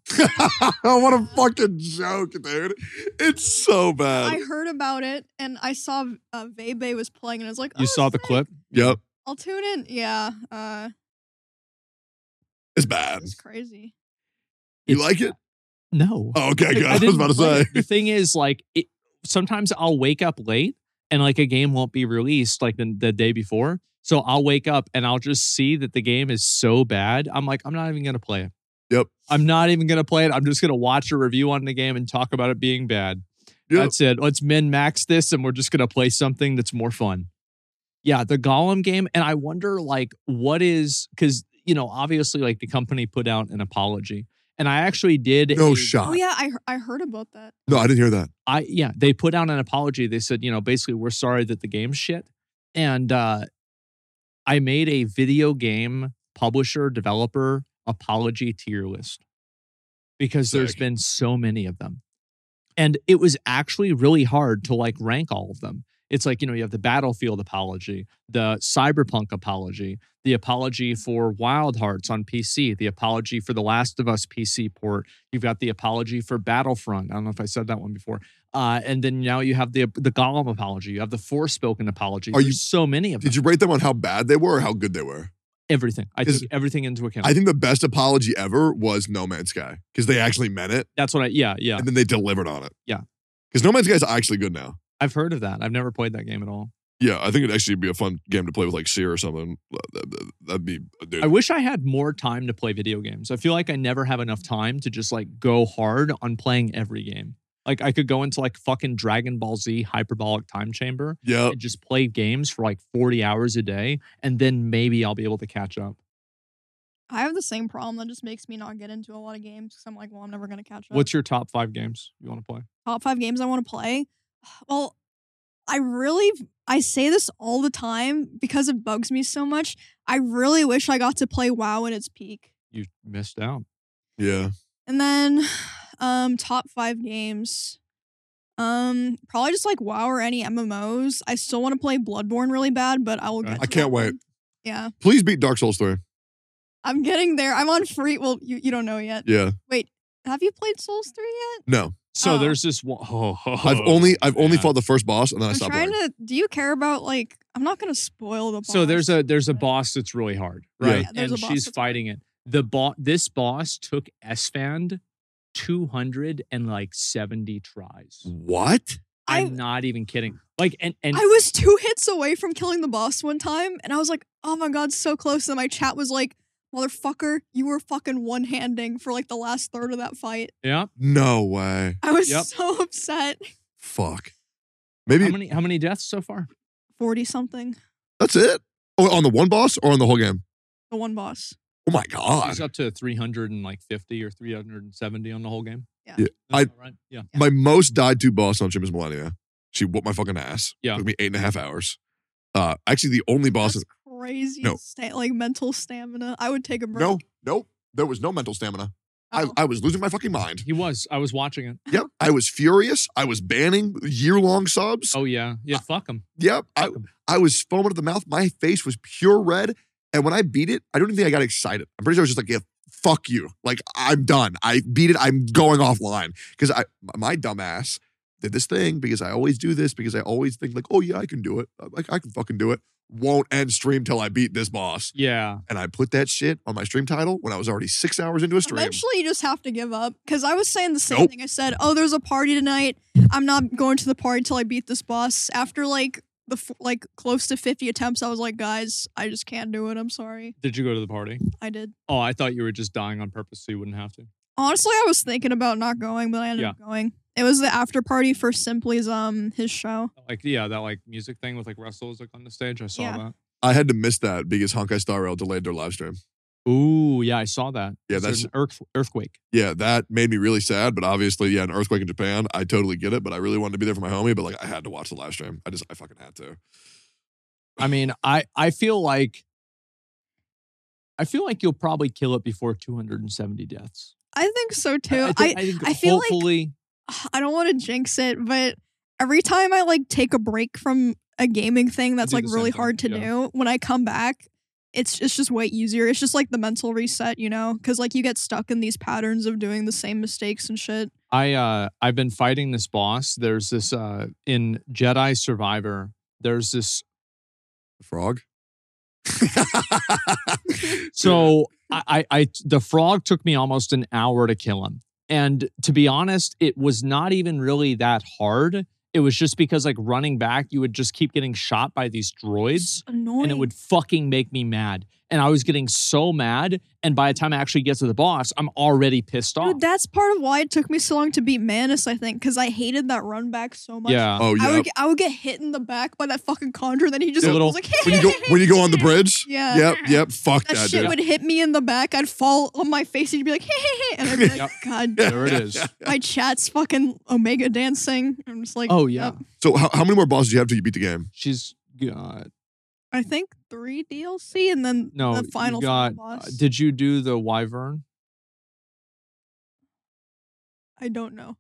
D: what a fucking joke, dude! It's so bad.
C: I heard about it and I saw uh, Vebe was playing and I was like,
F: You
C: "Oh,
F: saw the
C: sick.
F: clip?
D: yep,
C: I'll tune in. Yeah, uh,
D: it's bad.
C: it's crazy.
D: You
F: It's-
D: like it?
F: No.
D: Oh, okay,
F: Like,
D: good. I, was
F: didn't
D: about to
F: play
D: say.
F: it. The thing is, like, it, sometimes I'll wake up late and like a game won't be released like the, the day before. So I'll wake up and I'll just see that the game is so bad. I'm like, I'm not even gonna play it.
D: Yep.
F: I'm not even gonna play it. I'm just gonna watch a review on the game and talk about it being bad.
D: Yep.
F: That's it. Let's min max this and we're just going to play something that's more fun. Yeah, the Gollum game. And I wonder, like, what is, because, you know, obviously, like, the company put out an apology. And I actually did.
D: No
F: a-
D: shot.
C: Oh yeah, I he- I heard about that.
D: No, I didn't hear that.
F: I, yeah, they put out an apology. They said, you know, basically, we're sorry that the game's shit. And uh, I made a video game publisher, developer apology tier list because there's
D: Sick.
F: been so many of them. And it was actually really hard to like rank all of them. It's like, you know, you have the Battlefield apology, the Cyberpunk apology, the apology for Wild Hearts on PC, the apology for The Last of Us PC port. You've got the apology for Battlefront. I don't know if I said that one before. Uh, and then now you have the the Gollum apology. You have the Forspoken apology.
D: Are you-
F: There's so many of them.
D: Did you rate them on how bad they were or how good they were?
F: everything. I
D: Is-
F: took everything into account.
D: I think the best apology ever was No Man's Sky because they actually meant it
F: That's what I. Yeah, yeah.
D: and then they delivered on it.
F: Yeah.
D: Because No Man's Sky is actually good now.
F: I've heard of that. I've never played that game at all.
D: Yeah, I think it'd actually be a fun game to play with like Seer or something. That- that- That'd be, uh, dude.
F: I wish I had more time to play video games. I feel like I never have enough time to just like go hard on playing every game. Like I could go into like fucking Dragon Ball Z hyperbolic time chamber
C: Oh.
D: yeah.
F: and just play games for like 40 hours a day and then maybe I'll be able to catch up.
C: Oh. I have the same problem that just makes me not get into a lot of games because I'm like, well, I'm never gonna catch up.
F: What's your top 5 games you want to play?
C: top five games I want to play. Well, I really I say this all the time because it bugs me so much. I really wish I got to play WoW at its peak.
F: You missed out.
D: Yeah.
C: And then um top five games. Um probably just like WoW or any MMOs. I still want to play Bloodborne really bad, but I will
F: Okay.
C: get
D: Uh, I
C: to
D: can't
C: that
D: wait.
C: one. Yeah.
D: Please beat Dark Souls 3.
C: I'm getting there. I'm on free well, you, you don't know yet.
D: Yeah.
C: Have you played Souls 3 yet?
D: No.
F: So
C: Oh.
F: there's this one oh,
D: I've only I've only
F: man.
D: fought the first boss and then I
C: I'm
D: stopped
C: trying
D: playing.
C: to do you care about like I'm not gonna spoil the boss.
F: So there's a there's a
C: but-
F: boss that's really hard,
D: Yeah.
F: right?
C: Yeah, there's
F: and
C: a boss
F: she's
C: that's hard.
F: fighting it. The boss this boss took Esfand 200 and like 70 tries.
D: What?
F: I'm
C: I-
F: not even kidding. Like and and
C: I was two hits away from killing the boss one time, and I was like, oh my god, so close. And my chat was like, motherfucker, you were fucking one handing for like the last third of that fight.
F: yeah,
D: No way.
C: I was
F: Yep.
C: so upset.
D: Fuck.
F: How
D: Maybe
F: many how many deaths so far?
C: forty something.
D: that's it. Oh, on the one boss or on the whole game?
C: The one boss.
D: Oh my god.
F: He's up to 350 or 370 on the whole game.
C: Yeah.
D: Yeah,
F: Is
D: I-
F: that right? Yeah.
D: My most died to boss on Jimmy's Millennia. She whooped my fucking ass.
F: Yeah.
D: Took me eight and a half hours. Uh, actually, the only boss.
C: That's crazy.
D: No.
C: sta- like mental stamina. I would take a break.
D: no, nope. There was no mental stamina.
C: Oh.
D: I, I was losing my fucking mind.
F: He was. I was watching it.
D: Yep. I was furious. I was banning year long subs.
F: Oh yeah. Yeah, fuck him.
D: Yep. I, I was foaming at the mouth. My face was pure red. And when I beat it, I don't even think I got excited. I'm pretty sure I was just like, yeah, fuck you. Like, I'm done. I beat it. I'm going offline. Because I my dumbass did this thing because I always do this because I always think like, oh yeah, I can do it. Like I can fucking do it. Won't end stream till I beat this boss.
F: Yeah.
D: And I put that shit on my stream title when I was already six hours into a stream.
C: Eventually, you just have to give up. Because I was saying the same
D: Nope.
C: thing. I said, "Oh, there's a party tonight. I'm not going to the party till I beat this boss." After like the f- like close to 50 attempts, I was like, "Guys, I just can't do it. I'm sorry."
F: Did you go to the party?
C: I did.
F: Oh, I thought you were just dying on purpose so you wouldn't have to.
C: Honestly, I was thinking about not going, but I ended up going. It was the after party for Simply's um his show.
F: Like yeah, that like music thing with like Russell's like on the stage. I saw
C: Yeah.
D: I had to miss that because Honkai Star Rail delayed their live stream.
F: that. Ooh, yeah, I saw that.
D: Yeah,
F: Is there
D: that's-
F: an earth, earthquake.
D: yeah, that made me really sad. But obviously, yeah, an earthquake in Japan, I totally get it. But I really wanted to be there for my homie. But like, I had to watch the live stream. I just, I fucking had to.
F: I mean, I I feel like I feel like you'll probably kill it before 270 deaths.
C: I think so too.
F: think-
C: I
F: think
C: I feel like-
F: hopefully
C: I don't want to jinx it, but every time I like take a break from a gaming thing that's
F: do
C: like
F: the same
C: really
F: thing,
C: hard to
F: yeah.
C: do, when I come back, it's it's just way easier. It's just like the mental reset, you know, because like you get stuck in these patterns of doing the same mistakes and shit.
F: I uh I've been fighting this boss. There's this uh in Jedi Survivor, there's this
D: Frog.
F: so I, I I the frog took me almost an hour to kill him. And to be honest, it was not even really that hard. It was just because like running back, you would just keep getting shot by these droids.
C: annoying.
F: and it would fucking make me mad. And I was getting so mad. And by the time I actually get to the boss, I'm already pissed off.
C: Dude, that's part of why it took me so long to beat Manus, I think, because I hated that run back so much.
F: yeah.
D: oh
C: I
D: yeah.
C: would get, I would get hit in the back by that fucking conjure, then he just
F: The
C: was
F: little-
C: like,
D: when you go, when you go on the bridge.
C: yeah,
D: Yep, yep. Fuck
C: That
D: that,
C: shit
D: dude.
C: would hit me in the back. I'd fall on my face. He'd be like, hey, hey, hey. And I'd be like,
F: Yep.
C: God,
F: there it is.
C: my chat's fucking Omega dancing. I'm just like,
F: Oh, yeah.
C: yep.
D: So how, how many more bosses do you have till you beat the game?
F: She's got,
C: I think three DLC and then
F: no,
C: the final,
F: you got,
C: final boss.
F: uh, did you do the Wyvern?
C: I don't know.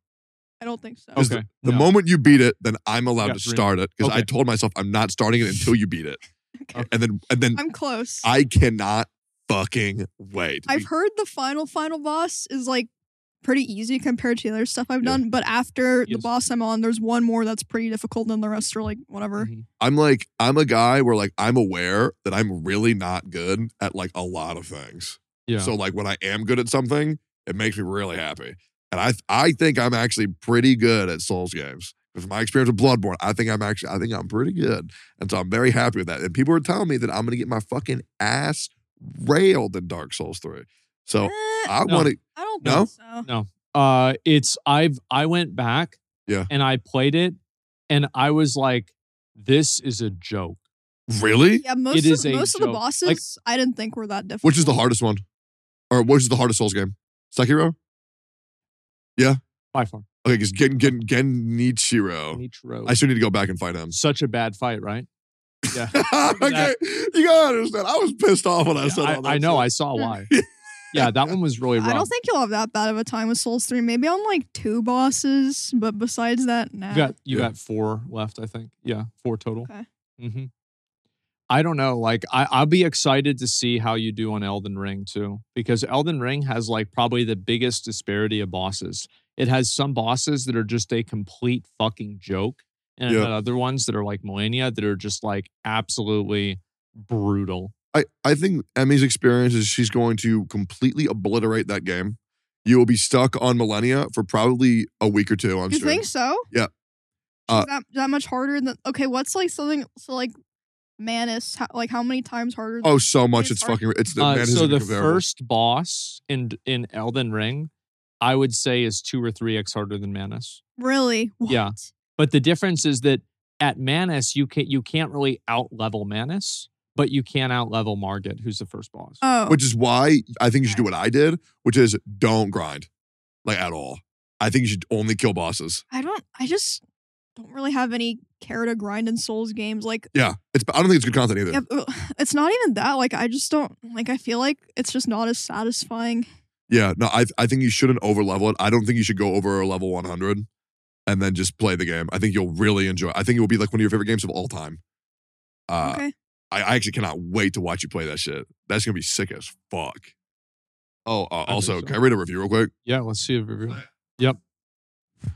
C: I don't think so.
D: Is
F: Okay.
D: The
F: no.
D: moment you beat it, then I'm allowed
F: Yeah,
D: to
F: three.
D: start it because I
F: Okay.
D: told myself I'm not starting it until you beat it,
C: Okay.
D: and then and then
C: I'm close. I,
D: I cannot fucking wait.
C: have heard the final, final boss is like pretty easy compared to the other stuff I've
D: Yeah.
C: done. But after the
F: Yes.
C: boss I'm on, there's one more that's pretty difficult, and the rest are like whatever.
F: Mhm.
D: I'm like, I'm a guy where like I'm aware that I'm really not good at like a lot of things.
F: Yeah.
D: So like when I am good at something, it makes me really happy. And I I think I'm actually pretty good at Souls games. From my experience with Bloodborne, I think I'm actually I think I'm pretty good. And so I'm very happy with that. And people are telling me that I'm gonna get my fucking ass railed in Dark Souls 3. So
C: Eh, I
D: I
F: No.
D: wanna
C: don't think
D: No?
C: so.
F: uh it's i've i went back
D: Yeah.
F: and i played it and i was like this is a joke
D: really?
C: Yeah, most
F: It is
C: of,
F: a
C: most of the
F: joke. Like-
C: bosses I didn't think were that difficult.
D: Which is the hardest one? Or which is the hardest Souls game? Sekiro?
F: by far
D: Okay, because Gen Gen Genichiro.
F: Nichiro.
D: Oh, I should need to go back and fight him.
F: such a bad fight right
D: okay, you gotta understand. I was pissed off when I said
F: I,
D: all that.
F: I know
D: shit.
F: i saw why yeah that one was really rough
C: I don't think you'll have that bad of a time with Souls 3. Maybe on like two bosses, but besides that, nah.
F: You got you
D: Yeah.
F: got four left, I think. Yeah, four total.
C: Uh, Okay.
F: hmm I don't know. Like I, I'll be excited to see how you do on Elden Ring too, because Elden Ring has like probably the biggest disparity of bosses. It has some bosses that are just a complete fucking joke, and it
D: Yeah.
F: had other ones that are like Millennia that are just like absolutely brutal.
D: I, I think Emmy's experience is she's going to completely obliterate that game. You will be stuck on Millennia for probably a week or two on
C: You
D: stream.
C: think so?
D: Yeah.
C: Is
D: Uh,
C: that, that much harder than. Okay, what's like something. So like Manus, how, like how many times harder?
D: Oh,
C: than-
D: so much!
C: It's
D: It's
C: hard.
D: fucking. It's
F: Uh,
D: man, it's
F: so the
D: incomparable.
F: first boss in in Elden Ring, I would say is two or three x harder than Manus.
C: really? What?
F: Yeah. But the difference is that at Manus, you can't you can't really out level Manus, but you can out level Margit, who's the first boss.
C: Oh,
D: which is why I think you should do what I did, which is don't grind like at all. I think you should only kill bosses.
C: I don't. I just don't really have any care to grind in Souls games. Like,
D: Yeah, it's. I don't think it's good content either.
C: yeah, but it's not even that. Like, I just don't. Like, I feel like it's just not as satisfying.
D: Yeah, no, I I think you shouldn't overlevel it. I don't think you should go over level 100 and then just play the game. I think you'll really enjoy. I think it will be like one of your favorite games of all time. Uh,
C: okay.
D: I, I actually cannot wait to watch you play that shit. That's gonna be sick as fuck. Oh, uh,
F: think
D: also,
F: so.
D: can I read a review real quick?
F: Yeah, let's see if we
D: In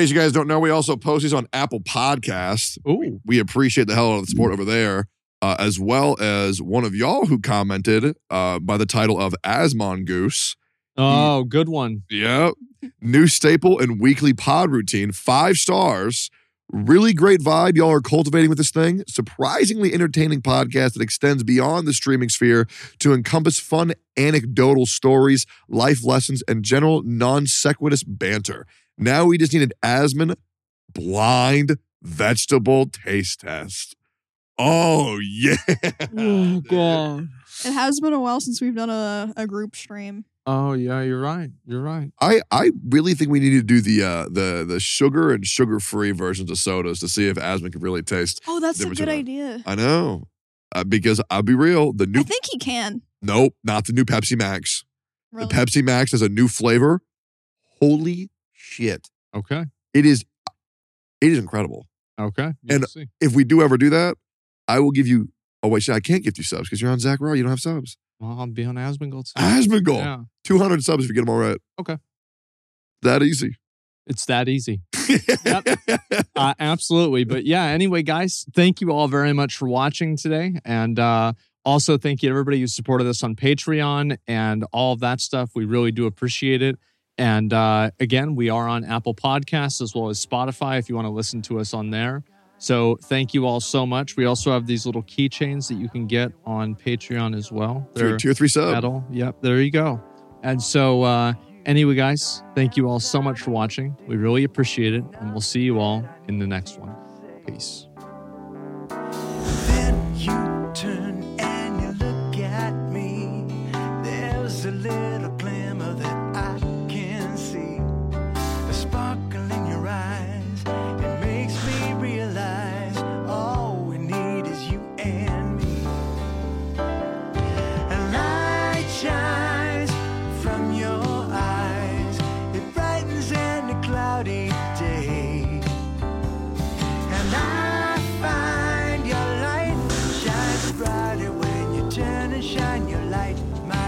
D: case you guys don't know, we also post these on Apple Podcasts.
F: Ooh.
D: we appreciate the hell out of the support over there, uh, as well as one of y'all who commented uh, by the title of Asmongoose. Goose.
F: Oh, good one.
D: Yep. New staple and weekly pod routine, five stars. Really great vibe y'all are cultivating with this thing. Surprisingly entertaining podcast that extends beyond the streaming sphere to encompass fun anecdotal stories, life lessons, and general non sequitous banter. Now we just need an Asman blind vegetable taste test. Oh, yeah.
F: Oh god.
C: It has been a while since we've done a, a group stream.
F: Oh yeah, you're right. You're right.
D: I I really think we need to do the uh, the the sugar and sugar free versions of sodas to see if asthma can really taste.
C: Oh, that's a
D: Different
C: good
D: genre.
C: idea.
D: I know, uh, because I'll be real. The new
C: I think he can.
D: nope, not the new Pepsi Max.
C: Really.
D: The Pepsi Max has a new flavor. Holy shit!
F: Okay.
D: It is it is incredible.
F: Okay.
D: And-
F: see.
D: If we do ever do that, I will give you. Oh wait, shit, I can't gift you subs because you're on Zach Raw. You don't have subs.
F: Well, I'll be on Asmongold. soon.
D: Asmongold,
F: Yeah.
D: two hundred subs if you get them all right.
F: Okay.
D: that easy.
F: It's that easy. uh, absolutely. But yeah, anyway, guys, thank you all very much for watching today. And uh, also, thank you to everybody who supported us on Patreon and all of that stuff. We really do appreciate it. And uh, again, we are on Apple Podcasts as well as Spotify if you want to listen to us on there. So thank you all so much. We also have these little keychains that you can get on Patreon as well.
D: Tier-
F: They're-
D: tier three sub.
F: metal. Yep, there you go. And so, uh, anyway, guys, thank you all so much for watching. We really appreciate it, and we'll see you all in the next one. Peace.
G: Then you turn and you look at me. There's a little glimmer that I can see. A sparkle in your eyes. It makes me realize all we need is you and me. A light shines from your eyes. It brightens any cloudy day. And I find your light shines brighter when you turn and shine your light my